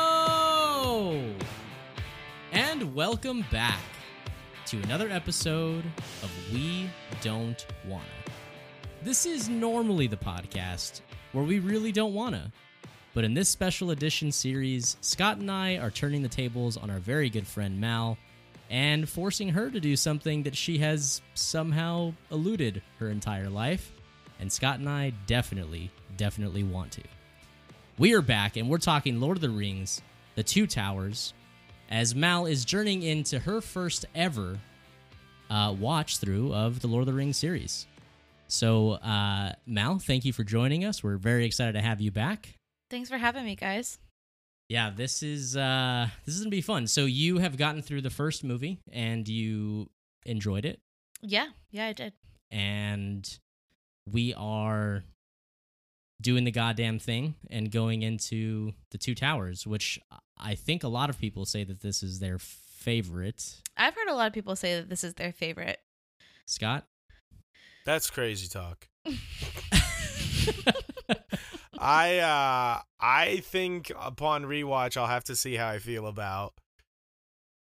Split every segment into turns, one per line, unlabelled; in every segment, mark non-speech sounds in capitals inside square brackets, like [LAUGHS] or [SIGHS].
Hello! And welcome back to another episode of We Don't Wanna. This is normally the podcast where we really don't wanna. But in this special edition series, Scott and I are turning the tables on our very good friend Mal and forcing her to do something that she has somehow eluded her entire life. And Scott and I definitely, definitely want to. We are back and we're talking Lord of the Rings, The Two Towers, as Mal is journeying into her first ever uh, watch through of the Lord of the Rings series. So, uh, Mal, thank you for joining us. We're very excited to have you back.
Thanks for having me, guys.
Yeah, this is uh, this is gonna be fun. So you have gotten through the first movie and you enjoyed it,
Yeah, yeah, I did.
and we are doing the goddamn thing and going into the Two Towers, which I think a lot of people say that this is their favorite.
I've heard a lot of people say that this is their favorite.
Scott, [LAUGHS]
That's crazy talk. I uh I think upon rewatch I'll have to see how I feel about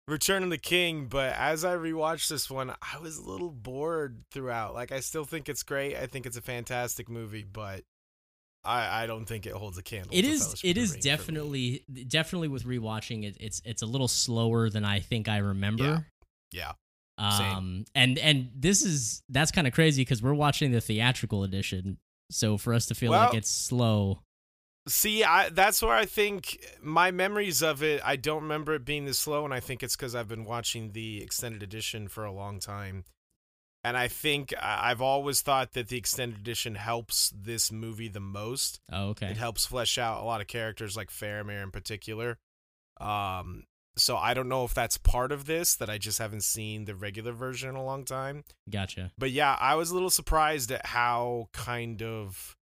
Return of the King, but as I rewatched this one, I was a little bored throughout. Like I still think it's great. I think it's a fantastic movie, but I I don't think it holds a candle.
it
to
is
Fellowship of
it
the
is
Ring for me.
definitely definitely with rewatching it, it's it's a little slower than I think I remember.
Yeah. Yeah. Same.
Um, and and this is that's kind of crazy because we're watching the theatrical edition, so for us to feel like
Well-
it's slow,
See, I that's where I think my memories of it. I don't remember it being this slow, and I think it's because I've been watching the extended edition for a long time, and I think I- I've always thought that the extended edition helps this movie the most.
oh okay,
It helps flesh out a lot of characters, like Faramir in particular. Um, so I don't know if that's part of this that I just haven't seen the regular version in a long time.
gotcha.
But yeah, I was a little surprised at how kind of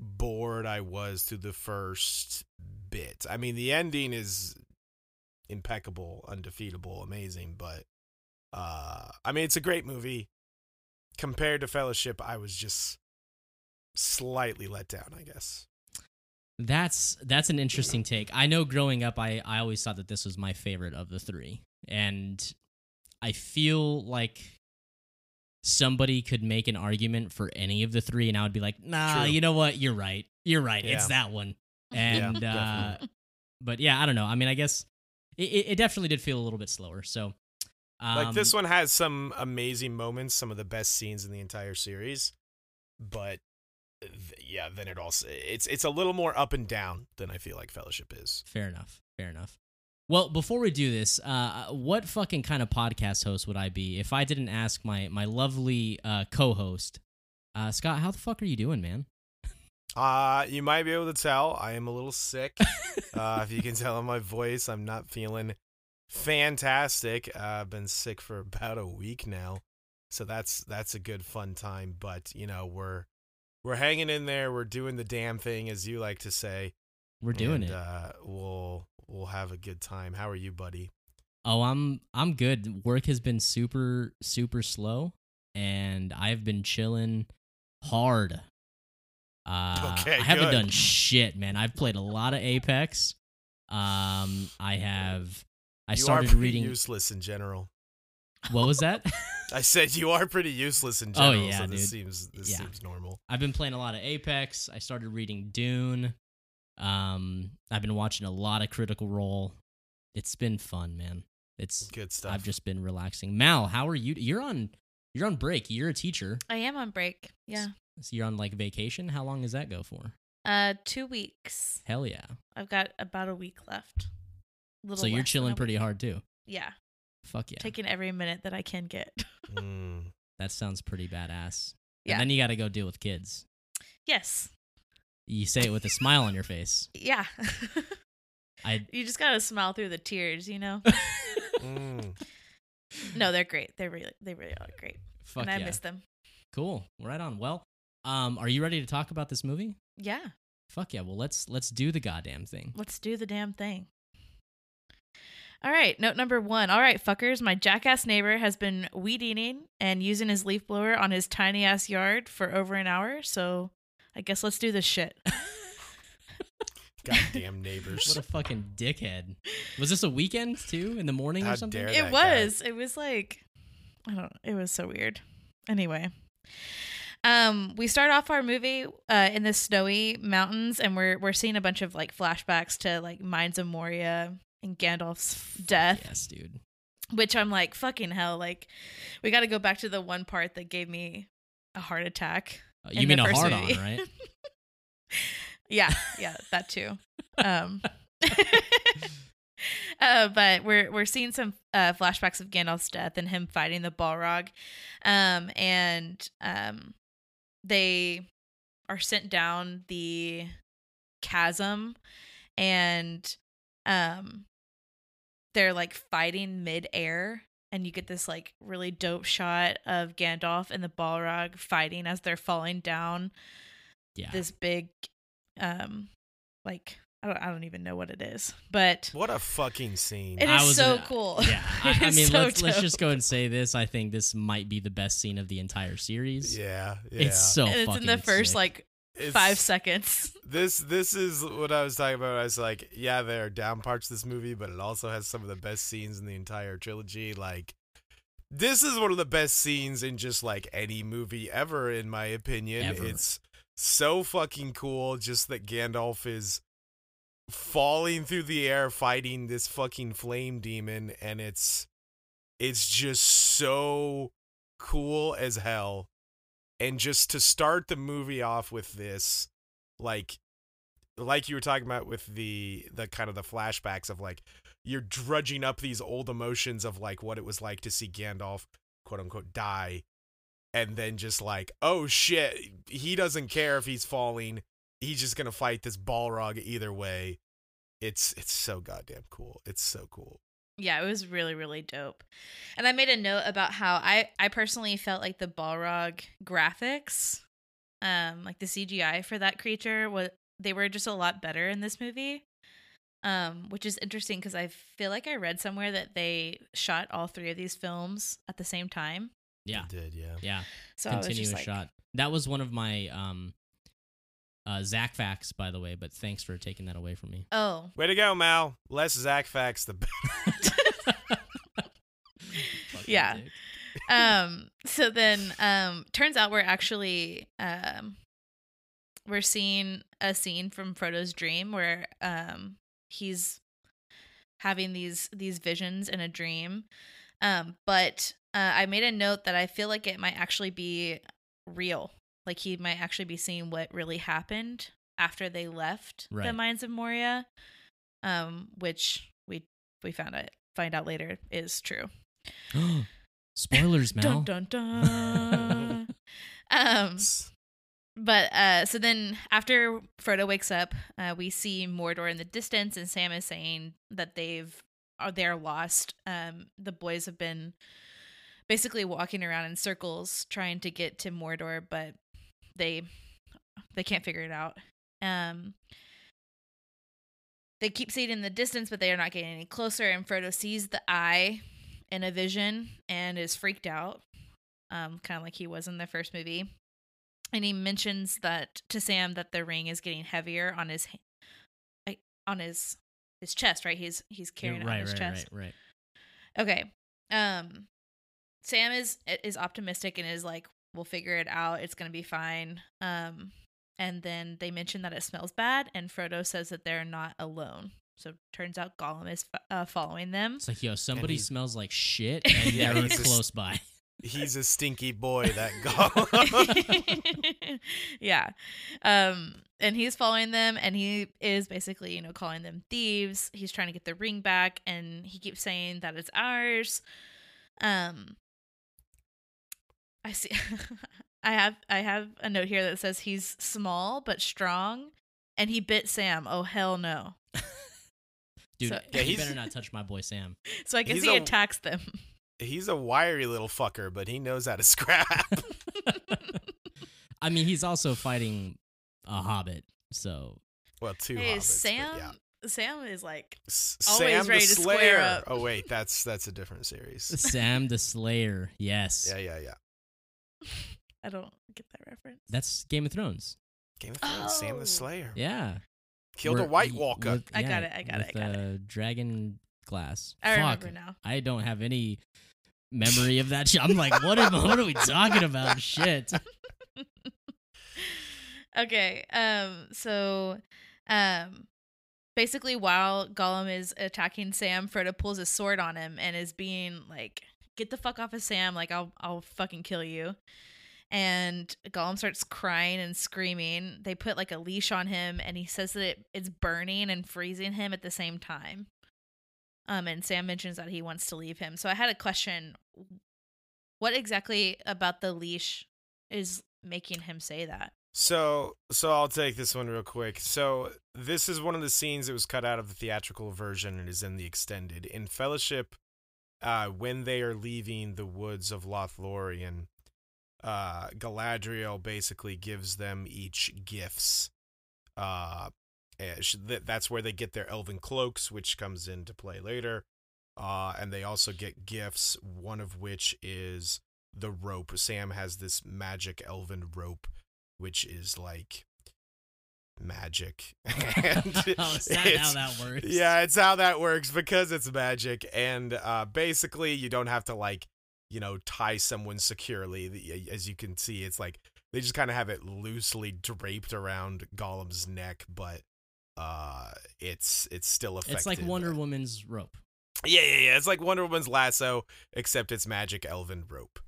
bored I was through the first bit. I mean, the ending is impeccable, undefeatable, amazing, but uh I mean, it's a great movie. Compared to Fellowship, I was just slightly let down, I guess.
That's that's an interesting take. I know growing up, I I always thought that this was my favorite of the three, and I feel like somebody could make an argument for any of the three, and I would be like, nah,
True.
you know what, you're right, you're right, it's
Yeah.
that one.
Yeah,
And uh,
definitely.
but yeah, I don't know. I mean, I guess it, it it definitely did feel a little bit slower. So um,
like this one has some amazing moments, some of the best scenes in the entire series, but uh, th- yeah, then it also it's it's a little more up and down than I feel like Fellowship is.
Fair enough. Fair enough. Well, before we do this, uh, what fucking kind of podcast host would I be if I didn't ask my my lovely uh, co-host uh, Scott? How the fuck are you doing,
[LAUGHS]
man?
Uh, you might be able to tell I am a little sick. uh, if you can [LAUGHS] tell in my voice, I'm not feeling fantastic. Uh, I've been sick for [LAUGHS] about a week now, so that's that's a good fun time. But you know we're we're hanging in there. We're doing the damn thing, as you like to say.
We're doing it.
and, Uh, we'll we'll have a good time. How are you, buddy?
oh, I'm I'm good. Work has been super super slow, and I've been chilling hard. Uh,
Okay,
I haven't
good.
done shit, man. I've played a lot of Apex. Um, I have. I
you are
started
pretty
reading.
useless in general.
What was
[LAUGHS]
that?
I said you are pretty useless in
Oh,
general.
yeah,
so this
dude.
seems this
Yeah.
seems normal.
I've been playing a lot of Apex. I started reading Dune. Um, I've been watching a lot of Critical Role. It's been fun, man. It's
Good stuff.
I've just been relaxing. Mal, how are you? You're on you're on break. You're a teacher.
I am on break. Yeah.
So you're on like vacation. How long does that go for?
Uh, two weeks.
Hell yeah.
I've got about a week left. Little
so you're
less than a
chilling
week.
pretty hard too.
Yeah,
Fuck yeah.
taking every minute that I can get. [LAUGHS]
Mm.
that sounds pretty badass.
Yeah.
And then you got to go deal with kids.
yes.
You say it with a smile on your face.
[LAUGHS] Yeah.
I
you just gotta smile through the tears,
[LAUGHS]
you know.
Mm.
no, they're great. They're really, they really are great,
fuck
and I
yeah.
miss them.
cool. Right on. Well, um are you ready to talk about this movie?
Yeah.
Fuck yeah. Well, let's let's do the goddamn thing.
Let's do the damn thing. All right, note number one. All right, fuckers, my jackass neighbor has been weed eating and using his leaf blower on his tiny ass yard for over an hour, so I guess let's do this shit.
Goddamn
[LAUGHS] What
neighbors.
a fucking dickhead. Was this a weekend too? In the morning
How
or something?
dare
[LAUGHS] it
that guy.
was it was like i don't it was so weird anyway um we start off our movie uh in the snowy mountains and we're we're seeing a bunch of like flashbacks to like mines of moria and gandalf's death
Yes, dude.
which i'm like fucking hell like we got to go back to the one part that gave me a heart attack
Uh,
In
you
the
mean a
first
hard
movie.
on, right?
[LAUGHS] yeah yeah that too um [LAUGHS] uh, but we're we're seeing some uh, flashbacks of Gandalf's death and him fighting the Balrog, um, and um, they are sent down the chasm, and um, they're like fighting midair, and you get this like really dope shot of Gandalf and the Balrog fighting as they're falling down
Yeah.
this [LAUGHS] big, um, like I don't I don't even know what it is, but
What a fucking scene.
it
I
is
was
so
in-
cool.
yeah.
[LAUGHS]
I,
It
I
is
mean,
so
let's let's
dope.
just go and say this. I think this might be the best scene of the entire series.
yeah, yeah.
It's so
and it's in
fucking
the first
sick.
like
It's-
five seconds. [LAUGHS]
This this is what I was talking about. I was like, yeah, there are down parts of this movie, but it also has some of the best scenes in the entire trilogy. Like this is one of the best scenes in just like any movie ever, in my opinion.
Ever.
It's so fucking cool just that Gandalf is falling through the air fighting this fucking flame demon and it's it's just so cool as hell and just to start the movie off with this like like you were talking about with the the kind of the flashbacks of like you're drudging up these old emotions of like what it was like to see Gandalf quote unquote die and then just like oh shit he doesn't care if he's falling he's just going to fight this Balrog either way it's it's so goddamn cool it's so cool
Yeah, it was really really dope. And I made a note about how I I personally felt like the Balrog graphics, um, like the CGI for that creature was they were just a lot better in this movie. Um, which is interesting because I feel like I read somewhere that they shot all three of these films at the same time.
Yeah.
It did yeah
Yeah.
So I was
continuous
just like,
shot. That was one of my um uh Zach facts, by the way, but thanks for taking that away from me. [LAUGHS]
oh,
way to go mal less Zach facts the better
Fucking
[LAUGHS] Yeah.
dick.
um so then um turns out we're actually um we're seeing a scene from Frodo's dream where um he's having these these visions in a dream um but uh, I made a note that I feel like it might actually be real like he might actually be seeing what really happened after they left the
Right.
mines of Moria um which we we found out find out later is true
[GASPS] Spoilers, Mal.
Dun dun dun. um, but uh, so then after Frodo wakes up, uh, we see Mordor in the distance, and Sam is saying that they've are they're lost. Um, the boys have been basically walking around in circles trying to get to Mordor, but they they can't figure it out. Um, they keep seeing it in the distance, but they are not getting any closer. And Frodo sees the eye in a vision and is freaked out, um, kind of like he was in the first movie. And he mentions that to Sam that the ring is getting heavier on his ha- like, on his his chest. Right, he's he's
You're
carrying it on
right,
his
right,
chest.
right, right.
Okay. Um Sam is is optimistic and is like we'll figure it out. It's going to be fine. Um and then they mention that it smells bad and Frodo says that they're not alone. So turns out Gollum is fo- uh, following them.
It's like, yo, somebody
he-
smells like shit
[LAUGHS]
and
Yeah,
they're
he's just-
close
[LAUGHS]
by.
he's a stinky boy that [LAUGHS] guy
[LAUGHS] yeah. Um and he's following them and he is basically, you know, calling them thieves. He's trying to get the ring back and he keeps saying that it's ours. Um I see [LAUGHS] I have I have a note here that says he's small but strong and he bit Sam. Oh hell no.
Dude,
So-
Yeah,
you
he's-
better not touch my boy Sam. [LAUGHS]
So I guess
He's
he
a-
attacks them.
he's a wiry little fucker but he knows how to [LAUGHS] scrap
I mean, he's also fighting a hobbit,
[LAUGHS]
so
well two
Hey,
hobbits, but
Sam
yeah.
Sam is like
S-
Always
Sam
ready
the
to square
Slayer.
up.
Oh wait, that's that's a different series.
Sam the Slayer. Yes,
Yeah, yeah, yeah.
I don't get that reference.
that's Game of Thrones.
Game of Thrones, Sam
Oh.
the Slayer.
Yeah,
Killed a
Where-
White
y-
Walker.
with-
I got it, I got it,
with
I got it.
the Dragon glass.
I
Fuck,
remember now.
I don't have any memory of that. shit. I'm like, what am? What are we talking about?
[LAUGHS]
Shit.
Okay. Um. So, um, basically, while Gollum is attacking Sam, Frodo pulls his sword on him and is being like, "Get the fuck off of Sam! Like, I'll I'll fucking kill you." And Gollum starts crying and screaming. They put like a leash on him, and he says that it, it's burning and freezing him at the same time. Um, and Sam mentions that he wants to leave him. So I had a question: What exactly about the leash is making him say that?
So, so I'll take this one real quick. So, this is one of the scenes that was cut out of the theatrical version and is in the extended. In Fellowship, uh, when they are leaving the woods of Lothlorien, uh, Galadriel basically gives them each gifts. Uh, eh, sh- th- that's where they get their elven cloaks, which comes into play later. Uh, and they also get gifts, one of which is the rope. Sam has this magic elven rope which is like magic. [LAUGHS] And
[LAUGHS] oh, is that how
it's-
that works?
Yeah, it's how that works because it's magic, and uh, basically you don't have to like you know tie someone securely. The- As you can see, it's like they just kind of have it loosely draped around Gollum's neck, but uh, it's it's still effective.
It's like Wonder Woman's rope.
Yeah, yeah, yeah. It's like Wonder Woman's lasso, except it's magic elven rope.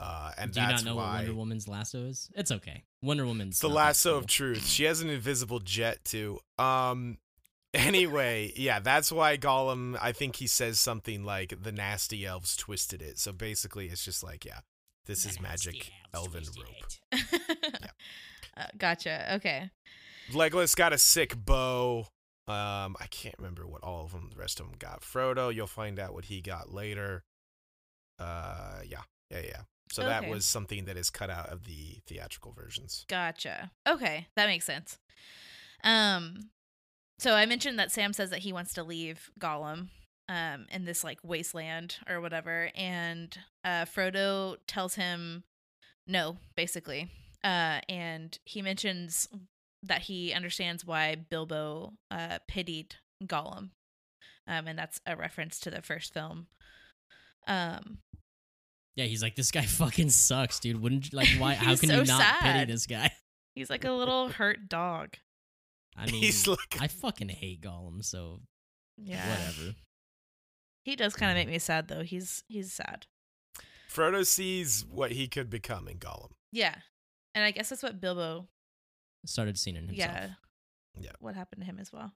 Uh, and
Do you
that's
not know
why
what Wonder Woman's lasso is? It's okay. Wonder Woman's
It's the
not that
lasso of
cool.
truth. She has an invisible jet too. Um [LAUGHS] anyway, yeah, that's why Gollum I think he says something like the nasty elves twisted it. So basically it's just like, yeah, this is
Nasty
magic
abs
elven
twisted
rope.
it.
[LAUGHS] Uh, gotcha. Okay.
Legolas got a sick bow. Um, I can't remember what all of them, the rest of them got. Frodo, you'll find out what he got later. Uh, yeah, yeah, yeah. So that
Okay.
was something that is cut out of the theatrical versions.
Gotcha. Okay. That makes sense. Um so I mentioned that Sam says that he wants to leave Gollum um in this like wasteland or whatever and uh Frodo tells him no, basically. Uh and he mentions that he understands why Bilbo uh pitied Gollum. Um and that's a reference to the first film. Um
Yeah, he's like, this guy [LAUGHS] fucking sucks, dude. Wouldn't you, like
[LAUGHS]
why? How
He's
can
so
you not
sad.
pity this
[LAUGHS]
guy?
he's like a little hurt dog.
I mean,
He's like,
I fucking hate Gollum, so
Yeah.
whatever.
He does kind of
Mm-hmm.
make me sad though. He's he's sad.
Frodo sees what he could become in Gollum.
Yeah. And I guess that's what Bilbo
Started seeing himself.
yeah.
Yeah.
What happened to him as well.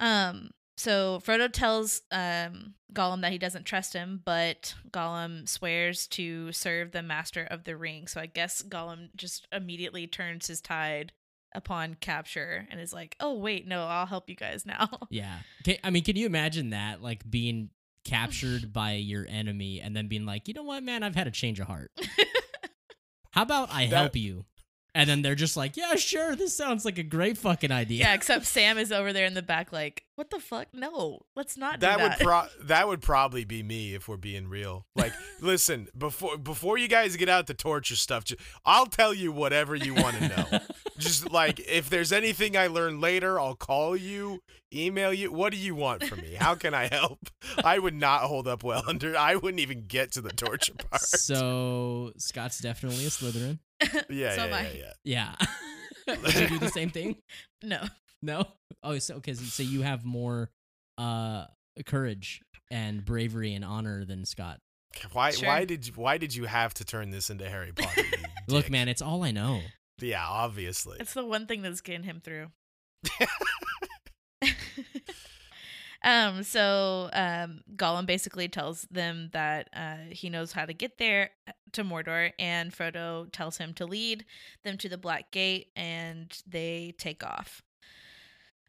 Um so Frodo tells um Gollum that he doesn't trust him, but Gollum swears to serve the master of the ring. So I guess Gollum just immediately turns his tide upon capture and is like, "Oh wait, no, I'll help you guys now."
Yeah. Ca- I mean, can you imagine that? Like being captured by your enemy and then being like, you know what, man, I've had a change of
[LAUGHS]
heart. How about I
That-
help you? And then they're just like, yeah, sure. This sounds like a great fucking idea.
yeah, except Sam is over there in the back like, "What the fuck? No. Let's not
that
do
would
that."
pro- that would probably be me if we're being real. Like, listen, before before you guys get out the torture stuff, ju- I'll tell you whatever you want to
[LAUGHS]
know. just like if there's anything I learn later, I'll call you, email you. What do you want from me? How can I
[LAUGHS]
help? I would not hold up well under. I wouldn't even get to
[LAUGHS]
the torture [LAUGHS] part.
so Scott's definitely a Slytherin.
Yeah,
So am
yeah,
I.
yeah, yeah.
Yeah. [LAUGHS] Would you do the
[LAUGHS]
same thing?
[LAUGHS] no.
No. Oh, so okay. So you have more uh courage and bravery and honor than Scott.
Why
Sure.
why did you, why did you have to turn this into Harry Potter?
[LAUGHS]
you
Look,
dick?
man, it's all I know.
Yeah, obviously.
It's the one thing that's getting him through. [LAUGHS] um. So, um, Gollum basically tells them that uh, he knows how to get there uh, to Mordor, and Frodo tells him to lead them to the Black Gate, and they take off.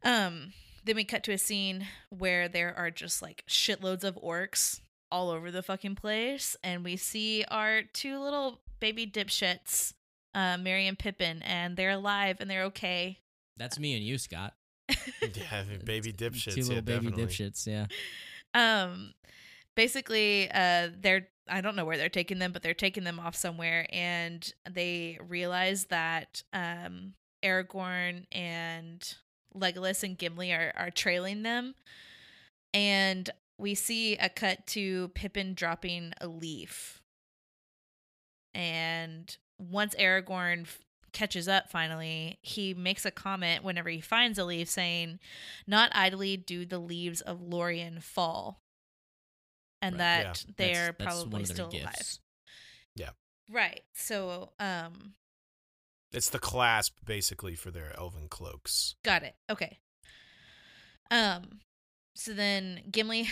Um. Then we cut to a scene where there are just like shitloads of orcs all over the fucking place, and we see our two little baby dipshits uh, Mary and Pippin, and they're alive and they're okay. [LAUGHS]
That's me and you, Scott.
[LAUGHS] yeah, baby dipshits.
Two little
yeah,
baby
definitely.
dipshits. Yeah.
Um, basically, uh, they're I don't know where they're taking them, but they're taking them off somewhere, and they realize that um, Aragorn and Legolas and Gimli are are trailing them, and we see a cut to Pippin dropping a leaf. And once Aragorn f- catches up finally, he makes a comment whenever he finds a leaf saying, Not idly do the leaves of Lorien fall. And
Right,
that
yeah.
they're
That's- that's one
probably
of their
still alive.
gifts.
Right. So, um,
It's the clasp basically for their elven cloaks.
Got it. Okay. Um so then Gimli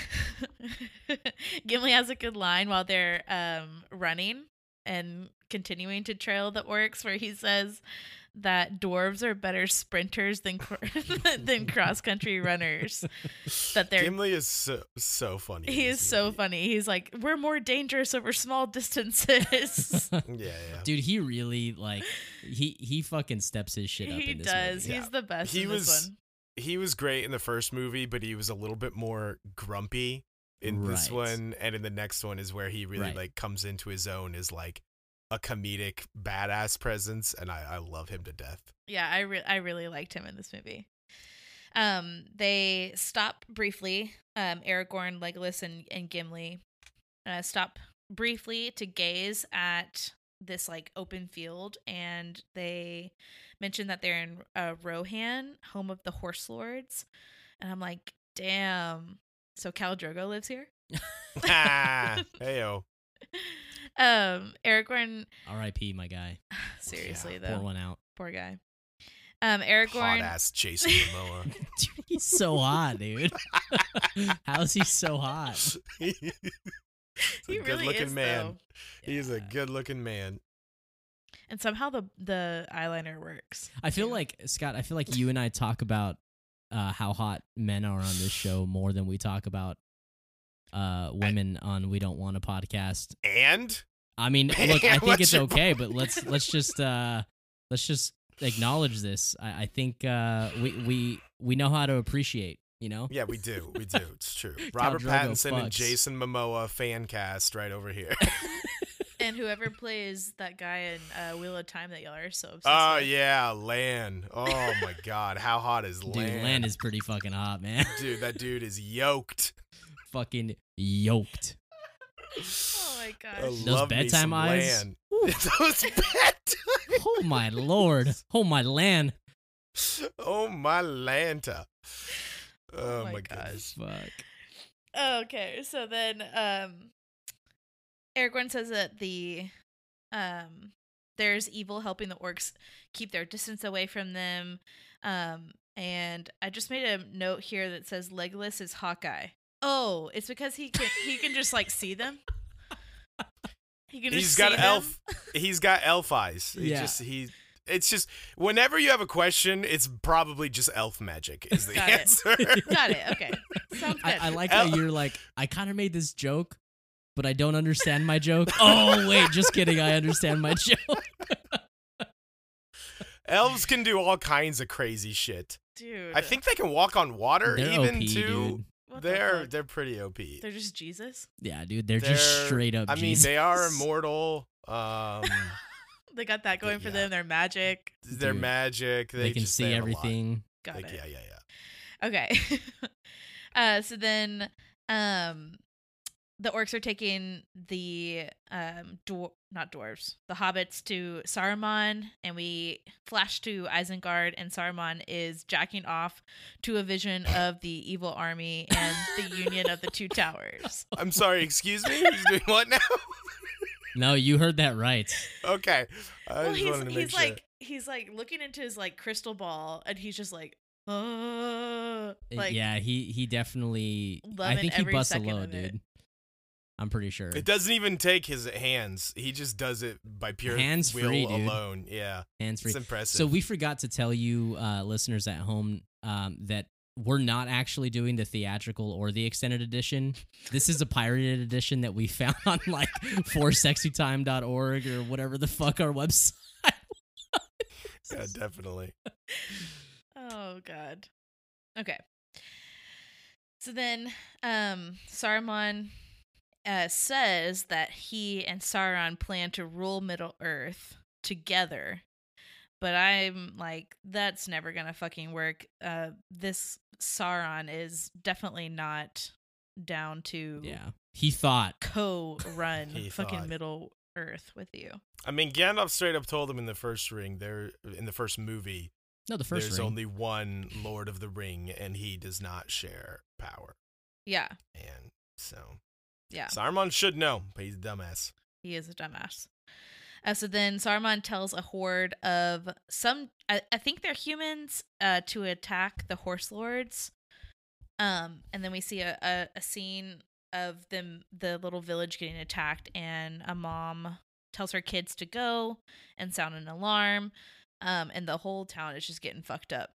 [LAUGHS] Gimli has a good line while they're um running and continuing to trail the orcs where he says that dwarves are better sprinters than cr- [LAUGHS] than
[LAUGHS]
cross country runners. That they're
Gimli is so so funny. in
he
this
is so
movie.
funny. He's like, we're more dangerous over small [LAUGHS] distances.
Yeah, yeah.
Dude, he really like he he fucking steps his shit up
he
in this
does.
movie.
Yeah.
He's the best.
He
in this
was-
one.
he was great in the first movie, but he was a little bit more grumpy in this
Right.
one, and in the next one is where he really
Right.
like comes into his own as like a comedic badass presence, and I, I love him to death.
[LAUGHS]
[LAUGHS]
Yeah, I re- I really liked him in this movie. Um, they stop briefly. Um, Aragorn, Legolas, and and Gimli uh, stop briefly to gaze at this like open field, and they mention that they're in uh, Rohan, home of the Horse Lords, and I'm like, damn. So Cal Drogo lives here. [LAUGHS]
Heyo,
Um, Aragorn, [SIGHS]
R.I.P. my guy.
seriously
Pour
though,
one out. [LAUGHS]
poor guy. Um,
hot
Aragorn,
ass Jason Momoa.
Dude, he's so hot, dude. [LAUGHS] How is he so [LAUGHS] hot?
He's a
[LAUGHS] he really
good-looking
is
man.
though.
[LAUGHS] He's a good looking man.
and somehow the the eyeliner works.
I feel
too.
like Scott. I feel like you and I talk about uh, how hot men are on this show more than we talk about uh, women on We Don't Want a Podcast.
And
I
[LAUGHS]
mean, look, I think
What's
it's
your
okay,
[LAUGHS]
but let's let's just uh, let's just acknowledge this. I, I think uh, we we we know how to appreciate. You know,
yeah, we do.
[LAUGHS]
We do. It's true. Robert
Drogo
Pattinson
fucks.
and Jason Momoa fan cast right
[LAUGHS]
over here.
And whoever plays that guy in uh, Wheel of Time that y'all are so obsessed
Oh
with.
yeah, Lan. Oh my god, how hot is
dude,
Lan?
Land is pretty fucking hot, man.
Dude, that dude is yoked.
[LAUGHS] fucking yoked.
Oh my
I
gosh.
Those
love me
bedtime
some
eyes?
[LAUGHS] Lan. Those bedtime.
Oh my
[LAUGHS]
lord. Oh my land.
Oh my Lanta. Oh,
my
my, goodness.
Fuck.
Okay, so then um Aragorn says that the um there's evil helping the orcs keep their distance away from them. Um and I just made a note here that says Legolas is Hawkeye. Oh, it's because he can he can just like see them. He can
He's
just
got
see them?
elf.
[LAUGHS]
He's got elf eyes. He
Yeah.
just he. It's just whenever you have a question, it's probably just elf magic is
[LAUGHS]
the
Got it.
answer. [LAUGHS]
Got it. Okay. Sounds good.
I, I like how
El-
you're like, I kind of made this joke, but I don't understand my
[LAUGHS]
joke. Oh, wait, just kidding. I understand my [LAUGHS] joke.
Elves can do all kinds of crazy shit.
Dude.
I think they can walk on water
They're
even
OP,
too.
dude.
What the
They're
fuck?
they're pretty OP.
They're just Jesus.
Yeah, dude, they're, just
They're-
straight up
I mean,
Jesus.
they are immortal.
[LAUGHS]
Um,
They got that going for
Yeah.
them. They're magic.
they're
Dude,
magic.
[LAUGHS]
They,
They, can
just-
see
they have a lot.
everything.
Got
Like,
it.
yeah, yeah, yeah.
Okay. [LAUGHS] uh, so then, um, the orcs are taking the um dwar- not dwarves, the hobbits to Saruman, and we flash to Isengard, and Saruman is jacking off to a vision of the evil army and the union of the
[LAUGHS]
two towers.
I'm sorry. Excuse me. He's doing what now? [LAUGHS]
No, you heard that
[LAUGHS]
right.
okay. I
well,
just
he's
wanted to make
he's
sure.
like he's like looking into his like crystal ball, and he's just like,
Uh,
oh, like
Eh, yeah, he he definitely. I
Loving
think he
every
busts a
second
load,
of it.
dude. I'm pretty sure.
It doesn't even take his hands. He just does it by pure
Hands
will
free, dude.
alone. Yeah,
Hands free.
it's impressive.
So we forgot to tell you, uh, listeners at home, um, that we're not actually doing the theatrical or the extended edition. This is a pirated edition that we [LAUGHS] found on like forsexytime.org or whatever the fuck our website. [LAUGHS]
yeah, definitely.
Oh god. Okay. So then um Saruman uh, says that he and Sauron plan to rule Middle Earth together. but I'm like, that's never gonna fucking work. Uh, this Sauron is definitely not down to
Yeah. He thought
co-run
He
fucking
thought.
Middle Earth with you.
I mean, Gandalf straight up told him in the first ring, there in the first movie,
no the first
there's
ring.
only one Lord of the Ring, and he does not share power.
Yeah,
And so
yeah,
Saruman should know, but he's a dumbass.
he is a dumbass. Uh, so then Saruman tells a horde of some, I, I think they're humans, uh, to attack the Horse Lords. Um, and then we see a, a, a scene of them, the little village getting attacked, and a mom tells her kids to go and sound an alarm. Um, and the whole town is just getting fucked up.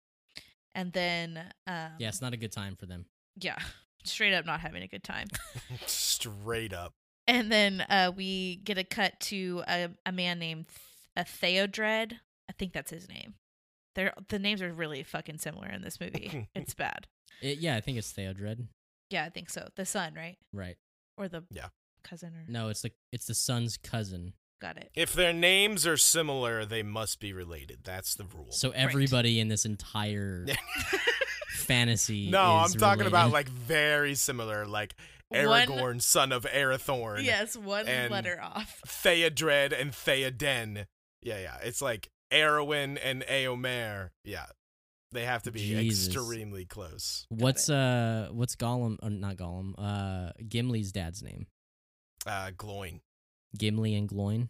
And then, um,
yeah, it's not a good time for them.
yeah, straight up not having a good time.
straight up.
And then uh, we get a cut to a, a man named Th- a Theodred. I think that's his name. They're, the names are really fucking similar in this
[LAUGHS]
movie. it's bad.
It, yeah, I think it's Theodred.
Yeah, I think so. The son, right?
Right.
Or the
Yeah.
cousin or
No, it's the it's the son's cousin.
got it.
If their names are similar, they must be related. That's the rule.
So everybody in this entire
[LAUGHS]
fantasy.
no, I'm
is
talking about
related.
like very similar, like
One-
Aragorn, son of Arathorn,
Yes, one
and-
letter
[LAUGHS]
off.
Theodred, and Theoden. Yeah, yeah. It's like Arwen and Eomer. Yeah, they have to be
Jesus.
extremely close.
what's uh what's Gollum or not Gollum? Uh, Gimli's dad's name.
Uh, Gloin.
Gimli and Gloin.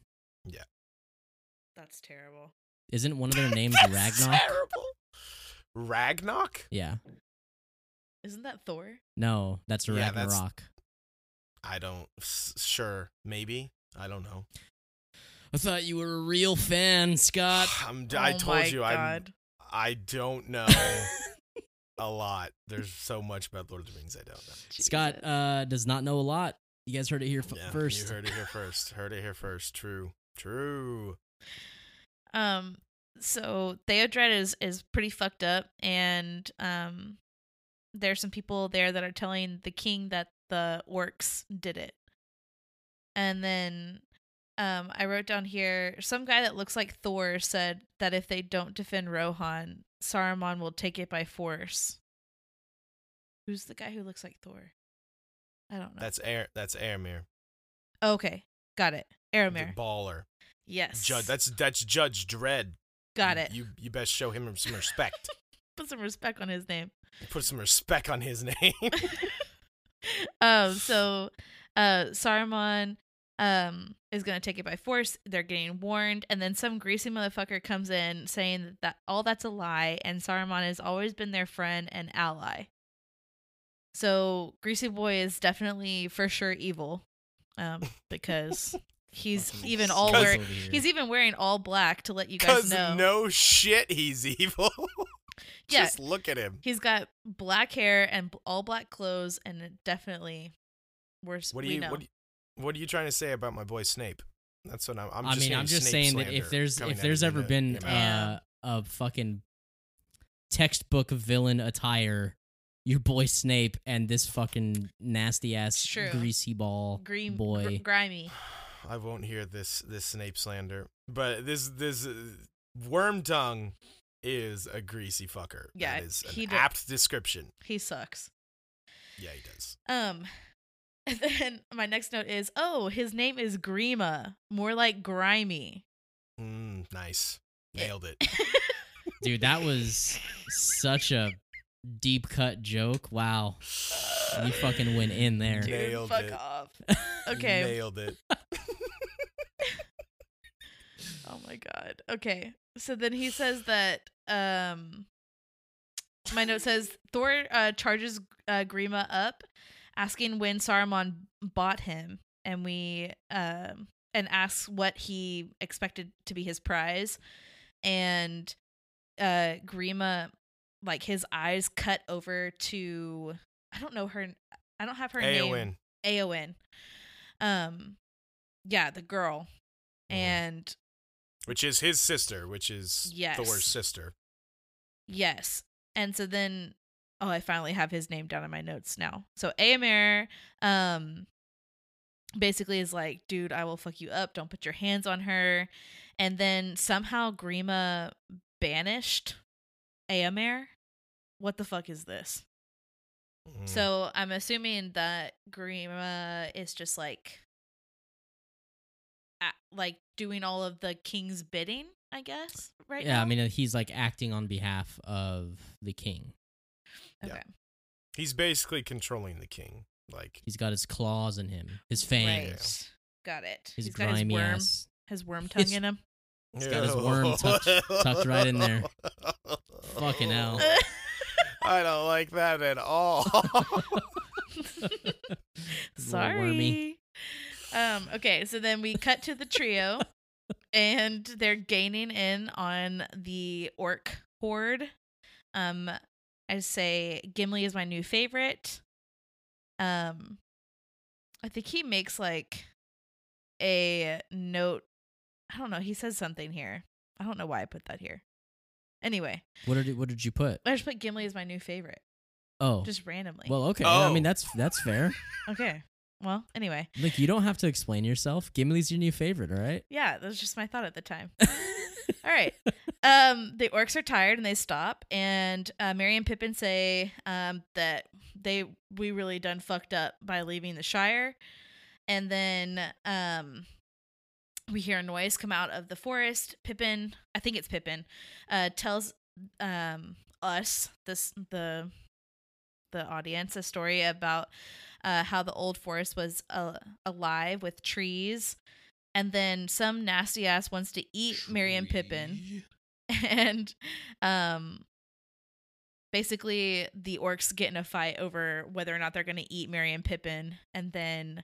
That's terrible.
Isn't one of
[LAUGHS]
their names
That's
Ragnarok?
Terrible. Ragnok?
Yeah.
Isn't that Thor?
No, that's
Yeah, that's-
Ragnarok.
I don't. s- Sure, maybe. I don't know.
I thought you were a real fan, Scott.
[SIGHS] I'm, I
Oh
told
my
you I
God.
I don't know [LAUGHS] a lot. There's so much about Lord of the Rings I don't know.
Scott
Jesus.
uh, does not know a lot. You guys heard it here f-
Yeah,
first.
You heard it here first. Heard it here first. True. True.
Um, so Theodred is is pretty fucked up, and um, there's some people there that are telling the king that the orcs did it. And then, um, I wrote down here some guy that looks like Thor said that if they don't defend Rohan, Saruman will take it by force. Who's the guy who looks like Thor? I don't know.
That's air. That's Aramir.
okay. Got it.
The
Aramir.
baller.
Yes.
Judge. That's that's Judge Dredd.
Got
You-
it.
You you best show him some
[LAUGHS]
respect.
Put some respect on his name.
Put some respect on his [LAUGHS] name. [SIGHS]
um so uh saruman um is gonna take it by force they're getting warned and then some greasy motherfucker comes in saying that, that all that's a lie and saruman has always been their friend and ally so greasy boy is definitely for sure evil
[LAUGHS]
um because he's
Fucking
even all
Scots
wearing
over here.
he's even wearing all black to let you guys
Because
know
no shit, he's evil. [LAUGHS]
Yeah.
Just look at him.
he's got black hair and b- all black clothes and it definitely worse
What do
we
you
know.
what, do you- what are you trying to say about my boy Snape? That's what I'm. I'm
I
just
mean,
hearing
I'm just
Snape
saying that
slander
if there's
coming
if
at
there's
him
ever
in
been
the- in the-
uh, a fucking textbook villain attire, your boy Snape and this fucking nasty
It's
ass
true.
greasy ball
Green gr-
boy.
grimy.
I won't hear this this Snape slander, but this this uh, worm tongue is a greasy fucker.
Yeah,
that is an
he do-
apt description.
He sucks.
Yeah, he does.
Um [LAUGHS] and then my next note is, "Oh, his name is Grima, more like grimy." [LAUGHS]
Mm, nice,
Yeah.
nailed it.
Dude, that was such a deep cut joke. Wow, you fucking went in there.
Dude,
Nailed
fuck
it. [LAUGHS]
off. [LAUGHS] Okay.
nailed it.
Oh my god. Okay. So then he says that um my note says Thor uh, charges uh, Grima up asking when Saruman bought him and we um and asks what he expected to be his prize and uh Grima like his eyes cut over to I don't know her I don't have her name
Aowen.
Aowen. Um yeah, the girl.
Mhm.
And
which is his sister, which is
Yes.
Thor's sister.
Yes. And so then oh, I finally have his name down in my notes now. So Amer um basically is like, dude, I will fuck you up. Don't put your hands on her. and then somehow Grima banished Aemir. What the fuck is this?
Hmm.
Mm.
So I'm assuming that Grima is just like, a like doing all of the king's bidding, I guess. Right?
yeah,
now?
I mean, uh, he's like acting on behalf of the king.
okay.
Yeah. he's basically controlling the king. Like
He's got his claws in him, his fangs,
Right. Got it.
his
He's got his
grimy
worm,
ass.
his worm tongue in him.
He's got his
[LAUGHS]
worm tucked- tucked right in there. Fucking
[LAUGHS]
hell.
I don't like that at all.
[LAUGHS]
He's a little wormy.
Sorry. Um, okay, so then we cut to
[LAUGHS]
the trio and they're gaining in on the orc horde. Um I say Gimli is my new favorite. Um I think he makes like a note. I don't know, he says something here. I don't know why I put that here. Anyway,
What did what did you put?
I just put Gimli is my new favorite.
Oh,
Just randomly.
well, okay. I
Oh.
mean, that's that's fair.
okay. Well, anyway.
Look, you don't have to explain yourself. Gimli's your new favorite, all right?
Yeah, that was just my thought at
[LAUGHS]
the time. All right. Um, the orcs are tired and they stop, and uh, Mary and Pippin say um, that they we really done fucked up by leaving the Shire, and then um, we hear a noise come out of the forest. Pippin, I think it's Pippin, uh, tells um, us this the the audience a story about uh, how the old forest was uh, alive with trees. And then some nasty ass wants to [LAUGHS] eat Mary and Pippin [LAUGHS] and um basically the orcs get in a fight over whether or not they're going to eat Merry and Pippin and then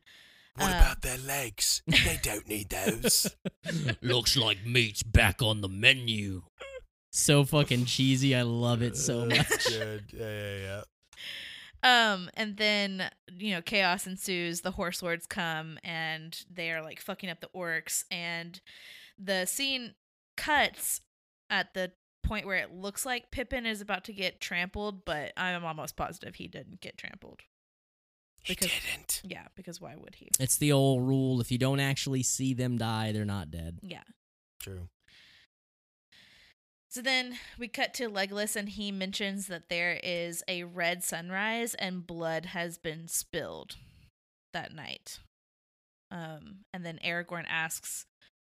What
Um,
Uh,
about their legs? They don't need those.
Looks like meat's back on the menu. So fucking cheesy. [LAUGHS] I love it so much.
Uh, That's good. Yeah, yeah, yeah.
um and then you know chaos ensues the horse lords come and they are like fucking up the orcs and the scene cuts at the point where it looks like Pippin is about to get trampled but I'm almost positive he didn't get trampled.
He
Because-
didn't.
Yeah, because why would he?
It's the old rule if you don't actually see them die, they're not dead.
Yeah.
True.
So then we cut to Legolas, and he mentions that there is a red sunrise and blood has been spilled that night. Um, and then Aragorn asks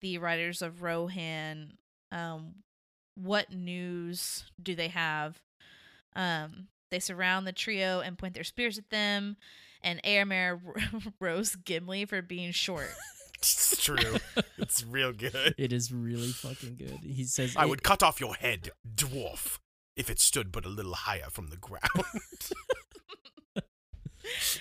the riders of Rohan, um, what news do they have? Um, they surround the trio and point their spears at them, and Aramir [LAUGHS] roasts Gimli for being short.
It's
[LAUGHS]
true. It's real good.
It is really fucking good. He says
I would cut off your head, dwarf, if it stood but a little higher from the ground.
[LAUGHS]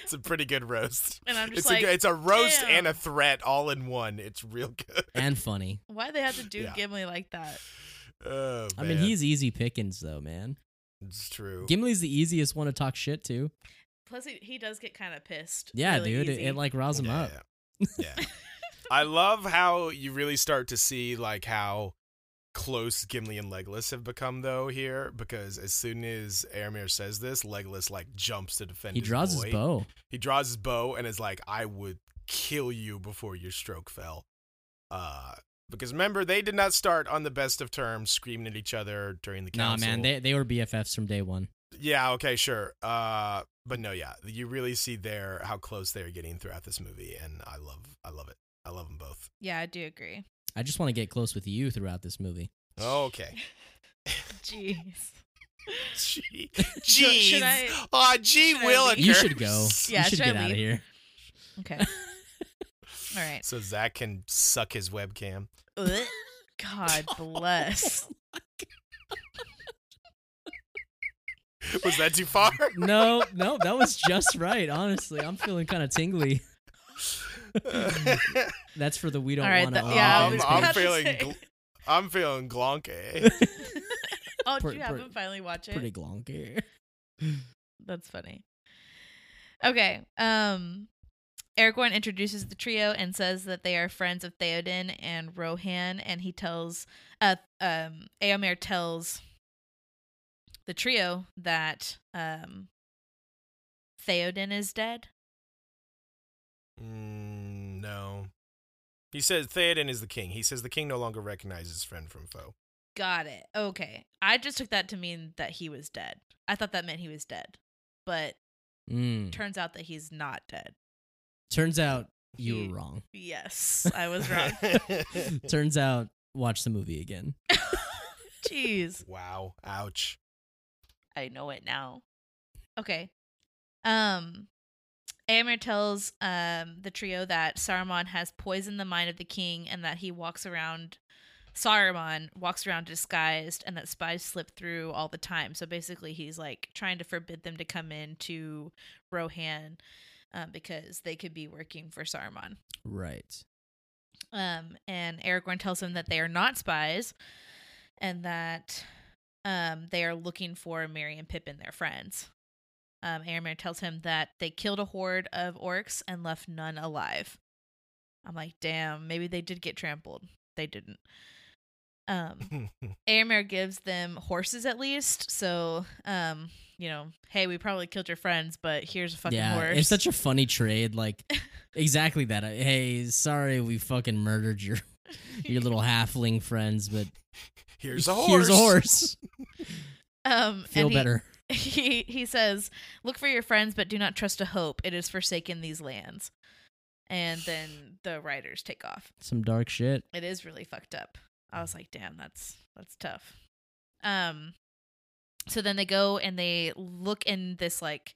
it's a pretty good roast.
And I'm just
[LAUGHS] It's,
like,
a, good- it's a roast
damn.
and a threat all in one. It's real good.
and funny.
why they have to do
Yeah.
Gimli like that?
Oh,
I mean,
man.
he's easy pickings though, man.
It's true.
Gimli's the easiest one to talk shit to.
Plus, he, he does get kind of pissed.
Yeah,
really
dude, it,
easy.
it like riles him
yeah,
up.
Yeah.
[LAUGHS]
yeah. I love how you really start to see like how close Gimli and Legolas have become though here because as soon as Aramir says this, Legolas like jumps to defend.
He draws
boy.
his bow.
He draws his bow and is like, "I would kill you before your stroke fell." Uh, because remember, they did not start on the best of terms, screaming at each other during the
Nah,
council.
man, they they were BFFs from day one.
Yeah, okay, sure. Uh but no, yeah. You really see there how close they're getting throughout this movie and I love I love it. I love them both.
Yeah, I do agree.
I just want to get close with you throughout this movie.
[LAUGHS]
Okay.
Jeez.
Gee.
Should- should I-
Aw, gee
should I
Willikers.
leave?
You should go.
[LAUGHS]
you
Yeah,
should
should I
get out of
leave? [LAUGHS]
here.
Okay. All right.
[LAUGHS] So Zach can suck his
[LAUGHS]
webcam.
Ugh. [LAUGHS] God bless.
Was that
[LAUGHS]
too far? [LAUGHS]
No, no, that was just right. Honestly, I'm feeling kind of tingly. That's for the we don't uh,
All right,
want to.
that- yeah, I
I'm,
was
I'm
about to
feeling
say.
gl- I'm feeling glonky.
[LAUGHS] Oh, did
Pretty-
you have
pretty-
him finally watch it?
pretty glonky.
That's funny. Okay. Um Aragorn introduces the trio and says that they are friends of Theoden and Rohan, and he tells uh um Aomer tells the trio that um Theoden is dead.
Mm, no. He says Theoden is the king. He says the king no longer recognizes friend from foe.
Got it. Okay. I just took that to mean that he was dead. I thought that meant he was dead, but
Mm.
turns out that he's not dead.
Turns out you
He-
were
[LAUGHS]
wrong.
Yes, I was
[LAUGHS]
wrong. [LAUGHS]
[LAUGHS] Turns out, watch the movie again.
Jeez,
wow. Ouch. [LAUGHS]
I know it now. Okay. Um, Aemir tells um the trio that Saruman has poisoned the mind of the king, and that he walks around. Saruman walks around disguised, and that spies slip through all the time. So basically, he's like trying to forbid them to come in to Rohan, um, because they could be working for Saruman.
Right.
Um, and Aragorn tells him that they are not spies, and that um, they are looking for Merry and Pippin, their friends. Um, Aramir tells him that they killed a horde of orcs and left none alive. I'm like, damn, maybe they did get trampled. They didn't.
[LAUGHS]
Um, Aramir gives them horses at least, so um, you know, hey, we probably killed your friends, but here's a fucking
yeah.
horse.
It's such a funny trade. Like,
[LAUGHS]
exactly that. I- Hey, sorry we fucking murdered
[LAUGHS]
your your little halfling friends, but
Here's a horse.
[LAUGHS] Here's a horse.
[LAUGHS] um,
Feel
and he-
better.
[LAUGHS] he he says, "Look for your friends, but do not trust a hope. It is forsaken these lands." And then the riders take off.
Some dark shit.
It is really fucked up. I was like, "Damn, that's that's tough." Um, so then they go and they look in this like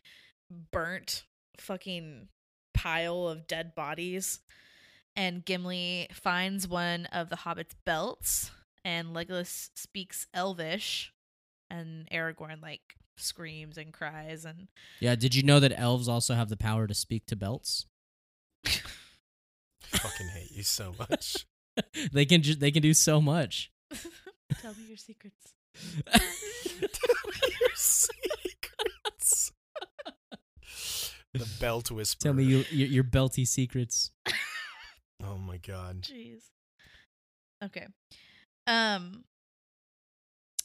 burnt fucking pile of dead bodies, and Gimli finds one of the hobbits' belts, and Legolas speaks Elvish, and Aragorn like screams and cries and [LAUGHS]
Yeah. Did you know that elves also have the power to speak to belts? [LAUGHS]
Fucking hate you so much.
they can ju- they can do so
[LAUGHS]
much.
Tell me your [LAUGHS] secrets.
Your secrets. The belt whisperer.
Tell me you, your, your belty secrets.
Oh my god.
Jeez. Okay. Um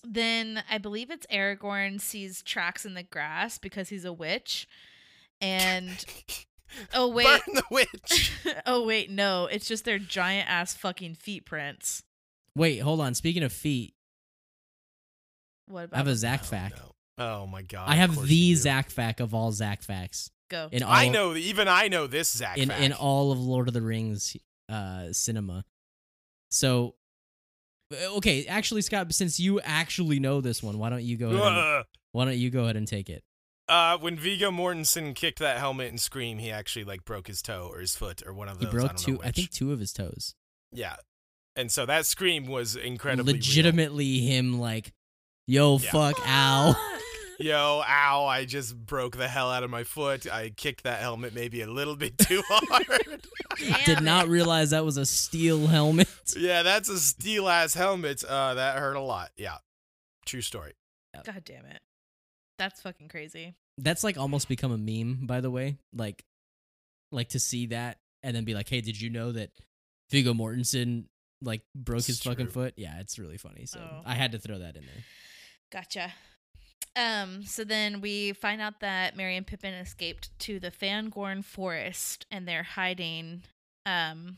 then I believe it's Aragorn sees tracks in the grass because he's a witch.
[LAUGHS]
And oh wait.
Burn the witch.
[LAUGHS] oh wait, no, it's just their giant ass fucking feet prints.
Wait, hold on. Speaking of feet,
What
I have
about
a Zach
Oh,
fact.
no. Oh my god.
I
of
have
course
the
you do.
Zach fact of all Zach facts
go?
in all
I know even I know this Zach
in,
fact.
in all of Lord of the Rings uh, cinema. So, uh, okay, actually, Scott, since you actually know this one, why don't you go? Ahead and,
Ugh.
why don't you go ahead and take it?
[LAUGHS] Uh, when Vigo Mortensen kicked that helmet and scream, he actually like broke his toe or his foot or one of
He
those. I
broke
don't know
two, I
which.
think, two of his toes.
Yeah, and so that scream was incredibly real.
Legitimately, him like, yo,
Yeah.
fuck,
[LAUGHS]
ow.
Yo, ow! I just broke the hell out of my foot. I kicked that helmet maybe a little bit too
[LAUGHS]
hard.
Damn
Did not
it.
realize that was a steel helmet.
[LAUGHS]
[LAUGHS]
yeah, that's a steel ass helmet. Uh, that hurt a lot. Yeah, true story.
God damn it. That's fucking crazy.
That's like almost become a meme, by the way. Like, like to see that and then be like, hey, did you know that Viggo Mortensen like broke
It's
his fucking
true.
foot? Yeah, it's really funny. So
Oh.
I had to throw that in there.
Gotcha. Um, so then we find out that Merry and Pippin escaped to the Fangorn Forest and they're hiding. Um,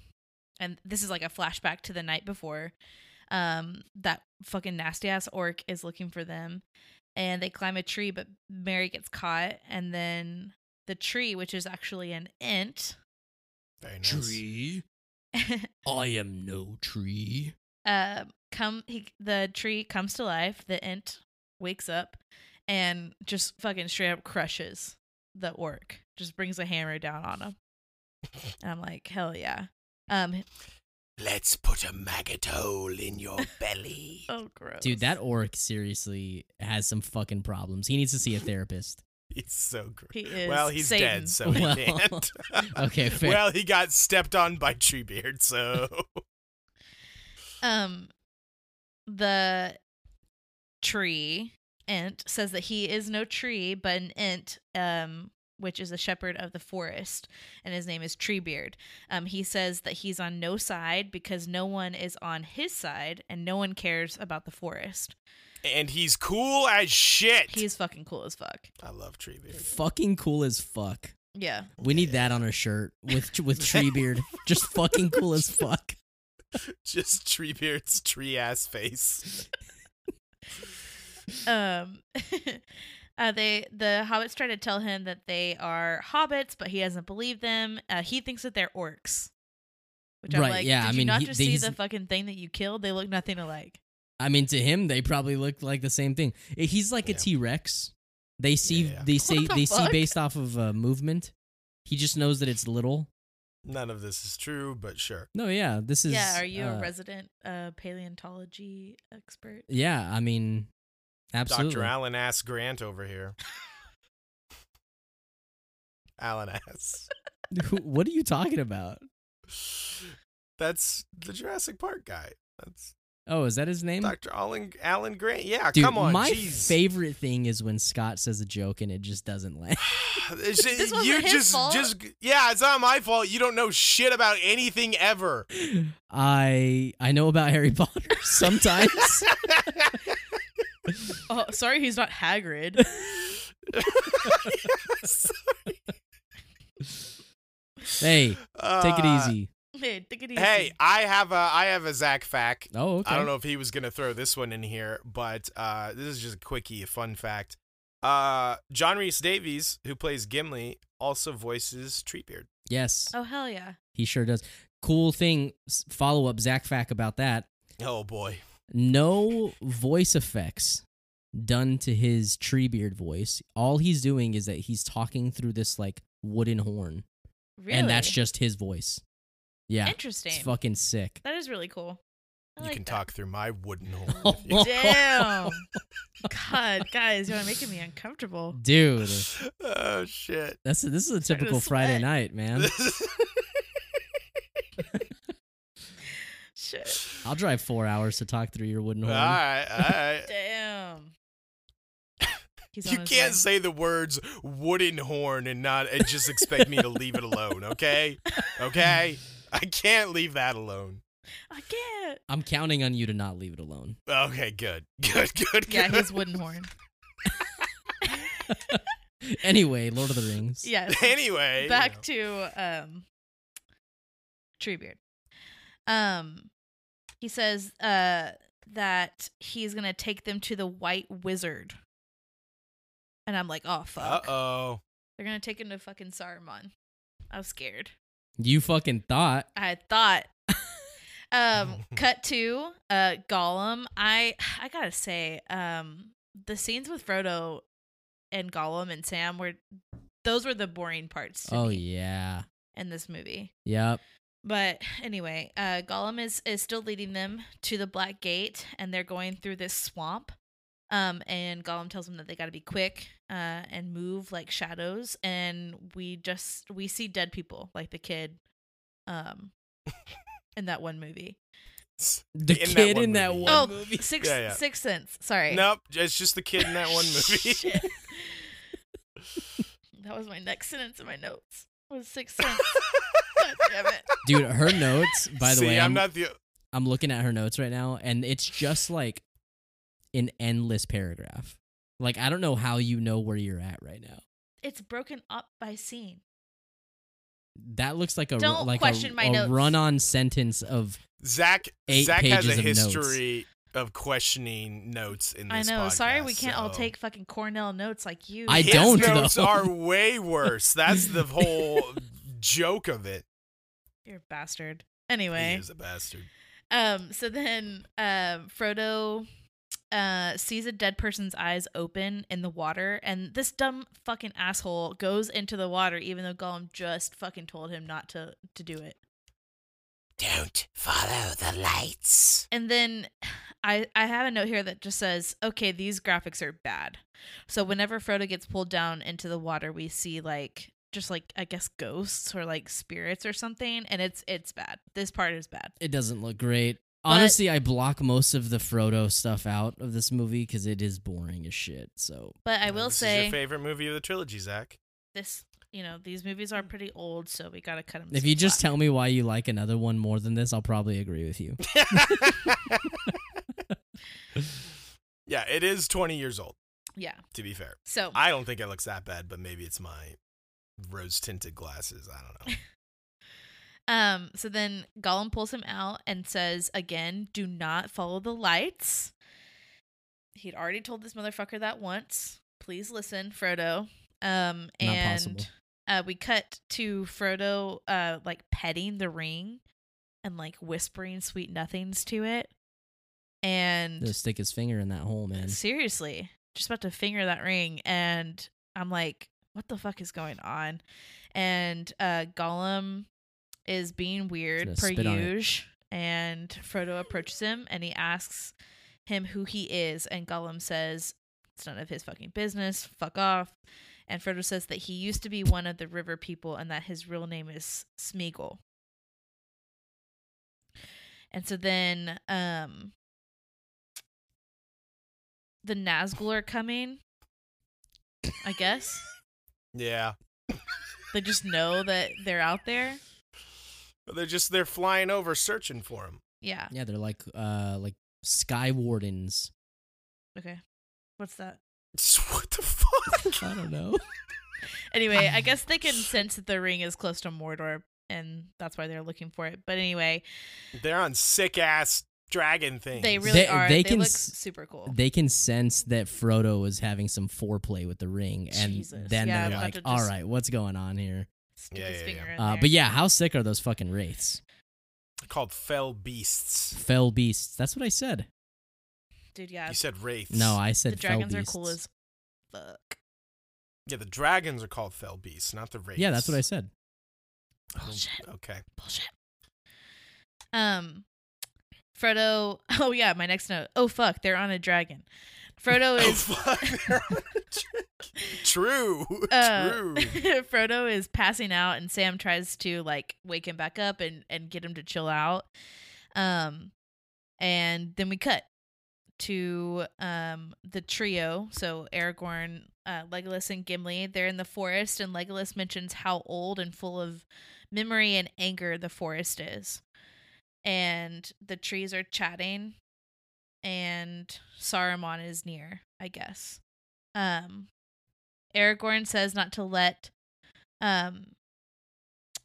and this is like a flashback to the night before. Um, that fucking nasty ass orc is looking for them and they climb a tree, but Mary gets caught. And then the tree, which is actually an [LAUGHS] int,
Very nice.
I am no tree.
uh, come he the tree comes to life. The int wakes up and just fucking straight up crushes the orc. Just brings a hammer down on him. And I'm like, hell yeah. Um,
Let's put a maggot hole in [LAUGHS] your belly.
oh gross,
Dude, that orc seriously has some fucking problems. He needs to see a therapist.
[LAUGHS] He's so great.
he is
Well, he's
Satan.
dead, [LAUGHS] so he
Well,
can't.
okay, fair.
Well, he got stepped on by Treebeard, so [LAUGHS]
Um, the tree int says that he is no tree, but an int, um, which is a shepherd of the forest, and his name is Treebeard. Um, he says that he's on no side because no one is on his side, and no one cares about the forest.
and he's cool as shit.
He's fucking cool as fuck.
I love Treebeard. [LAUGHS]
fucking cool as fuck.
Yeah.
We need that on our shirt with with tree beard. Just fucking cool as fuck.
Just Treebeard's tree ass face.
Um [LAUGHS] uh, they the hobbits try to tell him that they are hobbits, but he doesn't believe them. Uh, he thinks that they're orcs. Which I'm
Right,
like,
yeah,
did
I
you
mean,
not
he-
just
they-
see
he's-
the fucking thing that you killed? They look nothing alike.
I mean, to him, they probably look like the same thing. Eh, He's like a
Yeah.
T Rex. They see
Yeah, yeah.
they say
What the
they see
fuck?
based off of uh, movement. He just knows that it's little.
None of this is true, but sure.
No, yeah, this is.
yeah, are you
uh,
a resident uh, paleontology
[LAUGHS]
expert?
Yeah, I mean, absolutely.
Dr. Alan Ass Grant over here. [LAUGHS] Alan Ass.
[LAUGHS] Who- what are you talking about?
That's the Jurassic Park guy. That's
Oh, is that his name?
Dr. Alan Alan Grant. Yeah,
Dude,
come on.
my
jeez. [SIGHS]
favorite thing is when Scott says a joke and it just doesn't land. [LAUGHS]
It's ju-
[LAUGHS] This wasn't
you
his
just,
fault.
just yeah, it's not my fault. You don't know shit about anything ever. [LAUGHS]
I I know about Harry Potter [LAUGHS]
[LAUGHS]
sometimes.
Oh, sorry, he's
[LAUGHS]
not Hagrid.
hey, take it
Uh,
easy.
[LAUGHS] hey, take it easy.
Hey, I have a I have a Zach fact.
Oh, okay.
I don't know if he was gonna throw this one in here, but uh, this is just a quickie, a fun fact. Uh, John Reese Davies, who plays Gimli, also voices Treebeard.
Yes,
Oh hell yeah.
he sure does. Cool thing. Follow up Zach fact about that.
Oh boy,
No voice effects done to his tree beard voice. All he's doing is that he's talking through this like wooden horn,
Really?
and that's just his voice. Yeah,
interesting.
it's fucking sick.
that is really cool. I
you
like
can
that.
talk through my
[LAUGHS]
wooden horn.
Oh.
if you-
[LAUGHS]
Damn. God, guys, you're making
[LAUGHS]
me [LAUGHS] uncomfortable.
Dude,
oh shit.
that's a,
[LAUGHS]
this is a
Starting to
typical Friday
sweat.
night,
[LAUGHS]
[LAUGHS]
man.
Shit.
I'll drive four hours to talk through your wooden
all
horn.
right, all right.
Damn. [LAUGHS] He's
You
on his
can't
way.
say the words wooden horn and not and just expect me to leave it alone, okay? Okay? I can't leave that alone.
I
[LAUGHS]
can't.
I'm counting on you to not leave it alone. [LAUGHS]
Okay, good. [LAUGHS] Good, good, good.
Yeah, his wooden horn.
Anyway, Lord of the Rings.
Yes.
[LAUGHS] anyway. you
[LAUGHS]
know.
back to um Treebeard. Um he says uh that he's going to take them to the white wizard. And I'm like, "Oh fuck.
Uh-oh.
They're going to take him to fucking Saruman." I was scared.
You fucking thought.
I thought [LAUGHS] um cut to uh Gollum. I I got to say um the scenes with Frodo and Gollum and Sam were those were the boring parts to
Oh
me
yeah.
in this movie.
Yep.
But anyway, uh, Gollum is, is still leading them to the Black Gate, and they're going through this swamp. Um, and Gollum tells them that they got to be quick uh, and move like shadows. And we just we see dead people, like the kid,
[LAUGHS]
um, in that one movie,
The
In that
kid
one
in that
movie.
one
Oh,
movie.
Six
Yeah, yeah.
Sixth Sense. Sorry,
Nope, it's just the kid in that
[LAUGHS]
one movie. [LAUGHS]
Shit. that was my next sentence in my notes. Was Sixth
[LAUGHS]
Sense? God damn it!
Dude, her notes, by the
See,
way,
I'm,
I'm,
not the
I'm looking at her notes right now and it's just like an endless paragraph. Like I don't know how you know where you're at right now.
It's broken up by scene.
That looks like a ru-
Don't
like
question
a,
my
a
notes.
run-on sentence of
Zach
Eight
Zach has a
pages of notes.
history of questioning notes in
I
this
know. Sorry,
podcast,
we can't all
so-
take fucking Cornell notes like you.
I
[LAUGHS]
His
don't,
notes
though. [LAUGHS]
are way worse. That's the whole joke of it.
You're a bastard.
He
Anyway,
is a bastard.
um, so then um, Frodo uh sees a dead person's eyes open in the water, and this dumb fucking asshole goes into the water, even though Gollum just fucking told him not to to do it.
Don't follow the lights.
And then [SIGHS] I I have a note here that just says, okay, these graphics are bad. So whenever Frodo gets pulled down into the water, we see like just like I guess ghosts or like spirits or something, and it's it's bad. This part is bad.
it doesn't look great.
But-
Honestly, I block most of the Frodo stuff out of this movie cuz it is boring as shit. So
But I will
this is
say
your favorite movie of the
[LAUGHS]
trilogy, Zach. [LAUGHS]
this, you know, these movies are pretty old, so we gotta cut them.
If you just tell me why you like another one more than this, I'll probably agree with
[LAUGHS]
you.
yeah, it is 20 years old.
yeah.
To be fair,
So
I don't think it looks that bad, but maybe it's my rose tinted glasses. I don't know.
[LAUGHS] Um, so then Gollum pulls him out and says, again, do not follow the lights. He'd already told this motherfucker that once. Please listen, Frodo. Um,
possible.
and uh, we cut to Frodo, uh, like petting the ring and like whispering sweet nothings to it. And
Just stick his finger in that hole, man.
seriously, just about to finger that ring. And I'm like, what the fuck is going on? And uh, Gollum is being weird
Just
per
spit on it.
usual. And Frodo approaches him and he asks him who he is. And Gollum says, it's none of his fucking business. Fuck off. And Frodo says that he used to be one of the river people and that his real name is Smeagol. And so then um the Nazgul are coming. I guess.
Yeah.
They just know that they're out there.
They're just they're flying over searching for him.
Yeah.
Yeah, they're like uh like sky
[LAUGHS]
wardens.
Okay. What's that?
[LAUGHS] What
[LAUGHS]
the fuck?
I don't know.
Anyway, I guess
[LAUGHS]
they can sense that the ring is close to Mordor and that's why they're looking for it. But anyway,
they're on sick ass dragon things.
they really
They-
are.
they
They,
can
look
s-
super cool.
They can sense that Frodo is having some foreplay with the ring, and
Jesus.
then
Yeah,
they're
about
like,
to
"All
just-
right, what's going on here?"
Stick
Yeah,
his
yeah,
finger
yeah.
in
Uh,
there.
but yeah, how sick are those fucking wraiths?
called fell beasts.
Fell beasts. That's what I said.
dude, yeah,
You said
[LAUGHS]
wraiths.
No, I said
the dragons
fell
are
beasts.
cool as fuck.
yeah, the dragons are called fell beasts, not the wraiths.
yeah, that's what I said.
Oh,
Bullshit. [LAUGHS]
Okay.
Bullshit. Um, Frodo. [LAUGHS] Oh yeah, my next note. Oh fuck, they're on a dragon.
[LAUGHS]
Frodo
Oh, [LAUGHS]
is.
fuck.
[LAUGHS]
True.
Uh, [LAUGHS]
True.
Frodo is passing out, and Sam tries to like wake him back up and and get him to chill out. Um, and then we cut to um the trio. So Aragorn, uh, Legolas, and Gimli. They're in the forest, and Legolas mentions how old and full of memory and anger the forest is. And the trees are chatting, and Saruman is near. I guess. Um, Aragorn says not to let um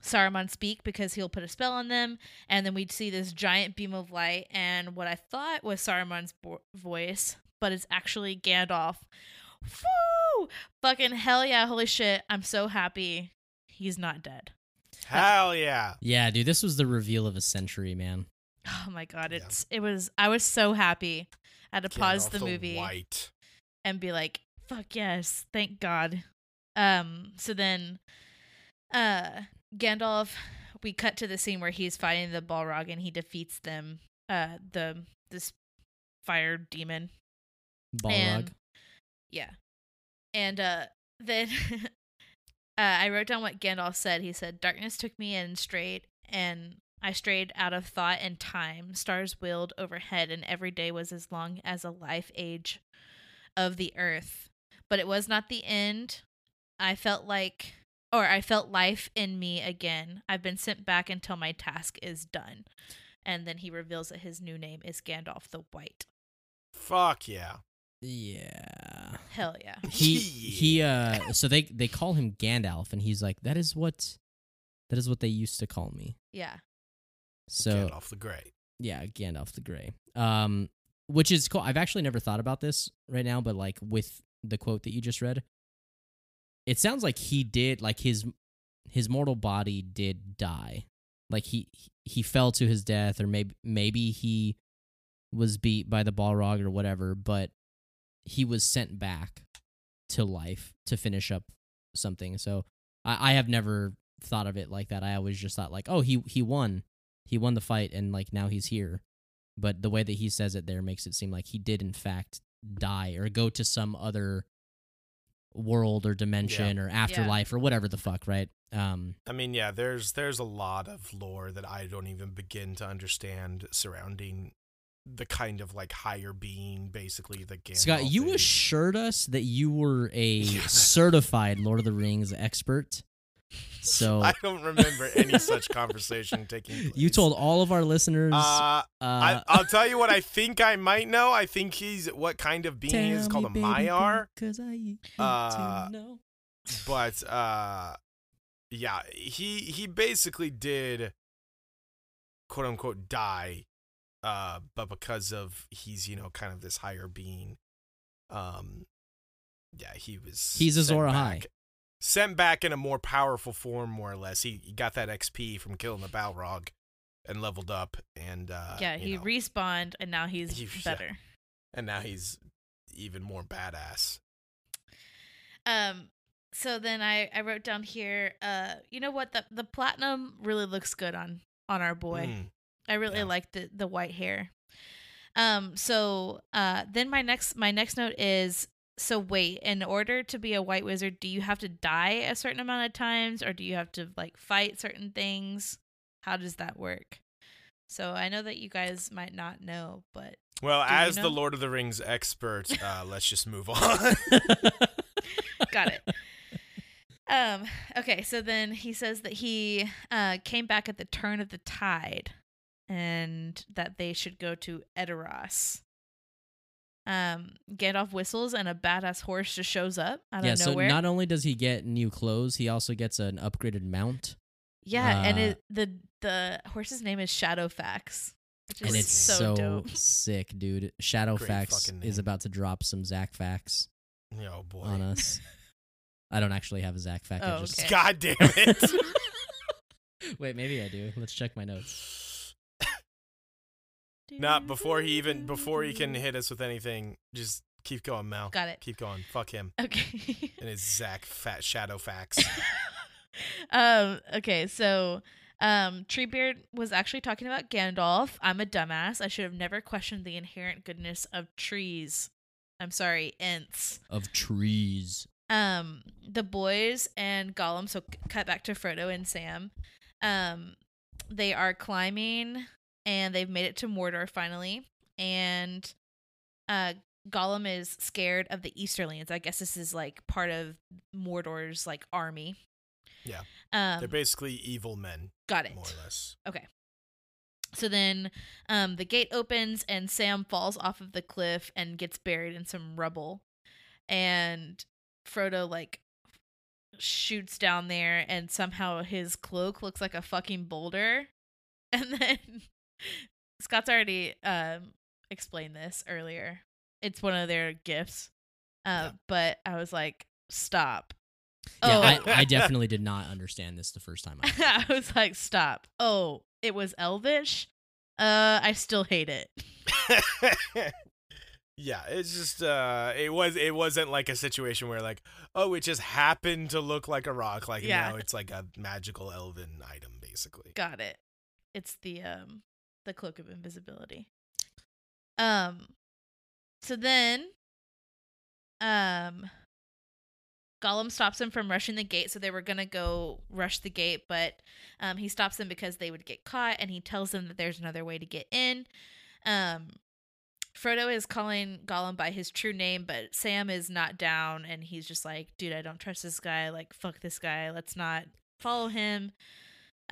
Saruman speak because he'll put a spell on them, and then we'd see this giant beam of light and what I thought was Saruman's bo- voice, but it's actually Gandalf. Woo! Fucking hell yeah! Holy shit! I'm so happy he's not dead.
Hell yeah.
Yeah, dude, this was the reveal of a century, man.
Oh my god!
Yeah.
It's it was I was so happy. I had to [LAUGHS] pause
Gandalf
the movie.
White.
and be like, "Fuck yes, thank God." Um. So then, uh, Gandalf, we cut to the scene where he's fighting the Balrog and he defeats them. Uh, the this fire demon.
Balrog.
And- Yeah. And uh then [LAUGHS] uh I wrote down what Gandalf said. He said, Darkness took me in straight and I strayed out of thought and time. Stars wheeled overhead and every day was as long as a life age of the earth. But it was not the end. I felt like or I felt life in me again. I've been sent back until my task is done. And then he reveals that his new name is Gandalf the White.
Fuck yeah.
[LAUGHS]
yeah.
Hell yeah.
[LAUGHS]
He he. Uh, so they they call him Gandalf, and he's like, "That is what, that is what they used to call me."
Yeah.
So
Gandalf the Grey.
yeah, Gandalf the Grey. Um, which is cool. I've actually never thought about this right now, but like with the quote that you just read, it sounds like he did like his his mortal body did die. Like he he fell to his death, or maybe maybe he was beat by the Balrog or whatever, but he was sent back to life to finish up something. So I, I have never thought of it like that. I always just thought like, oh, he he won, he won the fight, and like now he's here. But the way that he says it there makes it seem like he did in fact die or go to some other world or dimension or afterlife or whatever the fuck, right? Um,
I mean, yeah, there's there's a lot of lore that I don't even begin to understand surrounding the kind of like higher being, basically the Gandalf.
Scott, you
is.
assured us that you were a
[LAUGHS] Yeah.
certified Lord of the Rings expert. So
I don't remember
[LAUGHS]
any such conversation taking place.
you told all of our listeners. Uh,
Uh, I, I'll tell you what I think I might know. I think he's what kind of being he is called a Maiar,
Because I
Uh, but uh, yeah, he he basically did quote unquote die uh but because of he's, you know, kind of this higher being um yeah, he was
He's a
sent
Zora
back-
High.
Sent back in a more powerful form more or less. He, he got that XP from killing the Balrog and leveled up and uh
yeah,
you
he
know,
respawned and now he's
He- yeah.
better.
and now he's even more badass.
Um so then I I wrote down here uh you know what the the platinum really looks good on on our boy.
Mm,
I really
Yeah.
like the the white hair. Um so uh then my next my next note is so wait, in order to be a white wizard, do you have to die a certain amount of times or do you have to like fight certain things? How does that work? So I know that you guys might not know, but
Well,
you
as
know?
the Lord of the Rings expert, uh, let's
[LAUGHS]
just move on.
[LAUGHS]
Got it. Um, okay, so then he says that he uh, came back at the turn of the tide and that they should go to Edoras. Um, Gandalf whistles and a badass horse just shows up out
yeah,
of
so
nowhere.
not only does he get new clothes, he also gets an upgraded mount.
yeah, and
uh,
it, the the horse's name is Shadowfax. Which is
and
Great
it's
so,
so,
dope.
[LAUGHS] sick, dude. Shadow
Great
Facts
fucking name.
is about to drop some Zach Facts
oh boy.
on us. I don't actually have a Zach Fact. I
Oh,
just...
okay.
[LAUGHS] God damn
[LAUGHS]
it.
Wait, maybe I do. Let's check my notes.
Not before he even before
[LAUGHS]
he can hit us with anything. Just keep going, Mal.
Got it.
Keep going. Fuck him
Okay.
and his Zach Fat Shadow Facts.
[LAUGHS] um, okay, so um, Treebeard was actually talking about Gandalf. I'm a dumbass. I should have never questioned the inherent goodness of trees. I'm sorry, Ents.
Of trees.
Um, the boys and Gollum. So c- cut back to Frodo and Sam. Um, they are climbing, and they've made it to Mordor finally. And uh, Gollum is scared of the Easterlands. I guess this is like part of Mordor's like army.
Yeah.
Um,
They're basically evil men,
Got it.
more or less. [LAUGHS]
So then um, the gate opens and Sam falls off of the cliff and gets buried in some rubble. And Frodo, like, shoots down there and somehow his cloak looks like a fucking boulder. [LAUGHS] And then [LAUGHS] Scott's already um, explained this earlier. It's one of their gifts. Uh,
Yeah.
But I was like, stop. [LAUGHS]
Yeah,
oh,
I,
[LAUGHS]
I definitely did not understand this the first time. I
I was like, stop. Oh, it was Elvish? Uh, I still hate it.
yeah, it's just uh it was it wasn't like a situation where like, oh, it just happened to look like a rock. Like
Yeah.
no, it's like a magical elven item basically.
Got it. It's the um the cloak of invisibility. Um so then um Gollum stops him from rushing the gate, so they were gonna go rush the gate, but um he stops them because they would get caught and he tells them that there's another way to get in. Um Frodo is calling Gollum by his true name, but Sam is not down and he's just like, dude, I don't trust this guy, like fuck this guy, let's not follow him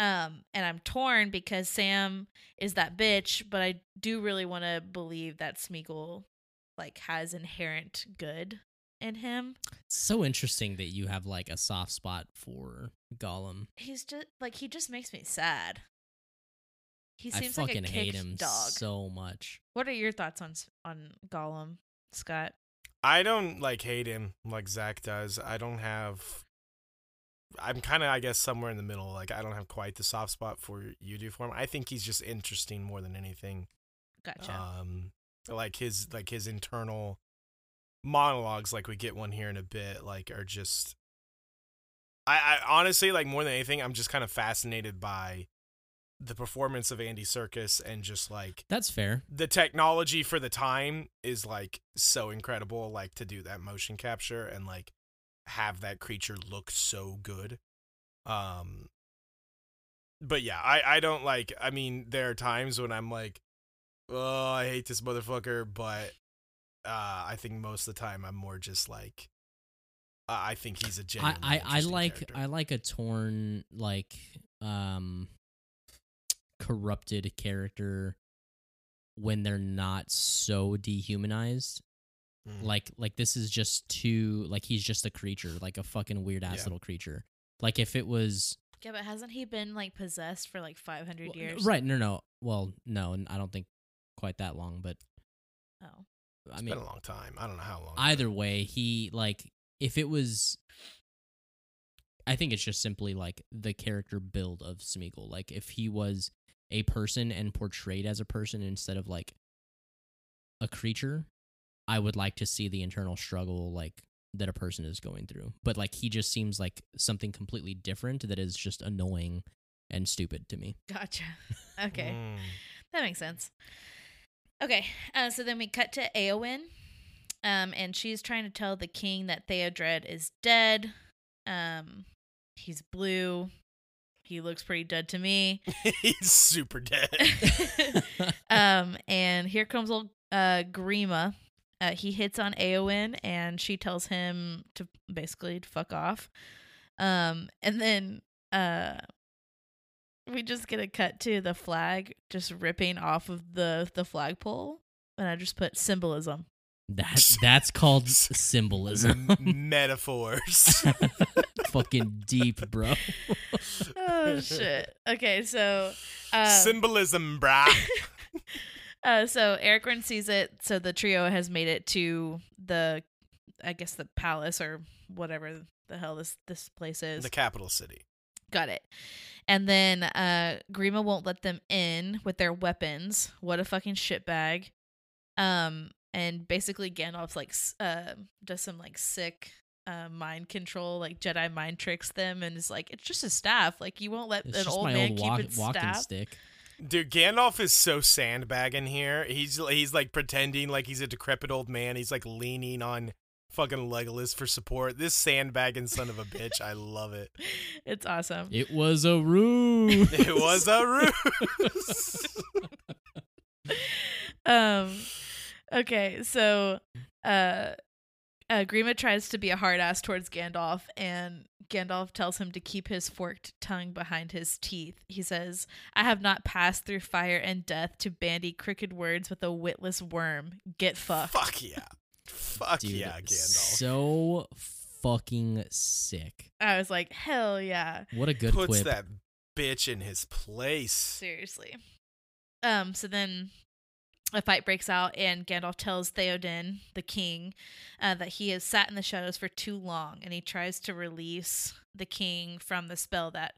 um and i'm torn because sam is that bitch but i do really want to believe that smeagol like has inherent good in him
It's so interesting that you have like a soft spot for Gollum.
he's just like he just makes me sad he
I
seems like a
fucking hate
kicked
him
dog
so much.
what are your thoughts on S- on gollum scott
I don't like hate him like Zach does. I don't have. I'm kind of, I guess, somewhere in the middle. Like, I don't have quite the soft spot for you do for him. I think he's just interesting more than anything.
gotcha
Uh,
Um, like his like his internal monologues, like we get one here in a bit, like are just. I, I honestly like more than anything, I'm just kind of fascinated by the performance of Andy Circus and just like
That's fair.
the technology for the time is like so incredible like to do that motion capture and like have that creature look so good um but yeah i i don't like i mean there are times when i'm like oh i hate this motherfucker but uh i think most of the time i'm more just like i I think he's a
I,
genuine
I, I like I like a torn like um corrupted character when they're not so dehumanized.
Mm-hmm.
Like like this is just too like he's just a creature, like a fucking weird ass
Yeah.
little creature. Like if it was
Yeah, but hasn't he been like possessed for like 500
well, n-
years?
right, no, no. Well, no, and I don't think quite that long, but
Oh.
I
It's
mean,
been a long time. I don't know how long.
either way, he like if it was. I think it's just simply like the character build of Smeagol. Like if he was a person and portrayed as a person instead of like a creature, I would like to see the internal struggle like that a person is going through. But like he just seems like something completely different that is just annoying and stupid to
[LAUGHS]
me.
Gotcha. Okay.
Mm. [LAUGHS]
That makes sense. Okay, uh, so then we cut to Aowen, um, and she's trying to tell the king that Theodred is dead. Um, he's blue. He looks pretty dead to me. [LAUGHS]
He's
[LAUGHS]
super dead.
um, and here comes old uh, Grima. Uh, he hits on Aowen, and she tells him to basically to fuck off. Um, and then uh, we just get a cut to the flag just ripping off of the the flagpole, and I just put symbolism.
that that's
[LAUGHS]
called symbolism. [LAUGHS]
Metaphors.
Fucking deep,
[LAUGHS]
bro.
Oh shit. Okay, so uh,
Symbolism, brah.
uh, so Ericrin sees it. So the trio has made it to the, I guess the palace or whatever the hell this this place is.
the capital city.
Got it. And then uh Grima won't let them in with their weapons. What a fucking shitbag. Um and basically Gandalf like s- uh does some like sick uh mind control, like Jedi mind tricks them and is like, it's just a staff. Like you won't let
It's
an
just
old
my
man
old
keep
walk,
its
walking
staff.
stick.
Dude, Gandalf is so sandbagging here. He's he's like pretending like he's a decrepit old man. He's like leaning on fucking Legolas for support. This sandbagging son of a bitch, I love it.
[LAUGHS] It's awesome.
It was a ruse. [LAUGHS]
It was a ruse.
um okay so uh uh, Grima tries to be a hard ass towards Gandalf, and Gandalf tells him to keep his forked tongue behind his teeth. He says, I have not passed through fire and death to bandy crooked words with a witless worm. Get fucked.
Fuck yeah. [LAUGHS] Fuck
Dude,
yeah, Gandalf.
So fucking sick.
I was like, hell yeah.
What a good
Puts
quip.
that bitch in his place.
Seriously. Um, so then a fight breaks out, and Gandalf tells Theoden, the king, uh, that he has sat in the shadows for too long, and he tries to release the king from the spell that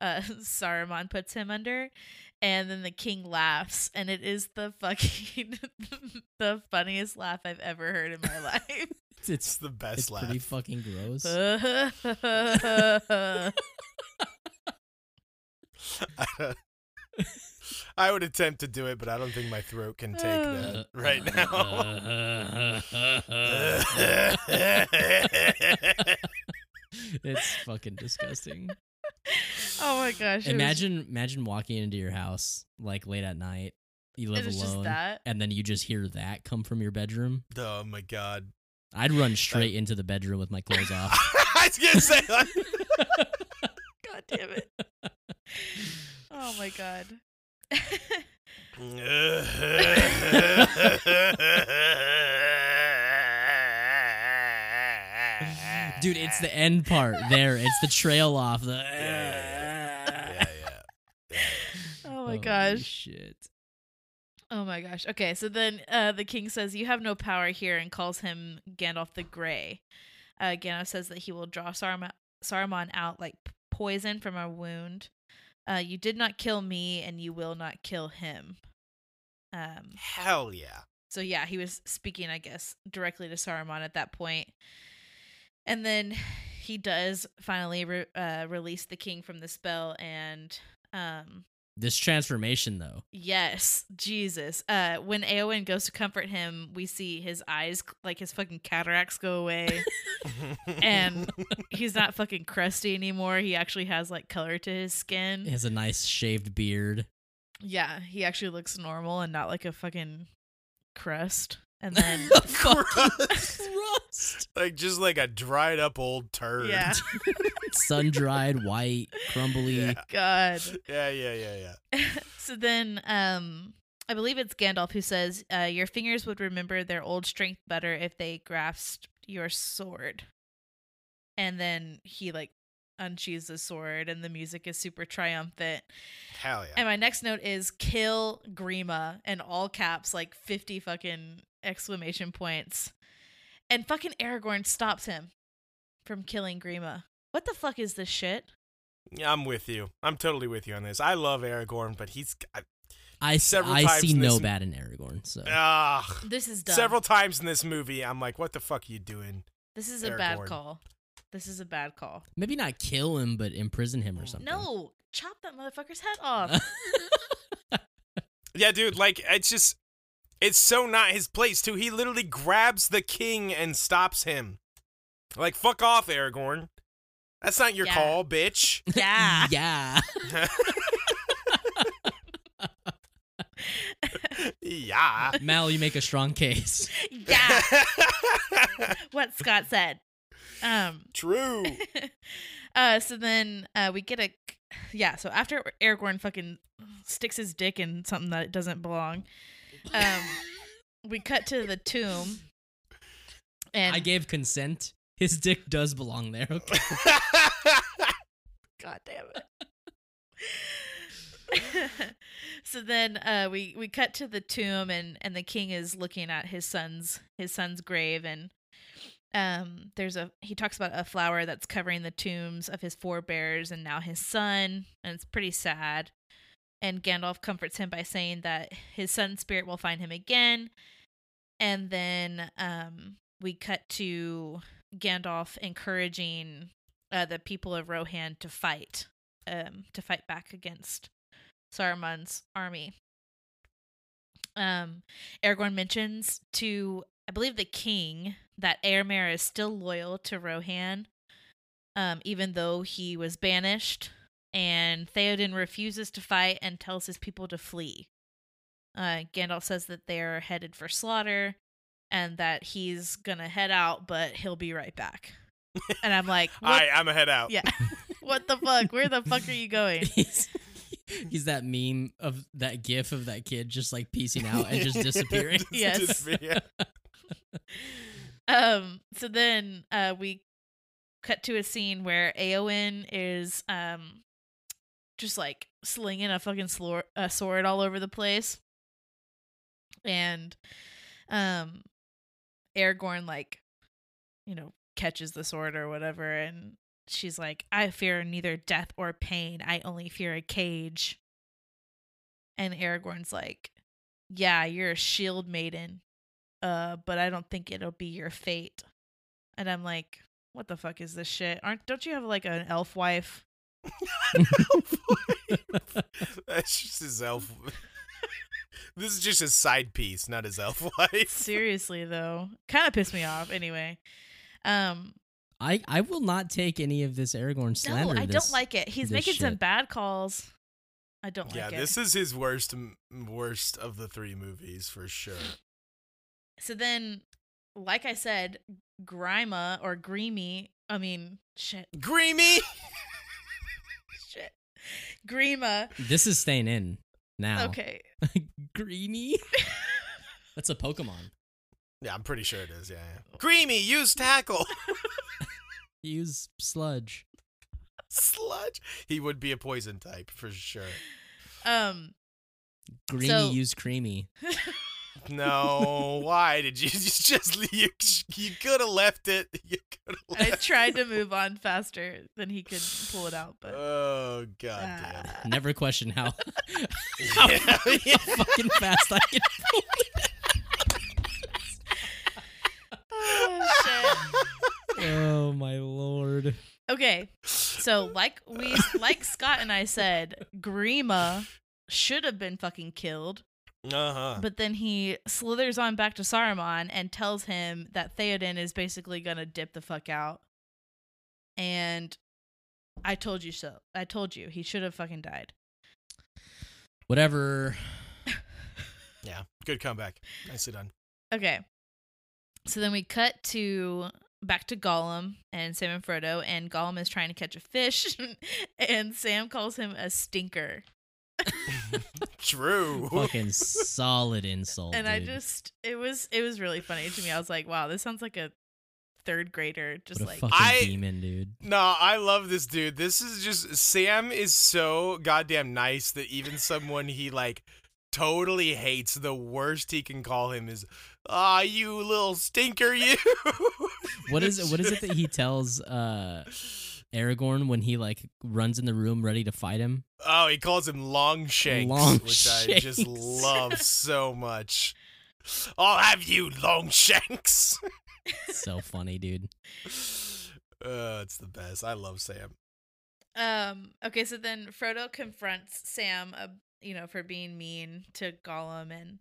uh, [LAUGHS] Saruman puts him under. And then the king laughs, and it is the fucking [LAUGHS] the funniest laugh I've ever heard in my [LAUGHS] life.
It's it's,
It's the best
it's
laugh.
pretty fucking gross.
Uh, I would attempt to do it, but I don't think my throat can take
Uh.
that right now.
[LAUGHS] it's fucking disgusting.
oh my gosh! [LAUGHS] it was-
Imagine imagine walking into your house like late at night. You
it
live
was just
alone.
that.
And then you just hear that come from your bedroom.
[LAUGHS] oh my god. [LAUGHS]
I'd run straight into the bedroom with my clothes off.
I was gonna say like,
God damn it. [LAUGHS] Oh my god. [LAUGHS]
Dude, it's the end part there. It's the trail off the.
Yeah, [LAUGHS] yeah.
oh my
Holy
gosh.
Shit.
Oh my gosh. Okay, so then uh, the king says, You have no power here, and calls him Gandalf the Grey. Uh, Gandalf says that he will draw Saruman, Saruman out like p- poison from a wound. Uh, you did not kill me, and you will not kill him. Um,
Hell yeah.
So yeah, he was speaking, I guess, directly to Saruman at that point. And then he does finally re- uh, release the king from the spell, and um,
This transformation, though.
yes, Jesus. Uh, when Aowen goes to comfort him, we see his eyes, like his fucking cataracts, go away. And- He's not fucking crusty anymore. He actually has like color to his
He
skin.
has a nice shaved beard.
Yeah, he actually looks normal and not like a fucking crust. And then
[LAUGHS]
Crust.
Crust.
[LAUGHS] like just like a dried up old turd.
yeah,
Sun dried, white, crumbly.
[LAUGHS] Yeah.
God.
Yeah, yeah, yeah, yeah.
[LAUGHS] so then um I believe it's Gandalf who says, uh, "Your fingers would remember their old strength better if they grasped your sword." And then he like unsheathes his sword, and the music is super triumphant.
Hell yeah.
And my next note is kill Grima and all caps, like 50 fucking exclamation points. And fucking Aragorn stops him from killing Grima. What the fuck is this shit?
Yeah, I'm with you. I'm totally with you on this. I love Aragorn, but he's I-
I, s-
Several
I
times
see
in
no
this-
bad in Aragorn. So
ah.
This is dumb.
Several times in this movie, I'm like, "What the fuck are you doing?"
this is a bad
Aragorn.
call. This is a bad call.
maybe not kill him, but imprison him or something. [LAUGHS]
No, chop that motherfucker's head off.
Yeah, dude. Like, it's just, it's so not his place. Too. He literally grabs the king and stops him. Like, fuck off, Aragorn. That's not your
Yeah. [LAUGHS]
call, bitch.
yeah.
yeah.
yeah.
Mal, you make a strong case.
Yeah.
[LAUGHS]
what Scott said. Um
[LAUGHS]
[LAUGHS]
True.
uh so then uh we get a [SIGHS] yeah, so after Aragorn fucking sticks his dick in something that doesn't belong.
[LAUGHS]
Um we cut to the tomb. And
I gave consent. His dick does belong there. Okay.
God damn it. [LAUGHS] so then uh, we we cut to the tomb and and the king is looking at his son's his son's grave and um there's a he talks about a flower that's covering the tombs of his forebears and now his son and it's pretty sad and Gandalf comforts him by saying that his son's spirit will find him again and then um we cut to Gandalf encouraging uh, the people of Rohan to fight, um, to fight back against Saruman's army. Um, Aragorn mentions to, I believe, the king that Airmare is still loyal to Rohan, um, even though he was banished. And Theoden refuses to fight and tells his people to flee. Uh, Gandalf says that they're headed for slaughter and that he's gonna head out, but he'll be right back. And I'm like,
All
what
right, I'm gonna head out.
yeah. [LAUGHS] what the fuck? Where the fuck are you going?
[LAUGHS] He's, he's that meme of that gif of that kid just like piecing out and
[LAUGHS]
[LAUGHS]
just disappearing.
Yes.
Just- yeah.
Um, so then uh we cut to a scene where Aowen is um just like slinging a fucking slor- a sword all over the place. And um Aragorn like you know catches the sword or whatever and she's like I fear neither death or pain. I only fear a cage. And Aragorn's like yeah, you're a shield maiden. uh, but I don't think it'll be your fate. And I'm like, what the fuck is this shit? Aren't don't you have like an elf wife?
[LAUGHS] That's just his elf. [LAUGHS] this is just his side piece, not his elf [LAUGHS] life.
Seriously though, kind of pissed me off. Anyway, um,
I, I will not take any of this Aragorn slander.
no, I
this-
don't like it. He's
this
making some
shit.
bad calls. I don't
yeah,
like it.
this is his worst, m- worst of the three movies for sure.
so then, like I said, Grima or Greamy. I mean, shit,
Greamy.
shit, Grima.
This is staying in now.
Okay, [LAUGHS]
Greeny. That's a Pokemon.
Yeah, I'm pretty sure it is. Yeah, yeah. Creamy, use tackle. [LAUGHS]
Use sludge.
Sludge. He would be a poison type for sure.
um, [LAUGHS]
Greeny
So-
use creamy.
[LAUGHS]
No, why did you [LAUGHS] just, just you, you could have left it. [LAUGHS] You could have
I
left.
tried to move on faster than he could pull it out, but
Oh [LAUGHS] god damn.
Ah.
Never question
[LAUGHS]
how, [LAUGHS] how
Yeah, yeah.
fucking fast I can. [LAUGHS]
Oh,
Oh my lord.
[LAUGHS] shit. okay, so like we, like Scott and I said, Grima should have been fucking killed,
[LAUGHS] Uh-huh.
but then he slithers on back to Saruman and tells him that Theoden is basically gonna dip the fuck out, and I told you so. I told you he should have fucking died.
Whatever.
Yeah, good comeback. Nicely done.
Okay. So then we cut to back to Gollum and Sam and Frodo, and Gollum is trying to catch a fish, [LAUGHS] and Sam calls him a stinker.
[LAUGHS]
True. [LAUGHS]
Fucking solid insult.
and I
dude.
just, it was, it was really funny to me. I was like, wow, this sounds like a third grader just
what a
like
fucking
I-
demon, dude.
No, I love this dude. This is just Sam is so goddamn nice that even someone he like totally hates, the worst he can call him is, "Ah, you little stinker, you." [LAUGHS]
What is what is it that he tells uh Aragorn when he like runs in the room ready to fight him?
Oh, he calls him Long Shanks,
Long
which I just
Shanks.
love so much. I'll have you, Long Shanks. [LAUGHS]
So funny, dude.
Uh, it's the best. I love Sam.
um okay so then frodo confronts sam uh, you know for being mean to gollum and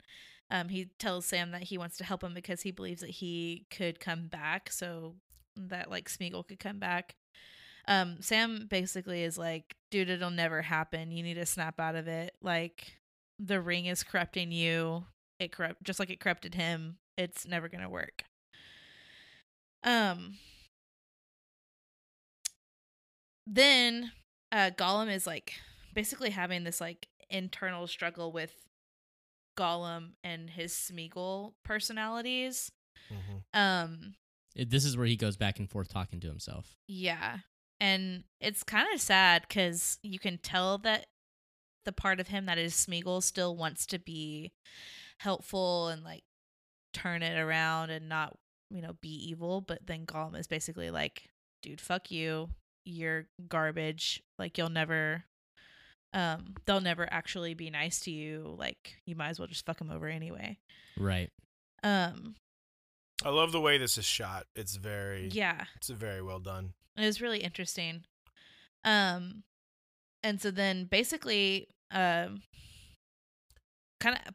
um he tells sam that he wants to help him because he believes that he could come back so that like smeagol could come back um sam basically is like dude it'll never happen you need to snap out of it like the ring is corrupting you it corrupt just like it corrupted him it's never gonna work um then uh Gollum is like basically having this like internal struggle with Gollum and his Smeagol personalities.
Mm-hmm.
Um
It- This is where he goes back and forth talking to himself.
yeah. And it's kind of sad cuz you can tell that the part of him that is Smeagol still wants to be helpful and like turn it around and not, you know, be evil, but then Gollum is basically like, dude, fuck you. You're garbage. Like you'll never um they'll never actually be nice to you. Like you might as well just fuck them over anyway.
Right.
Um
I love the way this is shot. It's very,
yeah.
it's very
[LAUGHS]
well done.
It was really interesting. Um and so then basically um kind of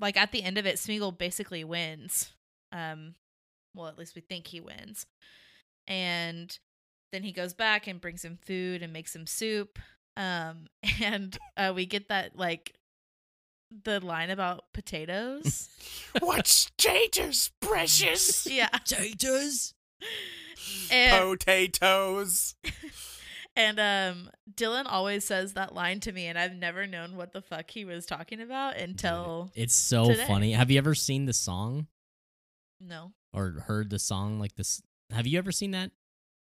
like at the end of it Smeagol basically wins. Um well at least we think he wins. And then he goes back and brings him food and makes him soup. Um [LAUGHS] and uh we get that like the line about potatoes.
What's taters, precious?
yeah.
Taters.
And
Potatoes.
And um, Dylan always says that line to me, and I've never known what the fuck he was talking about until
It's so
Today.
funny. Have you ever seen the song
no.
or heard the song like this? Have you ever seen that,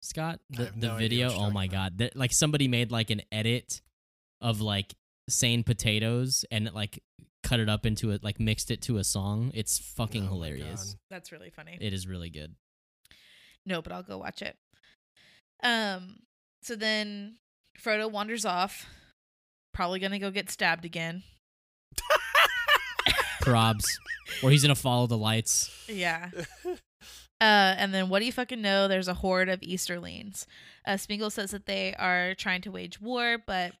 Scott?
I
The
have
the
no idea what
video.
you're
Oh
talking
my
about.
god! That, like somebody made like an edit of like saying potatoes and like cut it up into it, like mixed it to a song. It's fucking
Oh my
hilarious.
That's really funny.
It is really good.
no, but I'll go watch it. Um, so then Frodo wanders off, probably gonna go get stabbed again.
Probs, or he's gonna follow the lights.
Yeah. Uh, and then what do you fucking know? There's a horde of Easterlings. Uh, Smeagol says that they are trying to wage war, but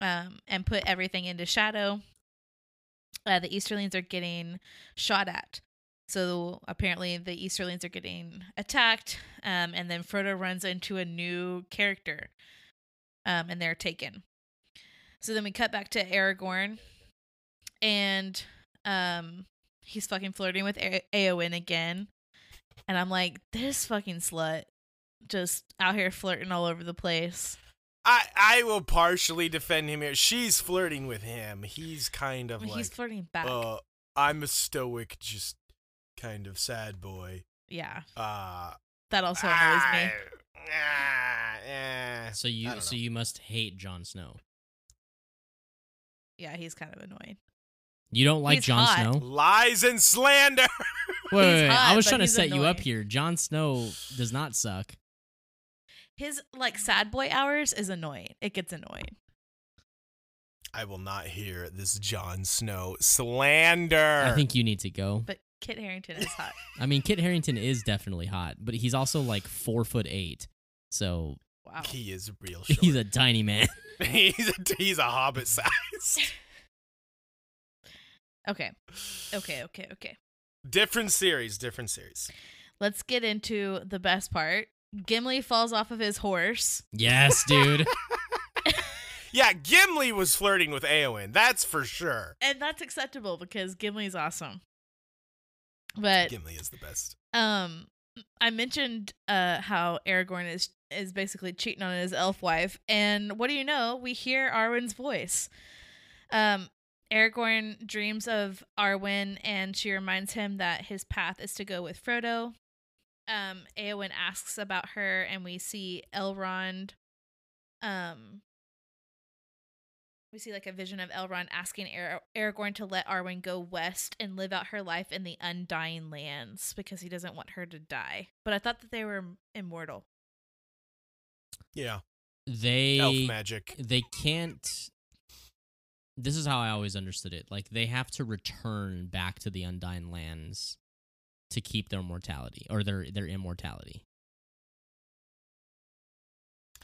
um, and put everything into shadow. Uh, the Easterlings are getting shot at. So apparently the Easterlings are getting attacked, um, and then Frodo runs into a new character, um, and they're taken. So then we cut back to Aragorn, and um, he's fucking flirting with A- Aowen again. And I'm like, this fucking slut just out here flirting all over the place.
[LAUGHS] I I will partially defend him here. She's flirting with him. He's kind of
He's
like,
flirting back.
uh, I'm a stoic, just kind of sad boy.
yeah.
Uh,
That also annoys me.
ah, eh.
So
I
you
don't
so
know.
you must hate Jon Snow.
Yeah, he's kind of annoying.
You don't like
He's
Jon
hot.
Snow?
lies and slander.
Wait, wait, wait. I
hot,
was
but
trying to
he's
set you up
annoying.
here. Jon Snow does not suck.
His like sad boy hours is annoying. It gets annoying.
I will not hear this Jon Snow slander.
I think you need to go.
But Kit Harrington is
[LAUGHS]
hot.
I mean, Kit Harrington is definitely hot, but he's also like four foot eight, so [LAUGHS]
Wow.
he is real short.
he's a tiny man. [LAUGHS]
[LAUGHS] he's a, he's a hobbit size.
Okay. Okay. Okay. Okay.
[LAUGHS] Different series, different series.
Let's get into the best part. Gimli falls off of his horse.
yes,
[LAUGHS]
dude.
Yeah, Gimli was flirting with Eowyn. That's for sure.
And that's acceptable because Gimli's awesome. But
Gimli is the best.
Um, I mentioned uh how Aragorn is is basically cheating on his elf wife, and what do you know? We hear Arwen's voice. Um, Aragorn dreams of Arwen, and she reminds him that his path is to go with Frodo. um Eowyn asks about her and we see Elrond um we see like a vision of Elrond asking Ar- Aragorn to let Arwen go west and live out her life in the Undying Lands because he doesn't want her to die. But I thought that they were immortal.
Yeah.
They
Elf magic.
they can't this is how i always understood it like they have to return back to the undying lands to keep their mortality or their their immortality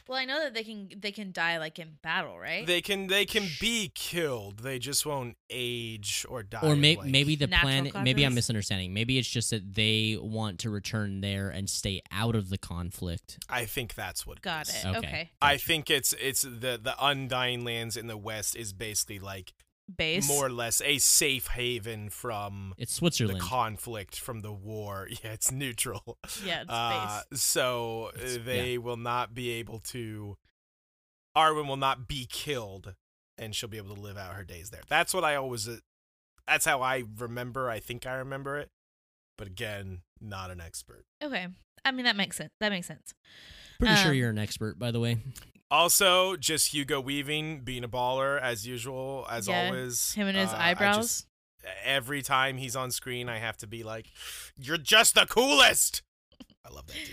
Well, I know that they can they can die like in battle, right?
They can they can be killed. They just won't age or die.
or may,
like-
maybe the
Natural
planet maybe i'm
causes?
misunderstanding maybe it's just that they want to return there and stay out of the conflict
I think that's what
Got
is.
it.
Okay.
Okay.
I think it's it's the the undying lands in the west is basically like
Base.
more or less a safe haven from
it's
the
switzerland
conflict from the war. [LAUGHS] Yeah, it's neutral.
Yeah, it's
Uh,
base.
so uh,
It's-
they will not be able to. Arwen will not be killed, and she'll be able to live out her days there. That's what I always. uh, That's how I remember. I think I remember it, but again, not an expert.
Okay. I mean that makes sense. That makes sense.
pretty sure
um,
you're an expert by the way
Also, just Hugo Weaving being a baller as usual, as
Yeah,
always.
Him and his
Uh, I
eyebrows.
just- every time he's on screen, I have to be like, "You're just the coolest." I love that dude.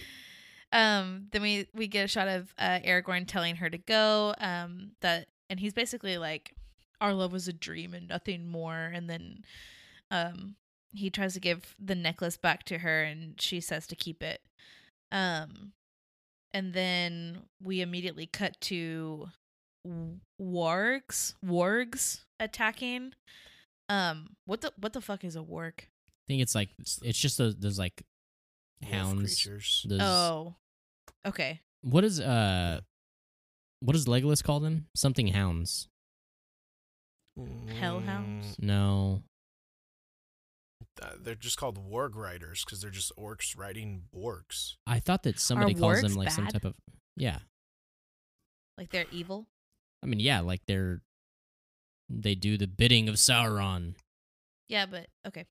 um then we we get a shot of uh aragorn telling her to go um that and he's basically like our love was a dream and nothing more and then um he tries to give the necklace back to her and she says to keep it um and then we immediately cut to w- wargs wargs attacking um what the what the fuck is a warg
i think it's like it's just those, those like
Wolf
hounds
creatures.
those,
oh okay
what is uh what does legolas call them something hounds
hellhounds?
no
Mm, uh, they're just called warg riders because they're just orcs riding [LAUGHS] wargs.
I thought that somebody
Are
calls them
wargs
like some
bad?
type of yeah.
like they're evil
I mean, yeah, like they're they do the bidding of Sauron.
yeah but okay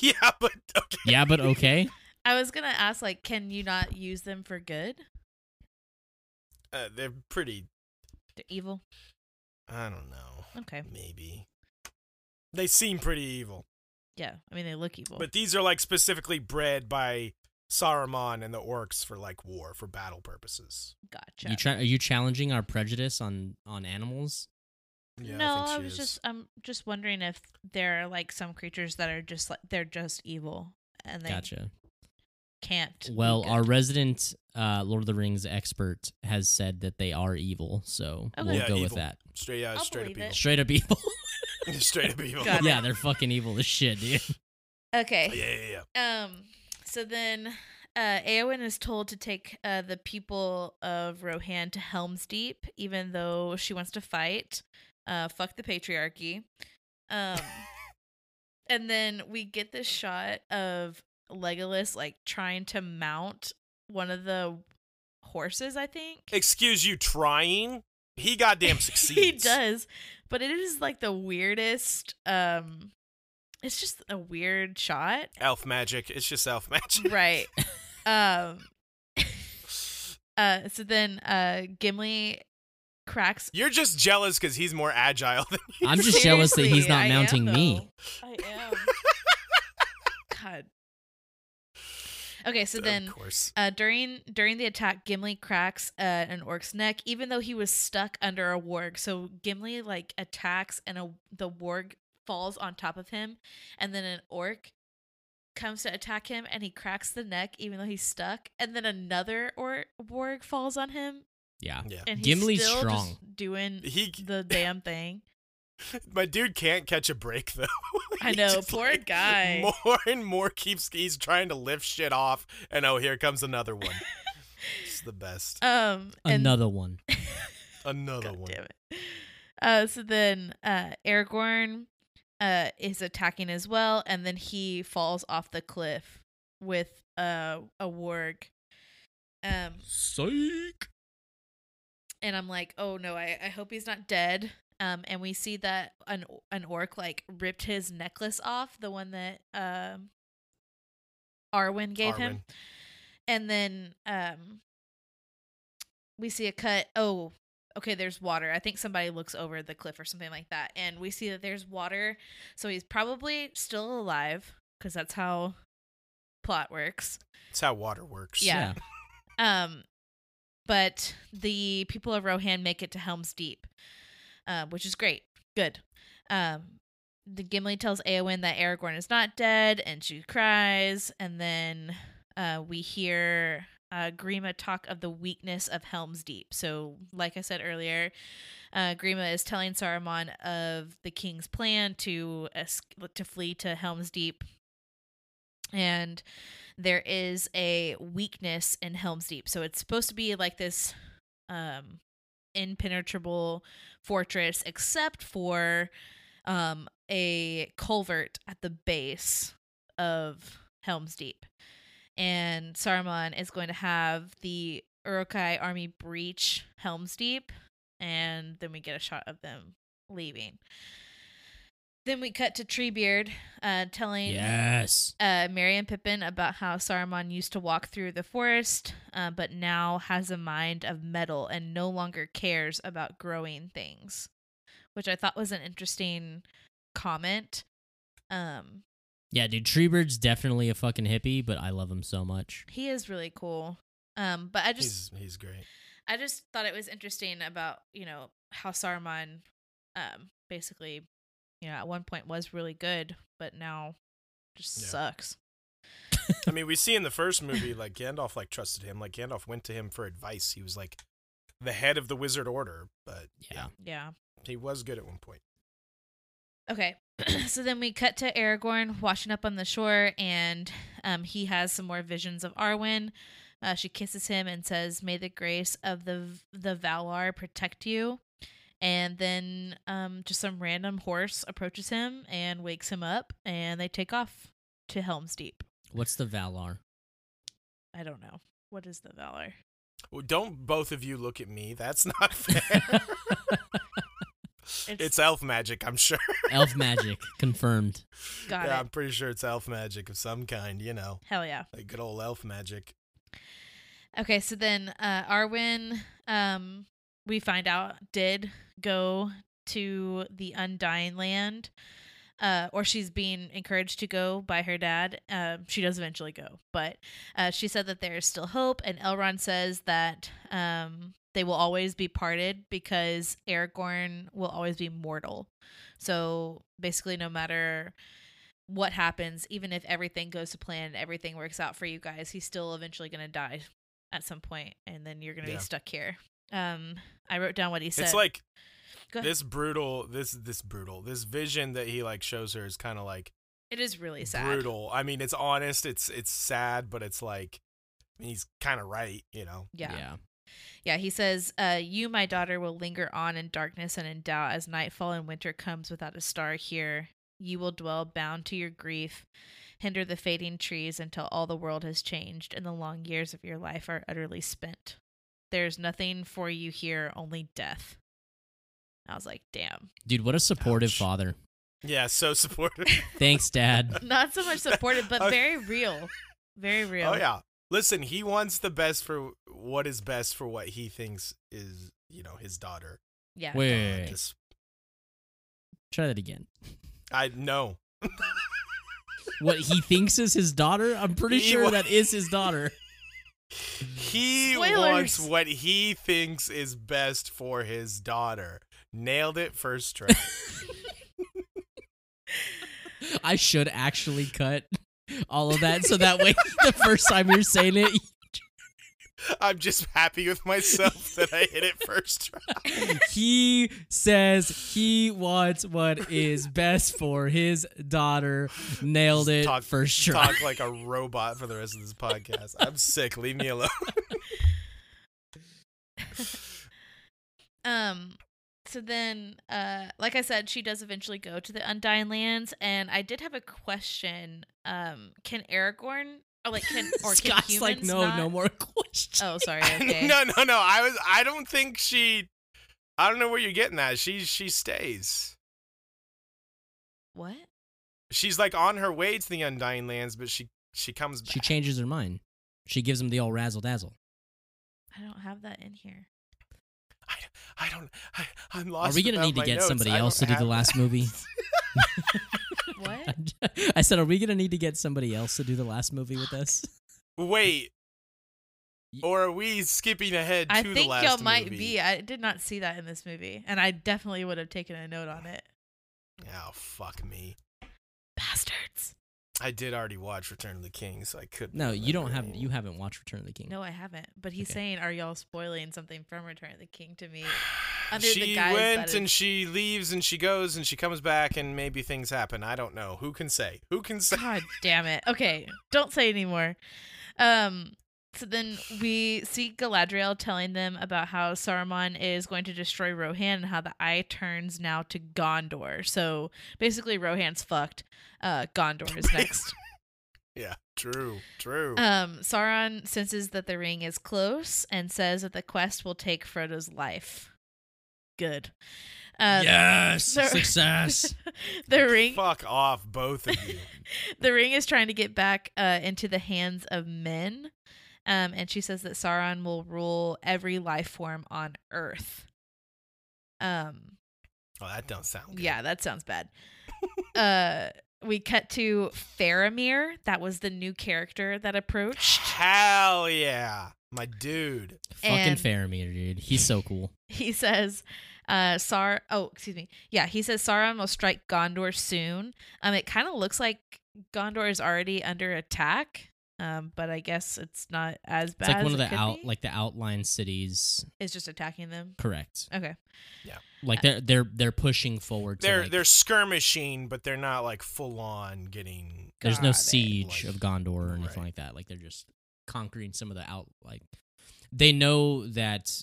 Yeah, but okay.
Yeah, but
[LAUGHS]
okay.
I was gonna ask, like, can you not use them for good?
Uh, they're pretty.
They're evil.
I don't know.
Okay.
Maybe they seem pretty evil,
Yeah. I mean, they look evil.
but these are like specifically bred by Saruman and the orcs for like war for battle purposes.
gotcha.
You try? Are you challenging our prejudice on on animals?
Yeah,
no,
think
I,
she
was
is.
just, I'm just wondering if there are like some creatures that are just like they're just evil and they
Gotcha.
can't. be
Well,
good.
our resident uh, Lord of the Rings expert has said that they are evil, so
Okay.
we'll
Yeah,
go with
evil.
that.
straight, yeah,
I'll
straight up
believe
evil.
it.
Straight up evil. [LAUGHS]
straight
[LAUGHS]
up evil. [LAUGHS]
Got it.
yeah, they're fucking evil as shit,
[LAUGHS]
dude. [LAUGHS]
okay.
Yeah, yeah, yeah.
Um. So then, uh, Eowyn is told to take uh, the people of Rohan to Helm's Deep, even though she wants to fight. Uh, fuck the patriarchy. Um, and then we get this shot of Legolas like trying to mount one of the horses. I think [LAUGHS]
Excuse you trying? He goddamn succeeds.
he does, but it is like the weirdest. Um, it's just a weird shot,
Elf magic. It's just
[LAUGHS]
elf [LAUGHS] magic.
right? um. [LAUGHS] Uh, so then uh, Gimli cracks.
You're just jealous because he's more agile [LAUGHS] than you.
I'm just jealous that he's
Seriously,
not
I am,
mounting me.
[LAUGHS] though. I am. God. Okay, so then
of course.
uh, during during the attack, Gimli cracks uh, an orc's neck, even though he was stuck under a warg. So Gimli like attacks, and a the warg falls on top of him, and then an orc comes to attack him, and he cracks the neck, even though he's stuck. And then another or warg falls on him,
Yeah.
Yeah.
and he's
Gimli's
still
strong.
just doing
He,
the damn thing.
my dude can't catch a break though. [LAUGHS]
I
He's
know,
just,
poor guy.
More and more keeps he's trying to lift shit off, and oh, here comes another
[LAUGHS]
one. it's the best.
Um, and,
Another
[LAUGHS]
one.
Another
Oh, God
one.
damn it. Uh, so then uh, Aragorn uh, is attacking as well, and then he falls off the cliff with uh, a warg. Um,
Psych.
and I'm like, oh no, I, I hope he's not dead. Um, and we see that an an orc like ripped his necklace off, the one that um Arwen gave him.
Arwen.
And then um we see a cut. Oh, okay, there's water. I think somebody looks over the cliff or something like that. And we see that there's water. So he's probably still alive because that's how plot works.
It's how water works.
Yeah. Um but the people of Rohan make it to Helm's Deep, uh, which is great. Good. Um the Gimli tells Eowyn that Aragorn is not dead and she cries and then uh, we hear uh, Grima talk of the weakness of Helm's Deep. So, like I said earlier, uh, Grima is telling Saruman of the king's plan to es- to flee to Helm's Deep, and there is a weakness in Helm's Deep. So it's supposed to be like this um, impenetrable fortress, except for um, a culvert at the base of Helm's Deep and Saruman is going to have the Urukai army breach Helm's Deep, and then we get a shot of them leaving. Then we cut to Treebeard uh, telling
Yes.
uh, Merry and Pippin about how Saruman used to walk through the forest, uh, but now has a mind of metal and no longer cares about growing things, which I thought was an interesting comment. Um,
Yeah, dude, Treebird's definitely a fucking hippie, but I love him so much.
he is really cool. Um, but I just
he's he's great.
I just thought it was interesting about you know how Saruman, um, basically, you know, at one point was really good, but now just
Yeah.
sucks.
I mean, we see in the first movie like Gandalf like trusted him. Like Gandalf went to him for advice. He was like the head of the wizard order, but
Yeah.
Yeah.
he was good at one point.
Okay. [CLEARS THROAT] so then we cut to Aragorn washing up on the shore, and um, he has some more visions of Arwen. Uh, she kisses him and says, "May the grace of the the Valar protect you." And then um, just some random horse approaches him and wakes him up, and they take off to Helm's Deep.
What's the Valar?
I don't know. What is the Valor?
Well, don't both of you look at me. That's
[LAUGHS]
not fair. it's elf magic, I'm sure.
Elf
[LAUGHS]
magic confirmed.
Got
yeah,
it.
I'm pretty sure it's elf magic of some kind, you know.
Hell yeah.
Like good old elf magic.
Okay, so then uh, Arwen, um, we find out did go to the Undying Land, uh, or she's being encouraged to go by her dad. Um, she does eventually go, but uh, she said that there is still hope, and Elrond says that um, they will always be parted because Aragorn will always be mortal. So basically, no matter what happens, even if everything goes to plan, everything works out for you guys, he's still eventually going to die at some point, and then you're going to
Yeah.
be stuck here. Um, I wrote down what he said.
it's like
Go ahead.
this brutal this this brutal. This vision that he like shows her is kind of like
it is really sad.
brutal. I mean, it's honest, it's it's sad, but it's like I mean, he's kind of right, you know.
Yeah. yeah. he says, uh, You, my daughter, will linger on in darkness and in doubt as nightfall and winter comes without a star here. You will dwell bound to your grief, hinder the fading trees until all the world has changed and the long years of your life are utterly spent. There's nothing for you here, only death. I was like, Damn. [LAUGHS]
Dude, what a supportive
Ouch.
father.
Yeah, so [LAUGHS] supportive. Oh,
Thanks, Dad.
Not so much supportive, but
[LAUGHS] Okay.
very real. Very real.
Oh yeah. Listen, he wants the best for what is best for what he thinks is, you know, his daughter.
[LAUGHS] Yeah.
Wait,
Uh,
wait, wait, wait.
just-
try that again.
I know.
What he thinks is his daughter? I'm pretty
He
sure
wa-
that is his
[LAUGHS]
daughter.
He
Spoilers.
wants what he thinks is best for his daughter. Nailed it
[LAUGHS]
first try.
I should actually cut all of that so that
[LAUGHS]
way [LAUGHS] the first time you're saying it,
I'm just happy with myself that I hit it first try.
he says he wants what is best for his daughter. Nailed it
Talk-
first [LAUGHS] try.
Talk like a robot for the rest of this podcast. I'm sick. Leave
[LAUGHS]
me alone.
Um so then uh like I said she does eventually go to the Undying Lands and I did have a question um can Aragorn or like can or can
Scott's
humans
like, no,
not-
no more [LAUGHS] questions.
[LAUGHS] Oh
[LAUGHS]
sorry okay
no, no, no. I was. I don't think she. I don't know where you're getting that. She she stays.
What?
She's like on her way to the Undying Lands, but she She comes back.
She changes her mind. She gives him the old razzle dazzle.
I don't have that in here.
I, I don't. I, I'm
Are
lost.
we gonna
without
need to
my
get
notes.
somebody
I
else to do
don't
the
have- [LAUGHS]
last movie?
What?
[LAUGHS] I said, are we gonna need to get somebody else to do the last movie with us?
Wait.
Y-
Or are we skipping ahead
I
to the
think
last
y'all might
movie?
be. I did not see that in this movie, and I definitely would have taken a note on it.
Oh fuck me!
Bastards.
I did already watch Return of the King, so I couldn't.
No, you don't have.
remember any-
You haven't watched Return of the King.
No, I haven't. But he's
Okay.
saying, "Are y'all spoiling something from Return of the King to me?" Under
she
the guise
went
that
and
it's-
she leaves and she goes and she comes back and maybe things happen. I don't know. Who can say? Who can say? [LAUGHS]
God damn it. Okay, don't say anymore. Um so then we see Galadriel telling them about how Saruman is going to destroy Rohan and how the eye turns now to Gondor. So basically Rohan's fucked. Uh Gondor is next.
Yeah, true, true.
um Sauron senses that the ring is close and says that the quest will take Frodo's life. Good. Uh,
yes,
so- [LAUGHS]
success.
the ring
Fuck off, both of you.
the ring is trying to get back uh, into the hands of men. Um, and she says that Sauron will rule every life form on Earth. Um,
[LAUGHS] Oh, that don't sound good.
yeah, that sounds bad. uh, we cut to Faramir. That was the new character that
[GASPS]
approached.
Hell yeah, my dude.
Fucking
and-
Faramir, dude. He's so cool.
He says, uh, Sar. Oh, excuse me. Yeah, he says Sauron will strike Gondor soon. Um, it kind of looks like Gondor is already under attack. Um, but I guess it's not as bad.
It's like one
as
of
it
the
could
out,
be.
like the outline cities.
is just attacking them.
Correct.
Okay.
Like they're they're they're pushing forward. To
They're
like,
they're skirmishing, but they're not like full on getting.
there's no
Got it.
siege
Like-
of Gondor or anything
Right.
like that. Like they're just conquering some of the out. Like they know that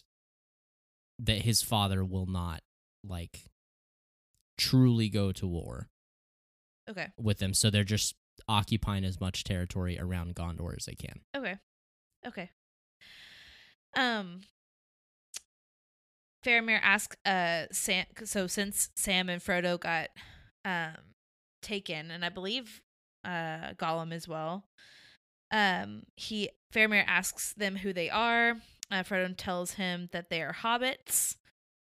that his father will not like truly go to war
Okay.
with them, so they're just occupying as much territory around Gondor as they can. [LAUGHS]
Okay. Okay. Um Faramir asks uh Sam so since Sam and Frodo got um taken and I believe uh Gollum as well. Um he Faramir asks them who they are. Uh, Frodo tells him that they are hobbits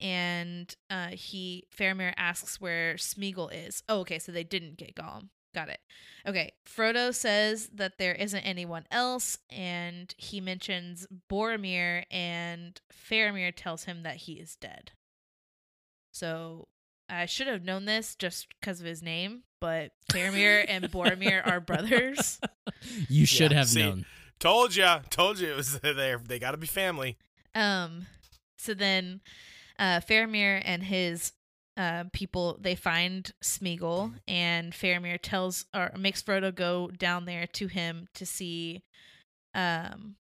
and uh he Faramir asks where Smeagol is. Oh okay, so they didn't get Gollum. Got it. Okay, Frodo says that there isn't anyone else, and he mentions Boromir, and Faramir tells him that he is dead. So I should have known this just because of his name, but Faramir and Boromir are brothers.
You should
Yeah,
have
see,
known.
Told ya, told you it was [LAUGHS] there. They gotta be family.
Um, so then, uh, Faramir and his uh, people they find Smeagol, and Faramir tells or makes Frodo go down there to him to see, um,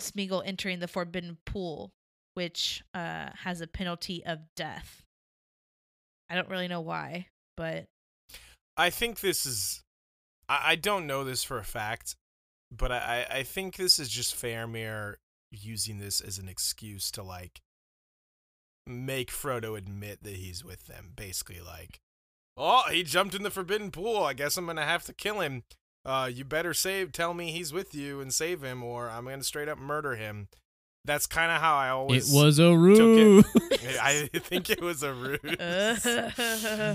Smeagol entering the Forbidden Pool, which uh has a penalty of death. I don't really know why, but
I think this is. I, I don't know this for a fact, but I, I I think this is just Faramir using this as an excuse to like make Frodo admit that he's with them. Basically, like, oh, he jumped in the forbidden pool. I guess I'm gonna have to kill him. Uh, you better save. Tell me he's with you and save him, or I'm gonna straight up murder him. That's kind of how I
It
always.
was a ruse.
[LAUGHS] I think it was a ruse. [LAUGHS]
[LAUGHS]
uh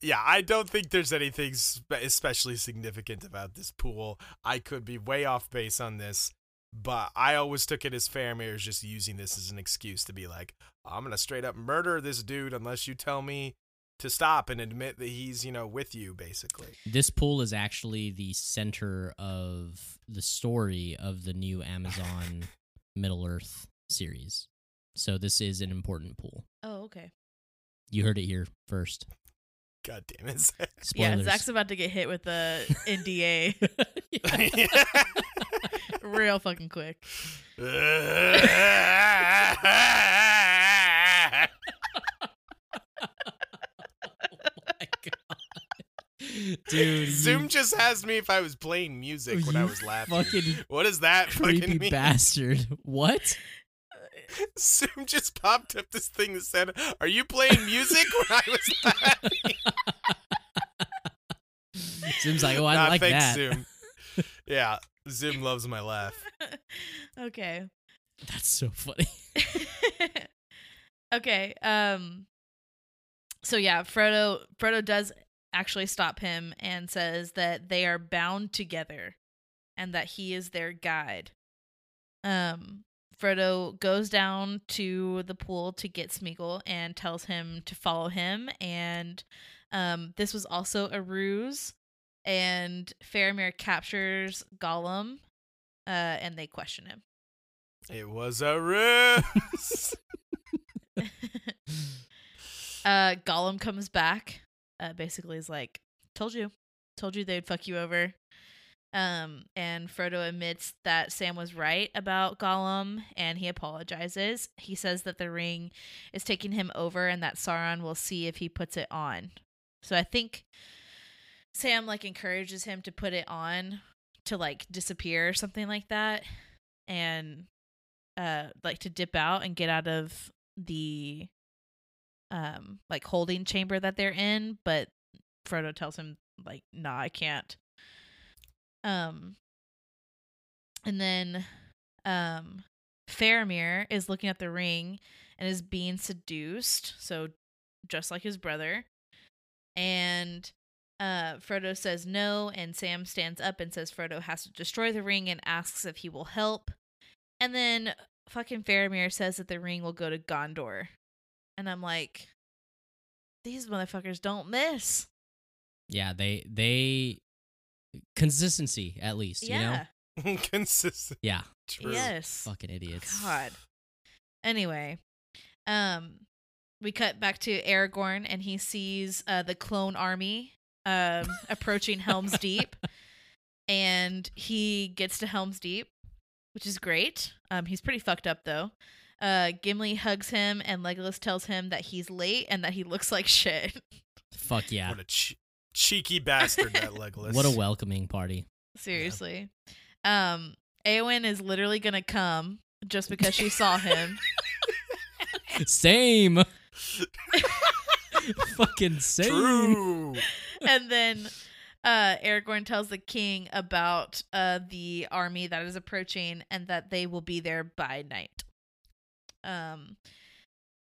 yeah i don't think there's anything spe- especially significant about this pool i could be way off base on this but i always took it as fairmere is just using this as an excuse to be like i'm gonna straight up murder this dude unless you tell me to stop and admit that he's you know with you basically
this pool is actually the center of the story of the new Amazon Middle Earth series. So this is an important pool.
[LAUGHS] oh okay,
You heard it here first.
god damn it
yeah.
Spoilers. [LAUGHS]
Zach's about to get hit with the
[LAUGHS]
NDA real fucking quick. [LAUGHS]
[LAUGHS]
my God.
[LAUGHS]
Dude,
Zoom
Zoom
just asked me if I was playing music when I
You
was
[LAUGHS]
laughing.
fucking
What does that fucking
creepy
mean?
bastard. What?
[LAUGHS] Zoom just popped up this thing that said, "Are you playing music?" when I was [LAUGHS] laughing.
Zoom's like, oh, I
Nah,
like
thanks,
that.
Zoom. yeah, Zoom loves my laugh.
okay.
[LAUGHS] That's so funny.
[LAUGHS] okay. Um so yeah, Frodo Frodo does actually stop him and says that they are bound together and that he is their guide. Um Frodo goes down to the pool to get Smeagol and tells him to follow him and um this was also a ruse and Faramir captures Gollum uh and they question him.
It was a ruse. [LAUGHS]
Uh, Gollum comes back. Uh, basically, is like, "Told you, told you they'd fuck you over." Um, and Frodo admits that Sam was right about Gollum, and he apologizes. He says that the ring is taking him over, and that Sauron will see if he puts it on. So I think Sam like encourages him to put it on to like disappear or something like that, and uh, like to dip out and get out of the um like holding chamber that they're in, but Frodo tells him like, "Nah, I can't." Um and then um Faramir is looking at the ring and is being seduced, so just like his brother. And uh Frodo says no and Sam stands up and says Frodo has to destroy the ring and asks if he will help. And then fucking Faramir says that the ring will go to Gondor and I'm like, these motherfuckers don't miss.
yeah, they they consistency at least. You know.
yeah.
Consistent.
Yeah.
True.
Yes. Oh,
Fucking idiots.
God. Anyway, um, we cut back to Aragorn, and he sees uh, the clone army
[LAUGHS]
um, approaching Helm's Deep, and he gets to Helm's Deep, which is great. Um, he's pretty fucked up though. Uh, Gimli hugs him, and Legolas tells him that he's late and that he looks like shit.
Fuck yeah.
What a che- cheeky bastard that
[LAUGHS]
Legolas.
What a welcoming party.
Seriously. Um Aowen is literally gonna come
[LAUGHS]
just because she saw him.
Same. Fucking same.
True.
and then uh Aragorn tells the king about uh the army that is approaching and that they will be there by night. Um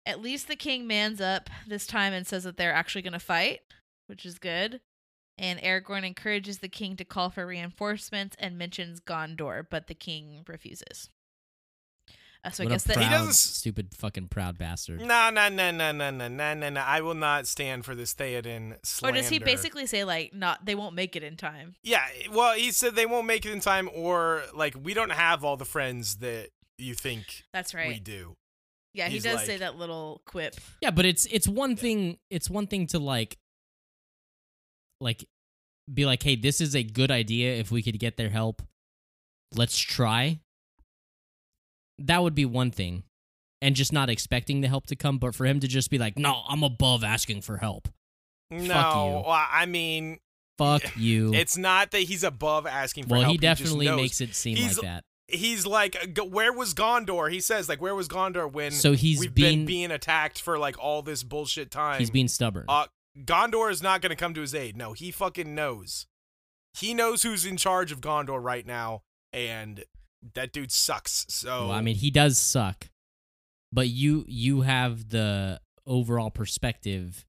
at least the king mans up this time and says that they're actually gonna fight, which is good. And Aragorn encourages the king to call for reinforcements and mentions Gondor, but the king refuses. Uh, so
what
I guess
a
that
proud,
He doesn't-
stupid fucking proud bastard.
No, no, no, no, no, no, no, no, no. I will not stand for this Theoden slander.
Or does he basically say like not they won't make it in time?
Yeah. eh, Well, he said they won't make it in time, or like we don't have all the friends that you think
That's
we
right.
do.
yeah, he
He's
does
like-
say that little quip.
Yeah, but it's it's one thing it's one thing to like like be like, "Hey, this is a good idea if we could get their help. Let's try." That would be one thing. And just not expecting the help to come, but for him to just be like, "No, I'm above asking for help."
No,
you.
well, I mean
Fuck you.
it's not that he's above asking for
well,
help.
he
just
definitely
knows.
makes it seem
He's-
like that.
He's like, "G- where was Gondor? He says, like, where was Gondor when
So he's
we've
being
been being attacked for like all this bullshit time?
he's being stubborn.
Uh, Gondor is not going to come to his aid. No, he fucking knows. He knows who's in charge of Gondor right now, and that dude sucks. So
Well, I mean, he does suck, but you you have the overall perspective.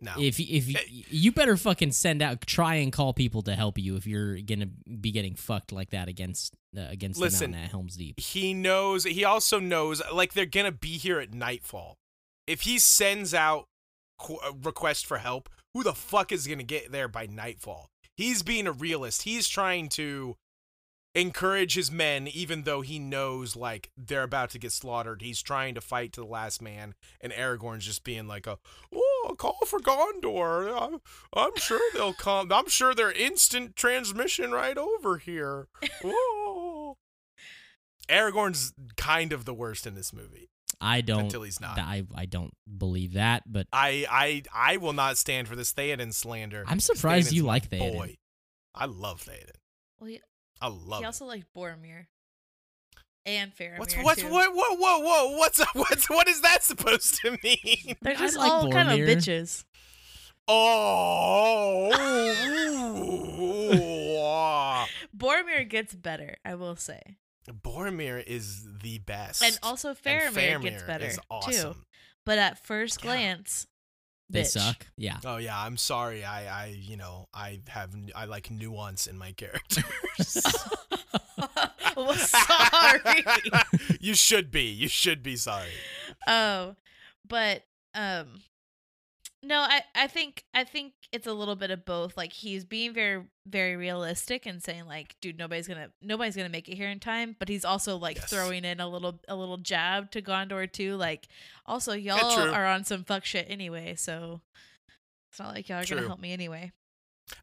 no.
If if
Eh.
you better fucking send out, try and call people to help you if you're gonna be getting fucked like that against uh, against the
Listen.
mountain at Helm's Deep.
he knows. He also knows. Like they're going to be here at nightfall. If he sends out qu- a request for help, who the fuck is going to get there by nightfall? He's being a realist. He's trying to encourage his men even though he knows like they're about to get slaughtered he's trying to fight to the last man and aragorn's just being like a oh call for gondor i'm, I'm sure they'll come i'm sure they're instant transmission right over here Whoa. aragorn's kind of the worst in this movie
I don't.
until he's not
I I don't believe that, but
i i i will not stand for this theoden slander
I'm surprised
Theoden's
you
my
like Theoden.
boy i love theoden
Well, he,
i love
he
him.
also liked Boromir. and Faramir.
What's what's
too.
what whoa whoa whoa what's [LAUGHS] what's what is that supposed to mean? [LAUGHS]
I
They're just
like
all kind of
Boromir.
bitches.
Oh, ooh, ah.
Boromir gets better, I will say,
Boromir is the best,
and also Faramir,
And
gets better
is
too.
awesome.
But at first
Yeah.
glance,
They
bitch.
suck. Yeah.
Oh yeah, I'm sorry. I I you know I have n- I like nuance in my [LAUGHS] characters.
[LAUGHS]
[LAUGHS]
well, sorry.
you should be. You should be sorry.
Oh, but um, no, I I think I think it's a little bit of both. Like he's being very very realistic and saying like, dude, nobody's gonna nobody's gonna make it here in time. But he's also like
Yes.
throwing in a little a little jab to Gondor too. Like, also
Yeah,
y'all
true.
are on some fuck shit anyway, so it's not like y'all are
True.
gonna help me anyway.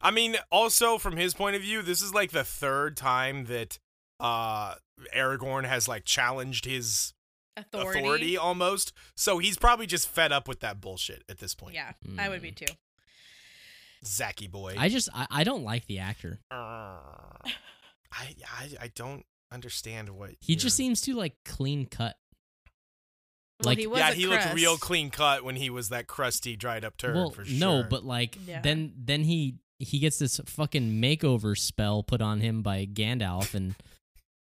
I mean, also from his point of view, this is like the third time that uh Aragorn has like challenged his authority,
Authority.
almost. So he's probably just fed up with that bullshit at this point.
Yeah, I would be
Mm.
too.
Zacky boy.
I just I, I don't like the actor.
Uh, [LAUGHS] I, I I don't understand what
He
you're-
just seems too like clean cut.
Well,
Like-
he was
Yeah,
a
he
crust.
looked real clean cut when he was that crusty dried up turd
well,
for sure.
no, but like
Yeah.
then then he he gets this fucking makeover spell put on him by Gandalf and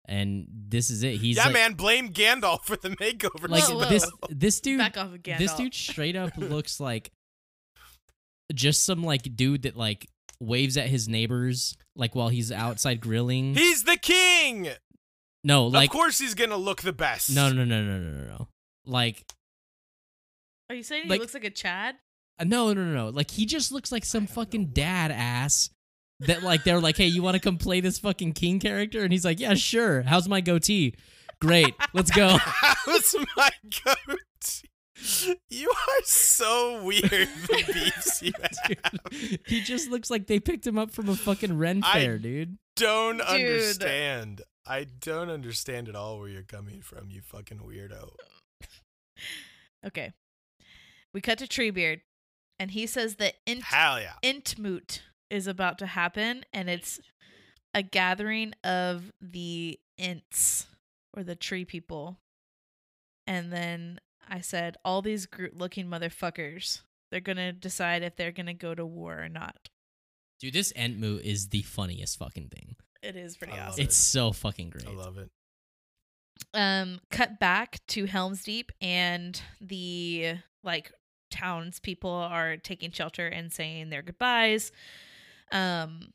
and this is it. He's
yeah,
like,
man, blame Gandalf for the makeover.
like
Whoa, whoa.
this this dude
Back off again.
this dude straight
[LAUGHS]
up looks like just some like dude that like waves at his neighbors like while he's outside grilling.
he's the king.
no, like
of course, he's gonna look the best. [LAUGHS]
no no no no no no no. Like
Are you saying
like-
he looks like a Chad?
Uh, No, no, no, no. Like he just looks like some
don't know
fucking
what-
dad ass that like they're like, "Hey, you want to come play this fucking king character?" And he's like, "Yeah, sure. How's my goatee? Great. Let's go." [LAUGHS]
How's my goat? You are so weird.
[LAUGHS]
The beefs you have.
Dude, [LAUGHS] he just looks like they picked him up from a fucking Ren
I-
fair, dude.
Don't
Dude.
understand. I don't understand at all where you're coming from, you fucking weirdo.
Okay. We cut to Treebeard, and he says that Int-
Hell yeah.
Intmoot is about to happen, and it's a gathering of the Ints or the tree people. And then I said, all these Groot looking motherfuckers, they're going to decide if they're going to go to war or not.
Dude, this Entmu is the funniest fucking thing.
It is pretty
I love
awesome.
It's so fucking great.
I love it.
um cut back to Helm's Deep and the like townspeople are taking shelter and saying their goodbyes. Um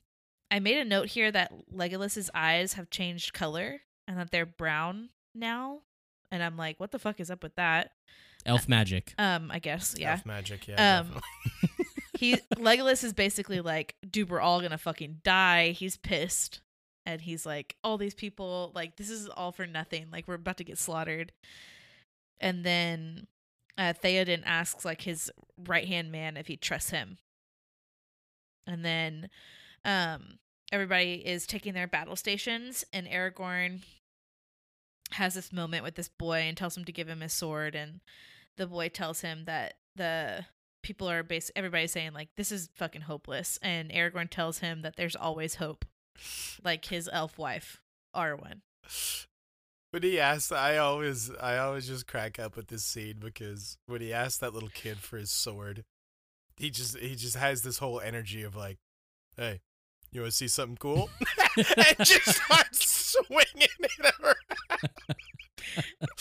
I made a note here that Legolas's eyes have changed color and that they're brown now. And I'm like, what the fuck is up with that?
Elf magic.
Um, I guess, yeah.
Elf magic, yeah.
Um,
definitely.
He Legolas is basically like, dude, we're all gonna fucking die. He's pissed. And he's like, all these people, like, this is all for nothing. Like, we're about to get slaughtered. And then uh, Theoden asks, like, his right hand man if he trusts him. And then um, everybody is taking their battle stations, and Aragorn has this moment with this boy and tells him to give him his sword. And the boy tells him that the people are bas everybody's saying like this is fucking hopeless and aragorn tells him that there's always hope like his elf wife arwen [LAUGHS]
When he asked, I always, I always just crack up at this scene because when he asked that little kid for his sword, he just, he just has this whole energy of like, "Hey, you want to see something
[LAUGHS]
cool?" [LAUGHS] and just starts swinging [LAUGHS] it around.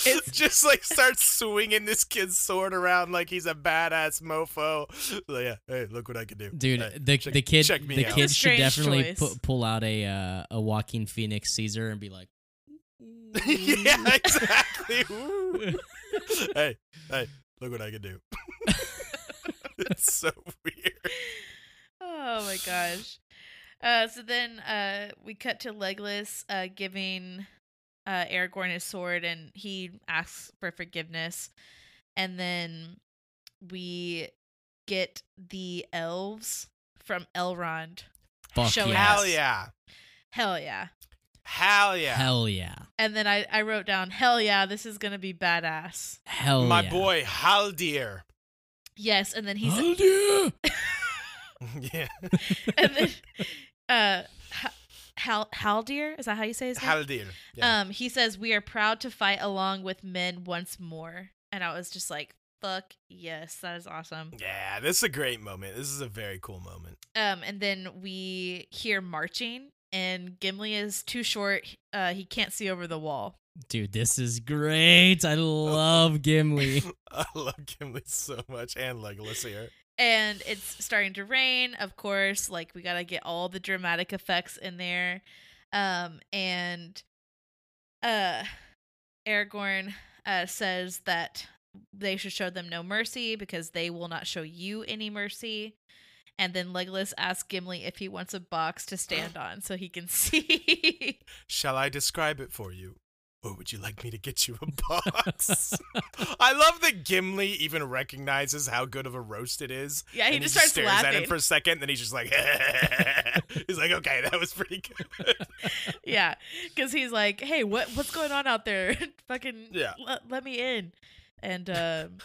It's-
just like starts swinging this kid's sword around like he's a badass mofo. Like, yeah, hey, look what I can do,
Dude,
Hey,
the
Uh, check-
the kid
check me
the
out.
kid
It's a
should
strange
definitely
choice.
pu- pull out a uh, a Joaquin Phoenix Caesar and be like,
[LAUGHS]
[LAUGHS]
[LAUGHS] yeah, exactly. [LAUGHS] Ooh. hey, hey, look what I can do. [LAUGHS] it's so weird.
oh my gosh uh so then uh we cut to legolas uh giving uh aragorn his sword and he asks for forgiveness and then we get the elves from elrond
"Fuck
Show
yes.
Hell
Hell yeah.
hell yeah
Hell yeah.
Hell yeah.
and then i i wrote down hell yeah this is gonna be badass
Hell
My
yeah.
boy Haldir. [LAUGHS]
yes and then he's
Hell yeah.
yeah.
and then [LAUGHS] uh, Ha- Hal Haldir, is that how you say his name?
Haldir.
Uh,
Yeah.
Um, he says we are proud to fight along with men once more, and I was just like, "Fuck yes, that is awesome."
yeah, this is a great moment. This is a very cool moment.
Um, and then we hear marching, and Gimli is too short. Uh, he can't see over the wall.
Dude, this is great. I love
[LAUGHS]
Gimli.
I love Gimli so much and Legolas here.
and it's starting to rain of course like we gotta get all the dramatic effects in there um and uh aragorn uh says that they should show them no mercy because they will not show you any mercy and then legolas asks gimli if he wants a box to
[GASPS]
stand on so he can [LAUGHS] see
Shall I describe it for you? Or would you like me to get you a [LAUGHS]
[LAUGHS]
box? I love that Gimli even recognizes how good of a roast it is.
yeah he
and
just starts
stares at
laughing
it for a second, then he's just like, [LAUGHS] he's like, okay, that was pretty good.
yeah because he's like hey what what's going on out there [LAUGHS] fucking
Yeah.
le- let me in and
[LAUGHS]
um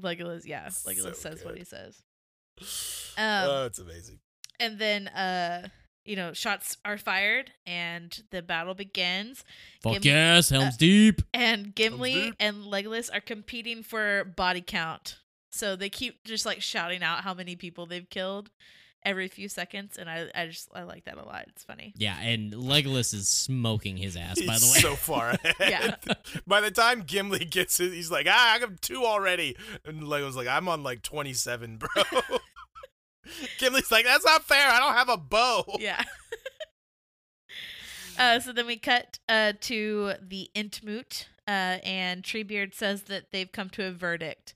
legolas yeah legolas
So
says what
good.
he says [LAUGHS] Um,
oh, it's amazing.
and then uh you know shots are fired and the battle begins
Fuck
Gimli- Uh,
yes, Helm's Deep.
and gimli
deep.
and legolas are competing for body count so they keep just like shouting out how many people they've killed every few seconds and i i just i like that a lot it's funny
Yeah, and Legolas is smoking his ass, by the
He's
way.
[LAUGHS]
so far ahead. [LAUGHS] By the time Gimli gets it, he's like, ah, I'm two already. And Lego's like, I'm on like 27, bro. [LAUGHS] Gimli's like, that's not fair. I don't have a bow. [LAUGHS]
yeah. uh, so then we cut uh, to the Intmoot, uh, and Treebeard says that they've come to a verdict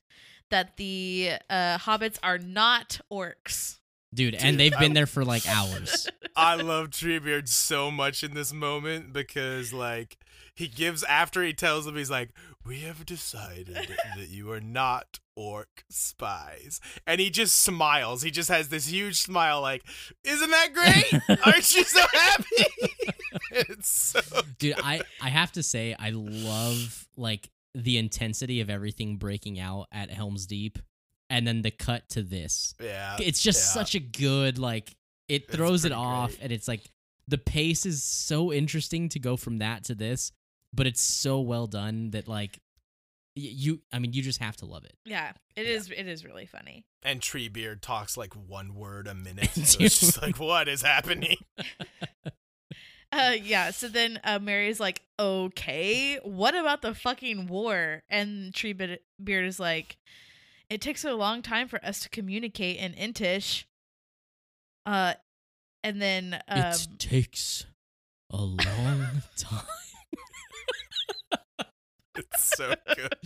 that the uh, hobbits are not orcs.
Dude,
Dude,
and they've been
I-
there for
[LAUGHS]
like hours.
I love Treebeard so much in this moment because, like, he gives after he tells him, he's like, We have decided that you are not orc spies. And he just smiles. He just has this huge smile, like, Isn't that great? Aren't you so happy? [LAUGHS] it's so.
Dude, I, I have to say, I love like the intensity of everything breaking out at Helm's Deep and then the cut to this.
Yeah.
It's just
yeah.
such a good, like, it
It's
throws it
pretty
off,
great.
and it's like the pace is so interesting to go from that to this, but it's so well done that, like, y- you, I mean, you just have to love it.
Yeah, it
Yeah.
is. It is really funny.
And Treebeard talks like one word a minute. So it's just like, What is happening?
Uh, yeah. So then uh, Mary's like, "Okay, what about the fucking war?" And Treebeard Beard is like, "It takes a long time for us to communicate in Intish." Uh, and then um,
it takes a
[LAUGHS]
long time.
[LAUGHS] It's so good.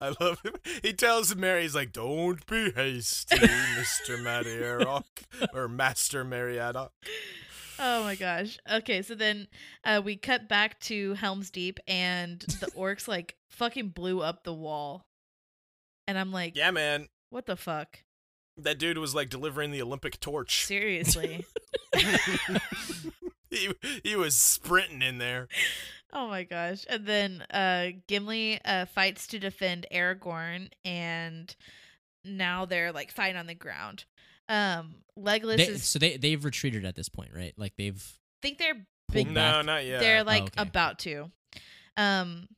I love him. He tells Mary, he's like, "Don't be hasty, Mister Mariadoc or Master Mariadoc."
Oh my gosh. Okay, so then uh, we cut back to Helm's Deep, and
[LAUGHS]
the orcs like fucking blew up the wall, and I'm like,
Yeah, man,
what
[LAUGHS]
the fuck?
that dude was like delivering the Olympic torch.
Seriously?
he he was sprinting in there.
oh my gosh! And then uh, Gimli uh, fights to defend Aragorn, and now they're like fighting on the ground. Um, Legolas
They-
is
so they they've retreated at this point, right? Like they've
think they're
pulled
no,
back. [LAUGHS]
not yet.
They're like
Oh, okay.
about to. Um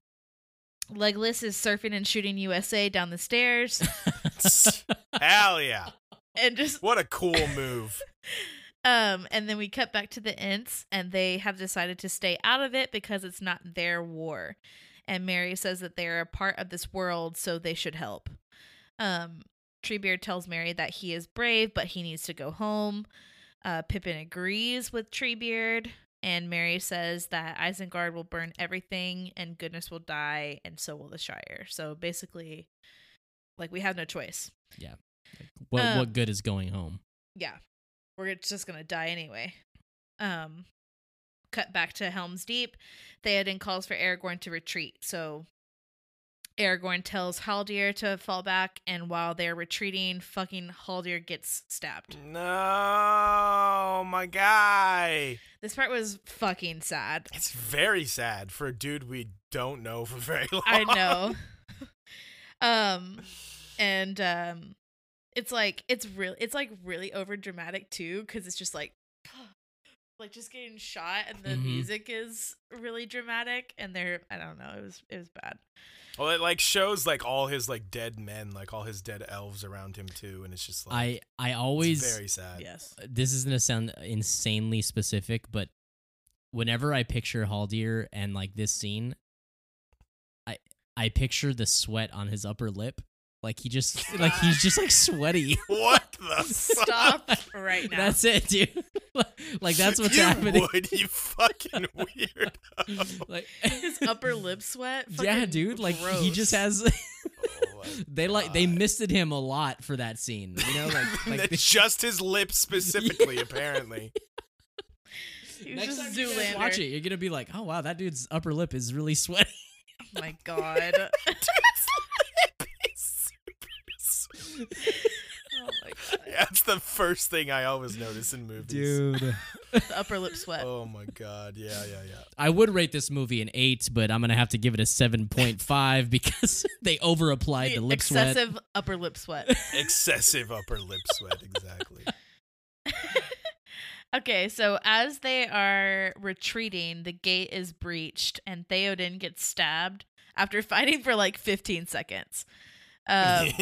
Legolas is surfing and shooting USA down the stairs
[LAUGHS]
[LAUGHS]
Hell yeah!
and just
What a cool move.
[LAUGHS] um and then we cut back to the Ents and they have decided to stay out of it because it's not their war. And Mary says that they are a part of this world, so they should help. Um Treebeard tells Mary that he is brave, but he needs to go home. Uh, Pippin agrees with Treebeard, and Mary says that Isengard will burn everything, and goodness will die, and so will the Shire. So basically, like we have no choice.
what
uh,
what good is going home?
Yeah, we're just gonna die anyway. Um, cut back to Helm's Deep. Theoden calls for Aragorn to retreat. So Aragorn tells Haldir to fall back, and while they're retreating, fucking Haldir gets
Mm.
stabbed.
No, my guy.
This part was fucking sad.
It's very sad for a dude we don't know for very long.
[LAUGHS]
I know. [LAUGHS] um and um it's like it's real it's like really over dramatic too cuz it's just like [GASPS] like just getting shot and the
Mhm.
music is really dramatic and they're I don't know, it was it was bad.
Well, it like shows like all his like dead men, like all his dead elves around him too, and it's just like
I I
it's
always
very
[LAUGHS]
sad.
Yes.
this is gonna sound insanely specific, but whenever I picture Haldir and like this scene, I I picture the sweat on his upper lip. Like he just
[LAUGHS]
like he's just like sweaty.
[LAUGHS] What
[LAUGHS]
[LAUGHS]
the
Stop right now.
That's it, dude. [LAUGHS] like that's what's
you
happening.
Would, you
[LAUGHS]
fucking weird.
Like
[LAUGHS] his
[LAUGHS]
upper lip sweat.
yeah,
Fucking
dude. Like he just
gross. [LAUGHS]
has. [LAUGHS] they like they
God.
misted him a lot for that scene. You know,
[LAUGHS]
like, like
That's just
[LAUGHS]
his lips specifically, apparently.
He was
next time
just
you guys watch
Zoolander.
it, you're gonna be like, oh wow, that dude's upper lip is really sweaty.
Oh
[LAUGHS]
my god. [LAUGHS] Oh my god.
[LAUGHS]
That's the first thing I always notice in movies.
Dude.
The upper lip sweat.
Oh my god. Yeah, yeah, yeah.
I would rate this movie an eight, but I'm gonna have to give it a seven point five because [LAUGHS] they over applied the
The
lip sweat.
excessive upper
[LAUGHS]
lip sweat.
Excessive upper lip sweat, exactly.
Okay, so as they are retreating, the gate is breached and Theoden gets stabbed after [LAUGHS] fighting for like 15 seconds. Um,
[LAUGHS]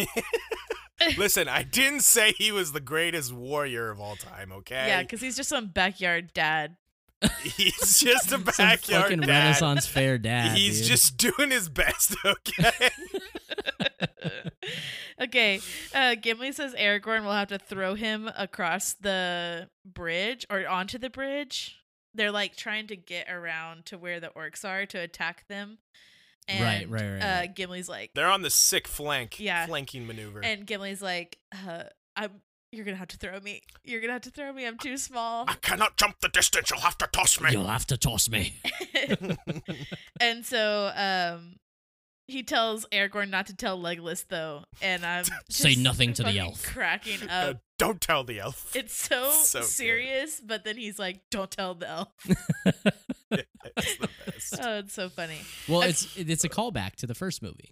Listen, I didn't say he was the greatest warrior of all time, okay?
yeah, because he's just some backyard dad. [LAUGHS]
he's just
[LAUGHS]
a
Some
backyard
fucking
dad.
Renaissance fair dad.
[LAUGHS] he's
dude.
just doing his best, [LAUGHS] okay?
okay, uh, Gimli says Aragorn will have to throw him across the bridge or onto the bridge. They're like trying to get around to where the orcs are to attack them. And,
Right, right, right,
Uh,
right.
Gimli's like,
They're on the sick flank,
Yeah.
flanking maneuver.
And Gimli's like, uh, I'm you're gonna have to throw me. You're gonna have to throw me. I'm too small. [LAUGHS]
I cannot jump the distance. You'll have to toss me.
You'll have to toss me.
and so um he tells Aragorn not to tell Legolas though, and I'm
Say
just
nothing [LAUGHS] to the
fucking
elf. [LAUGHS]
Cracking
Uh,
up.
don't tell the elf.
It's so,
so good.
serious, but then he's like, "Don't tell the elf."
[LAUGHS] It's the
[LAUGHS]
best.
[LAUGHS] Oh, it's so funny.
Well, it's it's a callback to the first movie.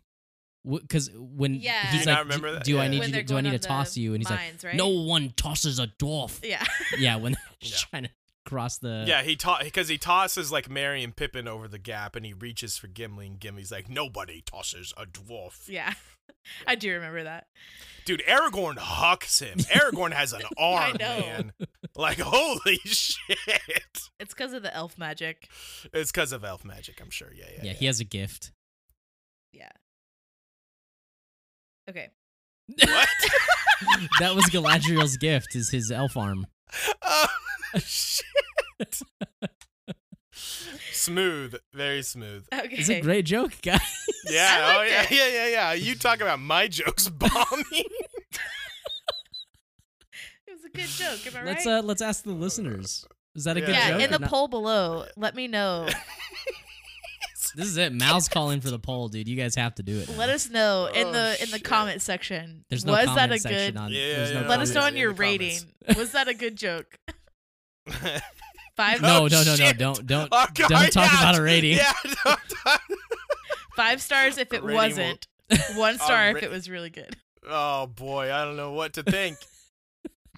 Because when
Yeah.
he's
Do
you
like,
not remember
"Do-
that?
do I
Yeah.
need
When
you to,
they're
do I
going
need to
on the
toss you? And he's
mines,
like,
right?
no one tosses a dwarf. [LAUGHS]
[LAUGHS] Yeah.
Yeah, when they're
Yeah.
trying to cross the
yeah, he taught because he tosses like Mary and Pippin over the gap, and he reaches for Gimli, and Gimli's like, "Nobody tosses a dwarf."
Yeah. I do remember that.
Dude, Aragorn
[LAUGHS]
hucks him. Aragorn has an arm,
know.
man. Like, [LAUGHS] holy shit!
It's because of the elf magic.
It's because of elf magic, I'm sure. Yeah, yeah.
yeah, he has a gift. [LAUGHS]
Yeah. Okay.
what?
that was Galadriel's gift, is his elf arm.
oh, shit. smooth, very smooth.
Okay.
It's a great joke, guys.
Yeah.
I
oh
liked
yeah.
it.
Yeah. Yeah. Yeah. You talk about my jokes [LAUGHS] bombing.
It was a good joke. Am I
Let's
right?
uh let's ask the listeners. Is that a good
yeah,
Yeah,
joke?
in
or
the
not?
poll below, let me know.
This is it. Mal's calling for the poll, dude. You guys have to do it. now.
Let us
[LAUGHS]
know in
Oh,
the in the
shit.
comment section.
There's no
was
comment
that a
section
good?
on.
Yeah,
there's no
yeah,
let us
comment
know
yeah,
on
section.
your
in the comments.
rating. was that a good
[LAUGHS]
joke? Five
No, no,
Oh,
no, no.
shit.
Don't don't
Oh, God,
don't talk
yeah.
about a rating.
Yeah. [LAUGHS] don't talk-
five stars if it
Rating will-
[LAUGHS]
wasn't.
[LAUGHS]
One star if
ra-
it was really good.
oh boy, I don't know what to think.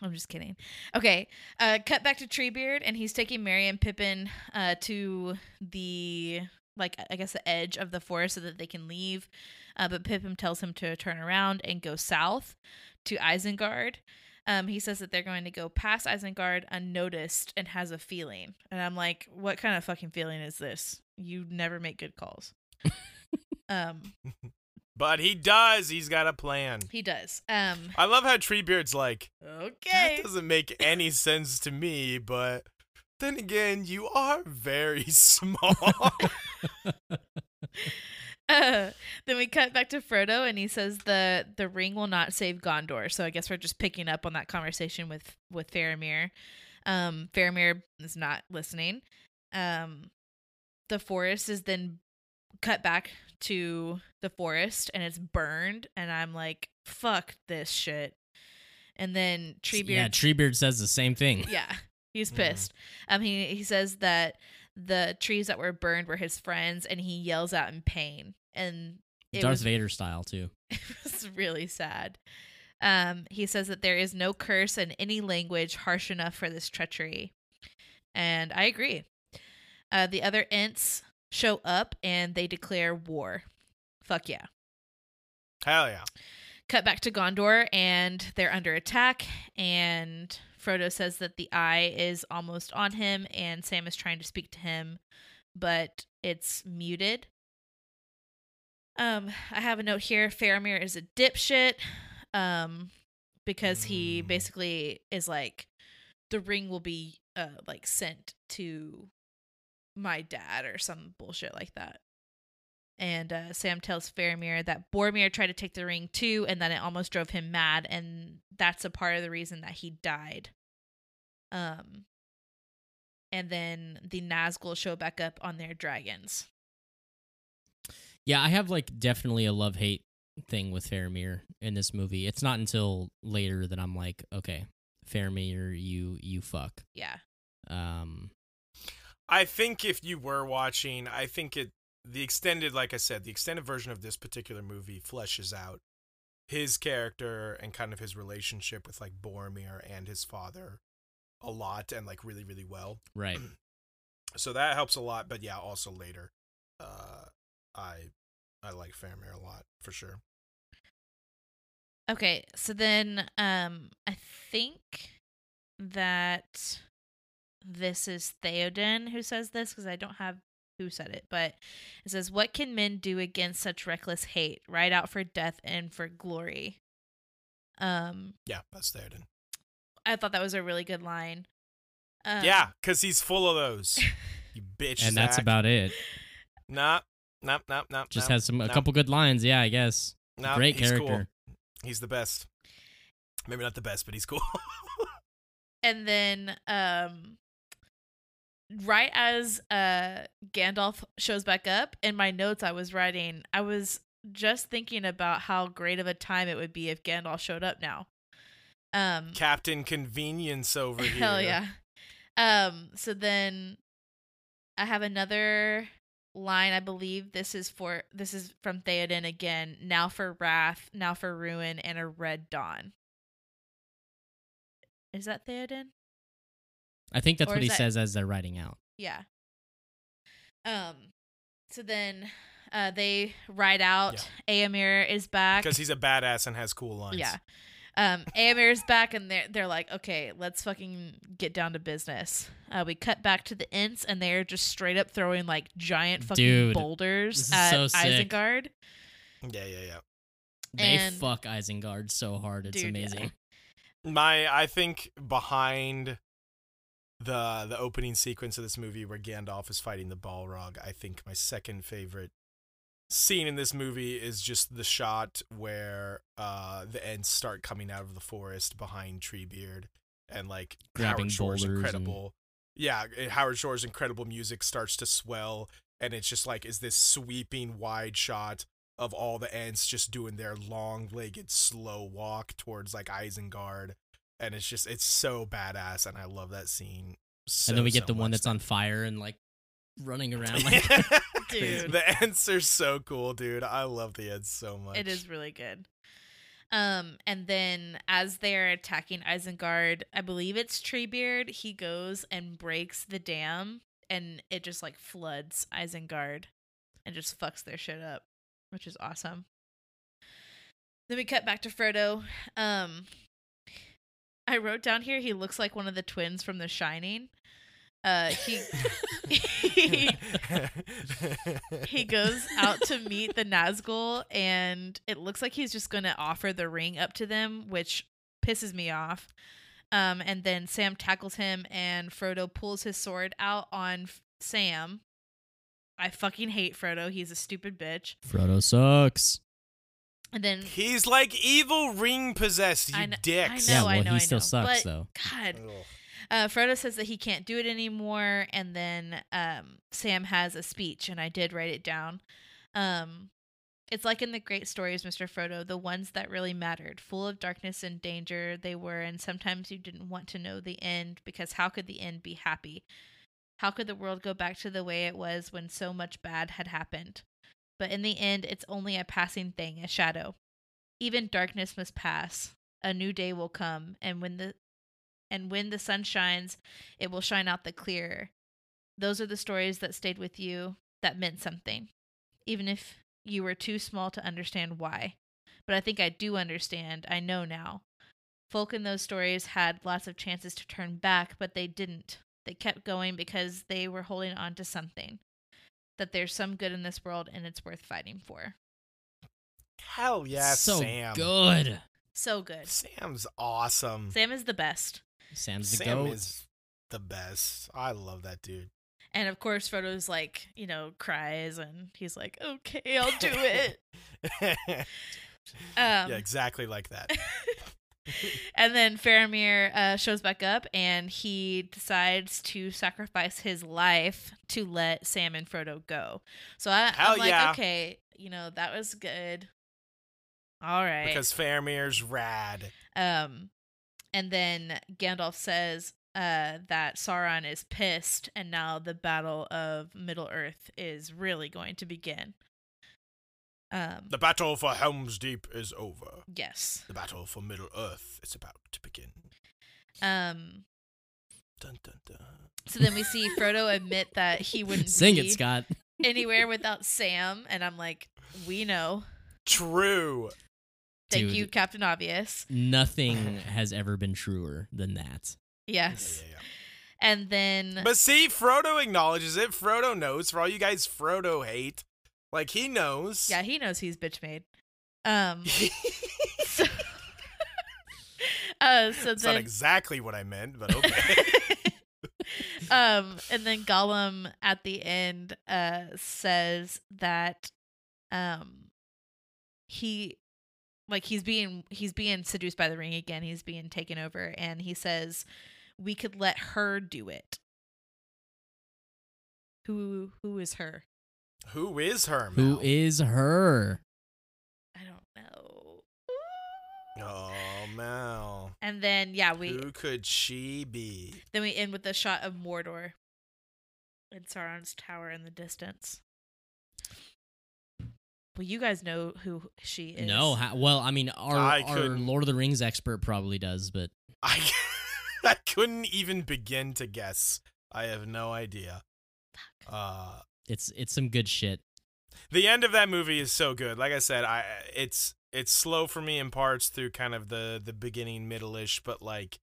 I'm just kidding. Okay, uh, cut back to Treebeard, and he's taking Merry and Pippin uh, to the like I guess the edge of the forest so that they can leave. Uh, but Pippin tells him to turn around and go south to Isengard. Um, he says that they're going to go past Isengard unnoticed and has a feeling. And I'm like, what kind of fucking feeling is this? You never make good calls. um,
But he does. He's got a plan.
he does. Um,
I love how Treebeard's like
okay.
that doesn't make any sense to me, but then again, you are very [LAUGHS] small.
Uh, [LAUGHS] then we cut back to Frodo, and he says the the ring will not save Gondor. So I guess we're just picking up on that conversation with with Faramir. Um, Faramir is not listening. Um, the forest is then cut back to the forest, and it's burned. And I'm like, fuck this shit. And then Treebeard
Yeah, Treebeard says the same thing.
yeah, he's
Mhm.
pissed. Um, he he says that the trees that were burned were his friends, and he yells out in pain, and it
Darth
was,
Vader style too.
[LAUGHS] it was really sad. Um, he says that there is no curse in any language harsh enough for this treachery. And I agree. Uh, the other Ents show up and they declare war. Fuck yeah.
Hell yeah.
Cut back to Gondor and they're under attack. And Frodo says that the eye is almost on him and Sam is trying to speak to him, but it's muted. Um, I have a note here. Faramir is a dipshit. Um, because he
Mm.
basically is like, the ring will be uh like sent to my dad or some bullshit like that. And uh, Sam tells Faramir that Boromir tried to take the ring too, and that it almost drove him mad, and that's a part of the reason that he died. Um, and then the Nazgul show back up on their dragons.
Yeah, I have like definitely a love hate thing with Faramir in this movie. It's not until later that I'm like, okay, Faramir, you you fuck.
Yeah,
Um,
I think if you were watching, I think it the extended, like I said, the extended version of this particular movie fleshes out his character and kind of his relationship with like Boromir and his father a lot and like really, really well.
right.
So that helps a lot. But yeah, also later, uh, I I like Faramir a lot for sure.
Okay, so then um I think that this is Theoden who says this because I don't have who said it, but it says, "What can men do against such reckless hate? Ride out for death and for glory." Um,
Yeah, that's Theoden.
I thought that was a really good line. Um,
yeah,
[LAUGHS]
because he's full of those. You bitch.
And that's
Zach.
about it.
Nah, nah, nah, nah.
Just
nah,
has some a
nah,
couple good lines. Yeah, I guess.
nah,
Great
he's
character.
Cool. He's the best. Maybe not the best, but he's cool. [LAUGHS]
and then um right as uh Gandalf shows back up in my notes I was writing I was just thinking about how great of a time it would be if Gandalf showed up now. Um
Captain Convenience over here.
[LAUGHS] hell yeah. Um so then I have another line I believe this is for this is from Theoden again now for wrath now for ruin and a red dawn. Is that Theoden?
I think that's
Or
what
is
he
that-
says as they're riding out.
Yeah. Um. So then, uh, they ride out. Aemir is back.
Because he's a badass and has cool lines.
yeah. Um, Aemir is back, and they're they're like, okay, let's fucking get down to business. Uh, we cut back to the Ents, and they are just straight up throwing like giant fucking
Dude, this
boulders
is
at
so sick.
Isengard.
Yeah, yeah, yeah.
They
And-
fuck Isengard so hard. It's
Dude,
amazing.
my I think behind the the opening sequence of this movie where Gandalf is fighting the Balrog, I think my second favorite scene in this movie is just the shot where uh the ends start coming out of the forest behind Treebeard and like
Grabbing
Howard Shore's
boulders and-
incredible yeah and Howard Shore's incredible music starts to swell and it's just like is this sweeping wide shot of all the ants just doing their long-legged slow walk towards like Isengard, and it's just it's so badass, and I love that scene. So,
and then we get
so
the one
much. [LAUGHS]
that's on fire and like running around. Like, [LAUGHS]
Dude.
the ants are so cool, dude. I love the ants so much.
It is really good. Um, and then as they're attacking Isengard, I believe it's Treebeard, he goes and breaks the dam and it just like floods Isengard and just fucks their shit up, which is awesome. Then we cut back to Frodo. Um I wrote down here he looks like one of the twins from The Shining. Uh [LAUGHS]
[LAUGHS]
he he goes out to meet the Nazgul, and it looks like he's just going to offer the ring up to them, which pisses me off. Um, and then Sam tackles him, and Frodo pulls his sword out on F- Sam. I fucking hate Frodo. He's a stupid bitch.
Frodo sucks.
And then
He's like evil ring possessed, you
I kn- I
dicks.
know,
yeah,
I
well, he
I
still
know,
sucks
but-
though.
God,
Ugh.
uh, Frodo says that he can't do it anymore, and then um, Sam has a speech, and I did write it down. Um, it's like in the great stories, Mr. Frodo, the ones that really mattered, full of darkness and danger they were, and sometimes you didn't want to know the end because how could the end be happy? How could the world go back to the way it was when so much bad had happened? But in the end, it's only a passing thing, a shadow. Even darkness must pass. A new day will come, and when the and when the sun shines, it will shine out the clearer. Those are the stories that stayed with you that meant something, even if you were too small to understand why. But I think I do understand. I know now. Folk in those stories had lots of chances to turn back, but they didn't. They kept going because they were holding on to something. That there's some good in this world and it's worth fighting for.
Hell yeah,
so
Sam.
good.
So good.
Sam's awesome.
Sam is the best.
Sam's the
Sam
goat.
is the best. I love that dude.
And of course, Frodo's like, you know, cries and he's like, okay, I'll do it.
[LAUGHS]
[LAUGHS] Um,
yeah, exactly like that.
and then Faramir uh, shows back up and he decides to sacrifice his life to let Sam and Frodo go. So I,
Hell
I'm like,
yeah.
okay, you know, that was good. All [LAUGHS] right.
Because Faramir's rad.
Um, and then Gandalf says uh, that Sauron is pissed, and now the battle of Middle Earth is really going to begin. Um,
The battle for Helm's Deep is over.
yes.
The battle for Middle Earth is about to begin.
Um,
Dun, dun, dun.
so then we see Frodo admit that he wouldn't
Sing
be
it,
[LAUGHS]
Scott.
anywhere without Sam, and I'm like, we know.
True.
Thank
Dude.
you, Captain Obvious.
Nothing
[LAUGHS]
has ever been truer than that.
[LAUGHS]
Yeah,
Yes.
yeah, yeah.
And then
But see, Frodo acknowledges it. Frodo knows. For all you guys Frodo hate, like he knows.
Yeah, he knows he's bitch made.
[LAUGHS]
Um so, [LAUGHS] uh, so
It's not
then
exactly what I
[LAUGHS]
meant, but okay.
um and then Gollum at the end uh says that um he like he's being he's being seduced by the ring again, he's being taken over and he says we could let her do it. Who who is her?
Who is her?
Who
Mal?
is her?
I don't know.
Oh, Mal.
And then yeah, we
Who could she be?
Then we end with a shot of Mordor and Sauron's tower in the distance. Well, you guys know who she is.
No, ha- well, I mean, our,
I
our
couldn't.
Lord of the Rings expert probably does, but
I, [LAUGHS] I couldn't even begin to guess. I have no idea. Uh,
it's it's some good shit.
the end of that movie is so good. Like I said, I it's it's slow for me in parts through kind of the the beginning, middle-ish, but like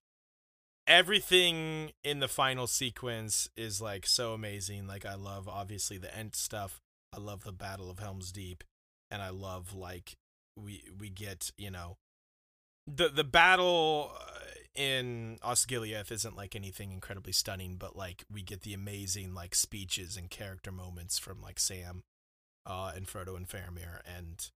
everything in the final sequence is like so amazing. Like I love obviously the end stuff. I love the Battle of Helm's Deep, and I love like we we get you know the the battle uh, in Osgiliath isn't like anything incredibly stunning, but like we get the amazing like speeches and character moments from like Sam uh, and Frodo and Faramir, and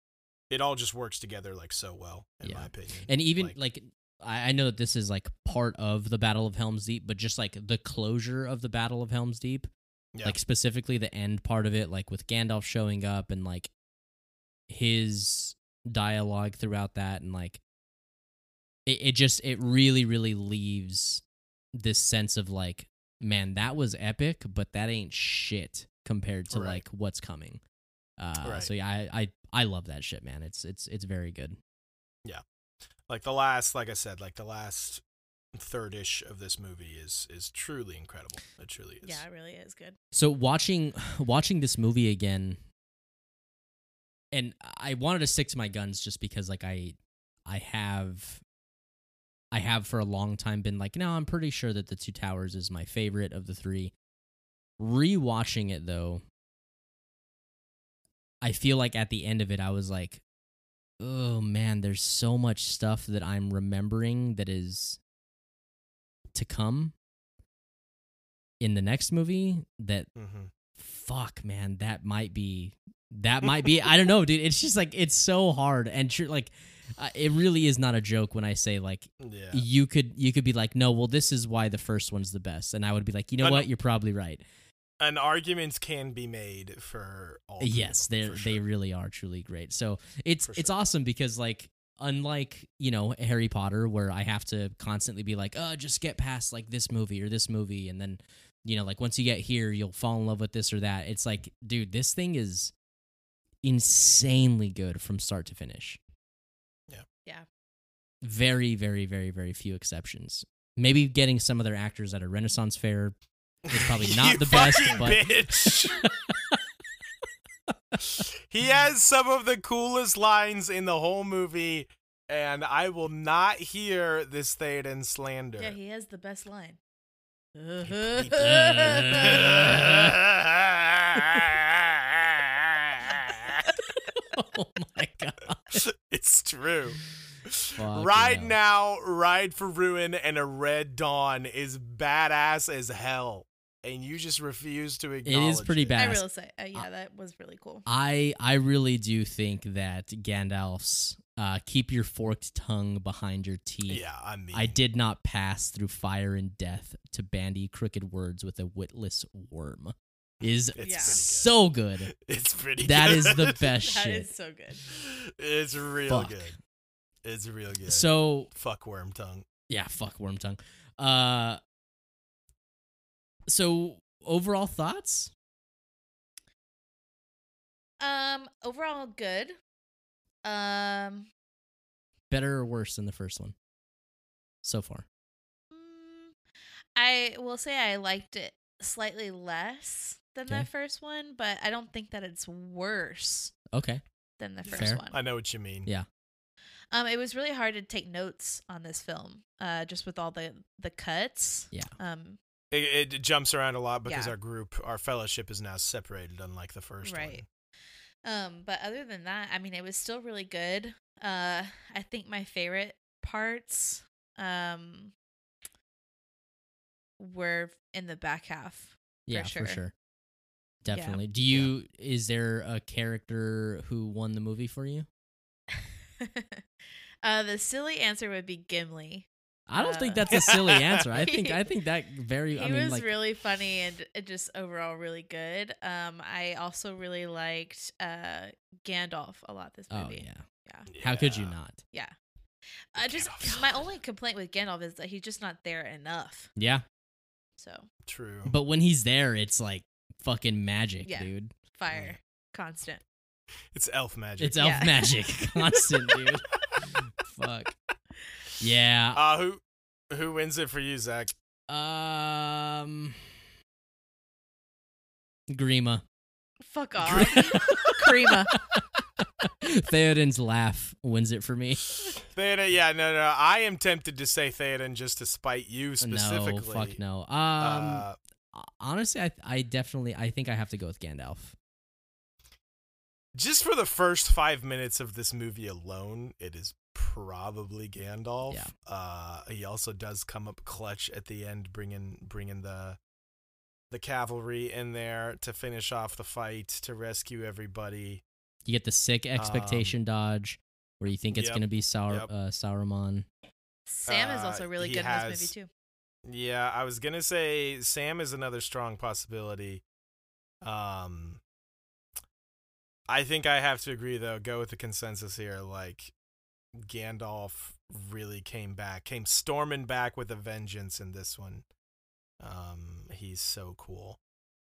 it all just works together like so well, in
Yeah.
my opinion.
And even
Like-
like, I, I know that this is like part of the Battle of Helm's Deep, but just like the closure of the Battle of Helm's Deep,
Yeah.
like specifically the end part of it, like with Gandalf showing up and like his dialogue throughout that, and like it, it just it really really leaves this sense of like, man, that was epic, but that ain't shit compared to
Right.
like what's coming. Uh,
Right.
So yeah, I, I I love that shit, man. It's it's it's very good.
like the last, like I said, like the last third-ish of this movie is is truly incredible. It truly is.
Yeah, it really is good.
So watching [SIGHS] watching this movie again, and I wanted to stick to my guns just because like I I have I have for a long time been like, no, I'm pretty sure that the Two Towers is my favorite of the three. Rewatching it though, I feel like at the end of it, I was like, oh man, there's so much stuff that I'm remembering that is to come in the next movie that
Mhm.
fuck man that might be that might be i don't know dude it's just like it's so hard and tr- like uh, it really is not a joke when i say like
Yeah.
you could you could be like no well this is why the first one's the best and i would be like you know
I know.
what you're probably right
An argument can be made for all. three of
yes
them,
they
for
they
sure.
really are truly great so it's
For
it's
sure.
awesome because like unlike you know harry potter where i have to constantly be like uh just get past like this movie or this movie and then you know like once you get here you'll fall in love with this or that it's like dude this thing is insanely good from start to finish
Yeah.
Yeah.
very very very very few exceptions Maybe getting some of their actors at a Renaissance fair is
[LAUGHS]
probably not
You
the best,
fucking
but
bitch.
[LAUGHS]
he has some of the coolest lines in the whole movie, and I will not hear this Theoden slander.
[LAUGHS]
Yeah, he has the best line.
[LAUGHS]
[LAUGHS]
oh my god.
[LAUGHS] it's true.
Fucking
ride
hell.
now, ride for ruin, and a red dawn is badass as hell, and you just refuse to
is
acknowledge.
pretty bad.
I
Yes. Ah.
really say, uh, yeah, that was really cool.
I I really do think that Gandalf's uh, keep your forked tongue behind your teeth.
Yeah, I mean,
I did not pass through fire and death to bandy crooked words with a witless worm. Is
It's
Yeah.
so good.
It's pretty.
That
good.
is
[LAUGHS]
the best
That
shit.
is so good.
It's real
Fuck.
good. It's real good.
So
fuck worm tongue.
yeah, fuck worm tongue. Uh, so overall thoughts?
Um, overall good. Um,
Better or worse than the first one? So far,
mm, I will say I liked it slightly less than
Okay.
the first one, but I don't think that it's worse
okay.
than the first
Fair.
one.
I know what you mean.
Yeah.
Um, it was really hard to take notes on this film, uh, just with all the the cuts.
Yeah.
Um,
It, it jumps around a lot because
Yeah.
our group, our fellowship, is now separated, unlike the first one.
Right. Um, but other than that, I mean, it was still really good. Uh, I think my favorite parts um were in the back half. [LAUGHS]
Yeah,
sure. Yeah.
Definitely. Do you? Is there a character who won the movie for you?
uh, the silly answer would be Gimli.
I don't think
Uh,
that's a silly answer. I think
[LAUGHS]
I think that very.
He
I mean,
was
like
really funny and uh, just overall really good. Um, I also really liked uh Gandalf a lot. This
Oh
movie.
yeah.
yeah.
How could you
Yeah.
not?
I just
Gandalf's
my
so
only complaint with Gandalf is that he's just not there enough.
Yeah.
So
True.
But when he's there, it's like fucking magic,
Yeah.
dude.
fire constant.
it's elf magic.
It's elf
Yeah. [LAUGHS]
magic, [LAUGHS] constant, dude. Fuck. Yeah.
uh, who who wins it for you, Zach?
Um. Grima. [LAUGHS]
Fuck off. Karima.
Theoden's laugh wins it for me.
Theoden. Yeah, no, no. I am tempted to say Theoden just to spite you
No,
specifically.
fuck no. Um.
Uh,
honestly, I I definitely I think I have to go with Gandalf.
just for the first five minutes of this movie alone, it is probably Gandalf.
Yeah.
Uh, he also does come up clutch at the end, bringing bringing the the cavalry in there to finish off the fight to rescue everybody.
You get the sick expectation dodge where you think it's
Um, yep,
gonna be Saur-
yep.
uh, Sauron.
[LAUGHS] Sam is
Uh,
also really
he
good in
has-
this movie too.
Yeah, I was gonna say Sam is another strong possibility. Um, I think I have to agree though. Go with the consensus here. Like Gandalf really came back, came storming back with a vengeance in this one. Um, he's so cool.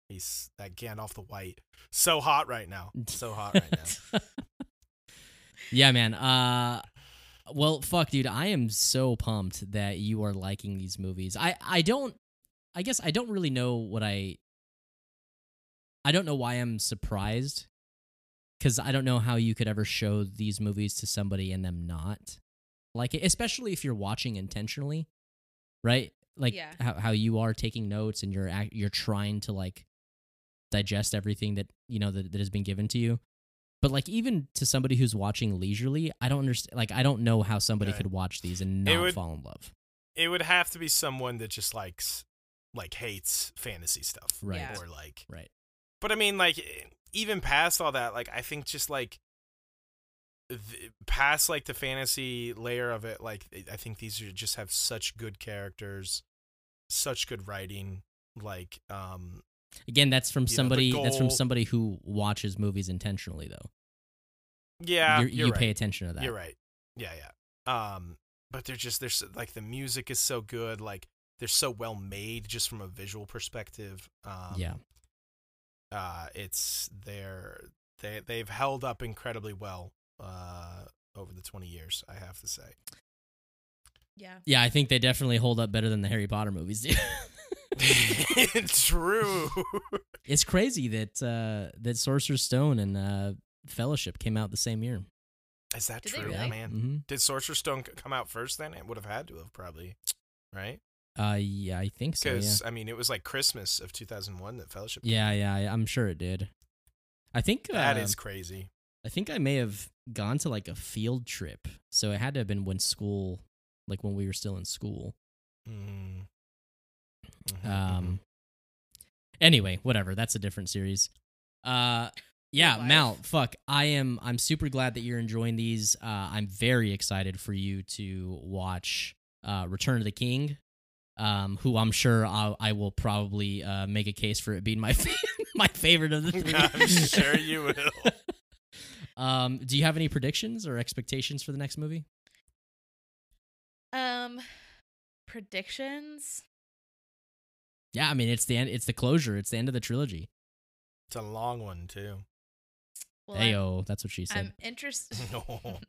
He's that Gandalf the White. So hot right now. So hot right now.
[LAUGHS] yeah, man. Uh well, fuck, dude. I am so pumped that you are liking these movies. I I don't. I guess I don't really know what I. I don't know why I'm surprised, because I don't know how you could ever show these movies to somebody and them not like it, especially if you're watching intentionally, right? Like
Yeah.
how how you are taking notes and you're act, you're trying to like digest everything that you know that, that has been given to you. But like even to somebody who's watching leisurely, I don't understand. Like I don't know how somebody
Right.
could watch these and
It
not
would-
fall in love.
It would have to be someone that just likes, like hates fantasy stuff,
Right.
Yeah.
Or like
Right.
But I mean, like, e, even past all that, like, I think just like th- past like the fantasy layer of it, like, I think these are, just have such good characters, such good writing. Like, um,
Again, that's from
know, the
somebody that's from
goal-
somebody who watches movies intentionally though.
yeah,
You're-
you're,
you
right.
pay attention to that.
You're right. Yeah, yeah. Um, but they're just there's like the music is so good. Like they're so well made, just from a visual perspective. Um,
yeah.
uh, it's they're they they've held up incredibly well uh, over the twenty years. I have to say.
Yeah.
Yeah, I think they definitely hold up better than the Harry Potter movies
[LAUGHS]
do.
[LAUGHS] True.
it's crazy that uh, that Sorcerer's Stone and uh, Fellowship came out the same year.
Is that
Did they
true, Mm.
really?
man?
hmm
Did Sorcerer's Stone c- come out first? Then it would have had to have probably, right?
Uh, yeah, I think so. Yeah.
Because I mean, it was like Christmas of 2001 that Fellowship.
yeah, yeah, yeah, I'm sure it did. I think uh,
That is crazy.
I think I may have gone to like a field trip, so it had to have been when school, like when we were still in school.
Mm. Mhm, mhm.
Um. Anyway, whatever. That's a different series. Uh. Yeah,
Real life.
Mal. Fuck. I am. I'm super glad that you're enjoying these. Uh, I'm very excited for you to watch uh, Return of the King, um, who I'm sure I, I will probably uh, make a case for it being my [LAUGHS] fa- my favorite of the three.
[LAUGHS] mm-hmm. I'm sure you will.
[LAUGHS] um, do you have any predictions or expectations for the next movie?
Um, predictions.
Yeah, I mean it's the end. It's the closure. It's the end of the trilogy.
It's a long one
[LAUGHS]
too.
Well, I'm-
Ayo, that's what she said.
I'm interested.
No.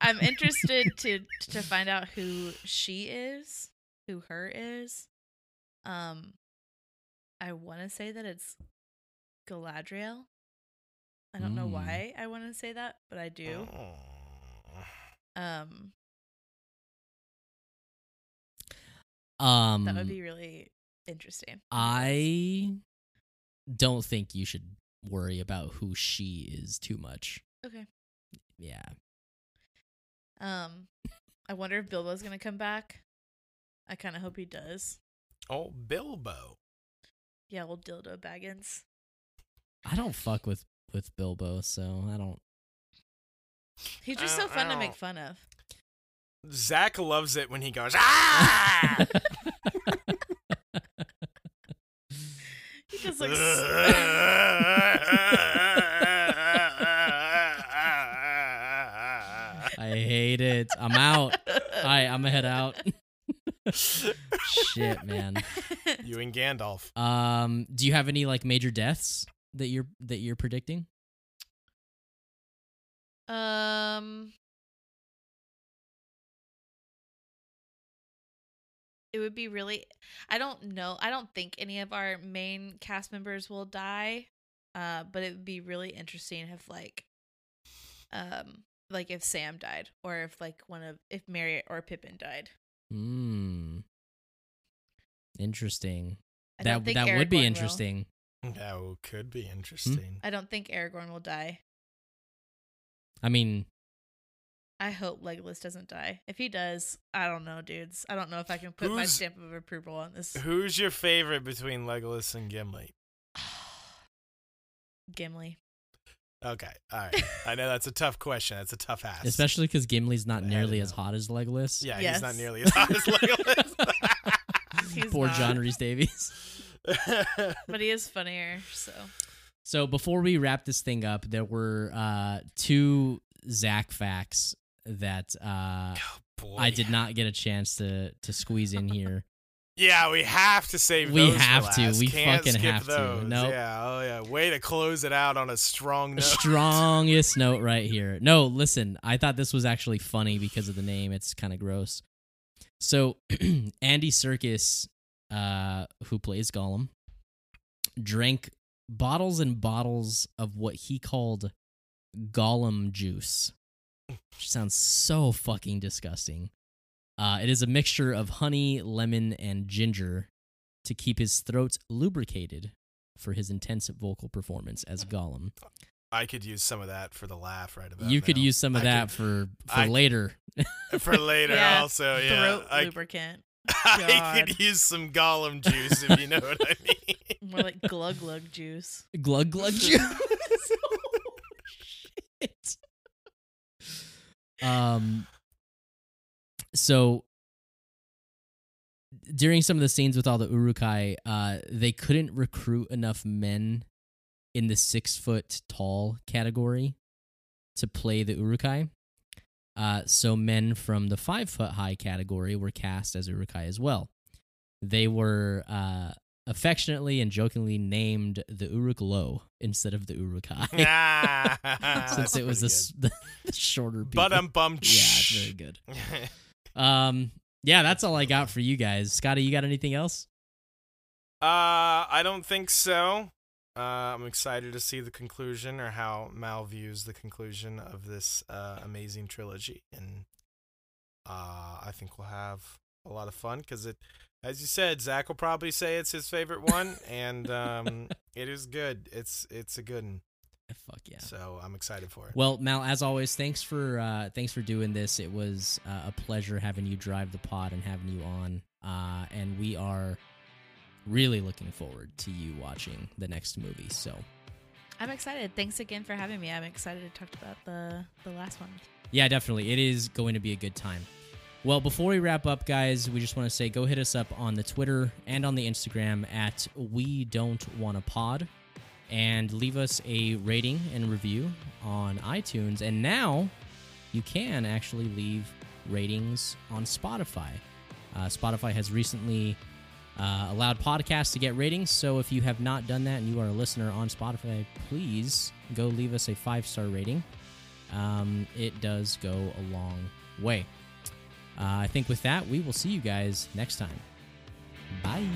I'm interested to to find out who she is, who her is. Um, I want to say that it's Galadriel. I don't know
Mm.
why I want to say that, but I do. Um,
um,
that would be really interesting.
I don't think you should worry about who she is too much.
Okay.
Yeah.
Um, I wonder if Bilbo's gonna come back. I kind of hope he does.
[LAUGHS] Oh, Bilbo.
Yeah, old dildo Baggins.
I don't fuck with with Bilbo, so I don't.
He's just
Ow,
so fun to
ow.
make fun of.
Zach loves it when he
[LAUGHS]
goes ah.
He just
[LAUGHS]
like
I hate it. I'm out.
[LAUGHS]
All right, I'm gonna head out. Shit, man.
you and Gandalf.
Um, do you have any like major deaths that you're that you're predicting?
Um, it would be really. I don't know. I don't think any of our main cast members will die. Uh, but it would be really interesting if like, um, like if Sam died, or if like one of if Mary or Pippin died.
Hmm. Interesting.
I don't
that
think
that would be
Aragorn will.
interesting.
That could be interesting.
I don't think Aragorn will die.
I mean,
I hope Legolas doesn't die. If he does, I don't know, dudes. I don't know if I can put my
Who's-
stamp of approval on this. [SIGHS]
Who's your favorite between Legolas and Gimli?
Gimli. [LAUGHS]
Okay, all right. I know that's a tough question. That's a tough ask.
especially because Gimli's not
I
nearly
don't
as
know.
hot as Legolas.
yeah, he's
Yes.
not nearly as hot as Legolas. [LAUGHS]
He's
[LAUGHS] Poor
not,
John Reese Davies.
[LAUGHS] But he is funnier, so.
So before we wrap this thing up, there were uh, two Zach facts that uh,
Boy.
I did not get a chance to to squeeze in here.
Yeah, we have to save.
We
those for
have to.
last.
We
Can't
fucking
skip
have to.
those.
Nope.
Yeah. Oh yeah. Way to close it out on a strong
The
note.
strongest note right here. No, listen, I thought this was actually funny because of the name. It's kind of gross. So [CLEARS THROAT] Andy Circus, uh, who plays Gollum, drank bottles and bottles of what he called Gollum juice, which sounds so fucking disgusting. Uh, it is a mixture of honey, lemon, and ginger to keep his throat lubricated for his intense vocal performance as Gollum.
I could use some of that for the laugh right about
You could
now.
use some of
I
that
could-
for for
I could- [LAUGHS]
later.
for later.
Yeah,
Also, Oh, yeah.
Throat
I,
lubricant.
[LAUGHS] I could
God.
use some Gollum juice if you know what I mean. [LAUGHS]
More like glug glug juice.
Glug glug
[LAUGHS]
juice. [LAUGHS] Shit. Um. So during some of the scenes with all the urukai, uh, they couldn't recruit enough men in the six foot tall category to play the urukai. Uh, so men from the five foot high category were cast as urukai as well. They were uh, affectionately and jokingly named the Uruk Low instead of the Urukai,
Ah,
[LAUGHS] since
that's
it was the,
pretty
s- [LAUGHS] the, the shorter.
good.
People.
But I'm bummed. [LAUGHS]
yeah, it's very good. Um, yeah, that's all I got for you guys. Scotty, you got anything else?
Uh, I don't think so. Uh, I'm excited to see the conclusion or how Mal views the conclusion of this uh, amazing trilogy, and uh, I think we'll have a lot of fun because it, as you said, Zach will probably say it's his favorite one, and um, it is good. It's it's a good one.
Eh, Fuck yeah.
So I'm excited for it.
Well, Mal, as always, thanks for uh, thanks for doing this. It was uh, a pleasure having you drive the pod and having you on. Uh, and we are really looking forward to you watching the next movie. So
I'm excited. Thanks again for having me. I'm excited to talk about the the last one.
yeah, definitely, it is going to be a good time. Well, before we wrap up, guys, we just want to say go hit us up on the Twitter and on the Instagram at We Don't Want a Pod and leave us a rating and review on iTunes. And now you can actually leave ratings on Spotify. Uh, Spotify has recently uh, allowed podcasts to get ratings. So if you have not done that and you are a listener on Spotify, please go leave us a five star rating. Um, it does go a long way. Uh, I think with that, we will see you guys next time. Bye.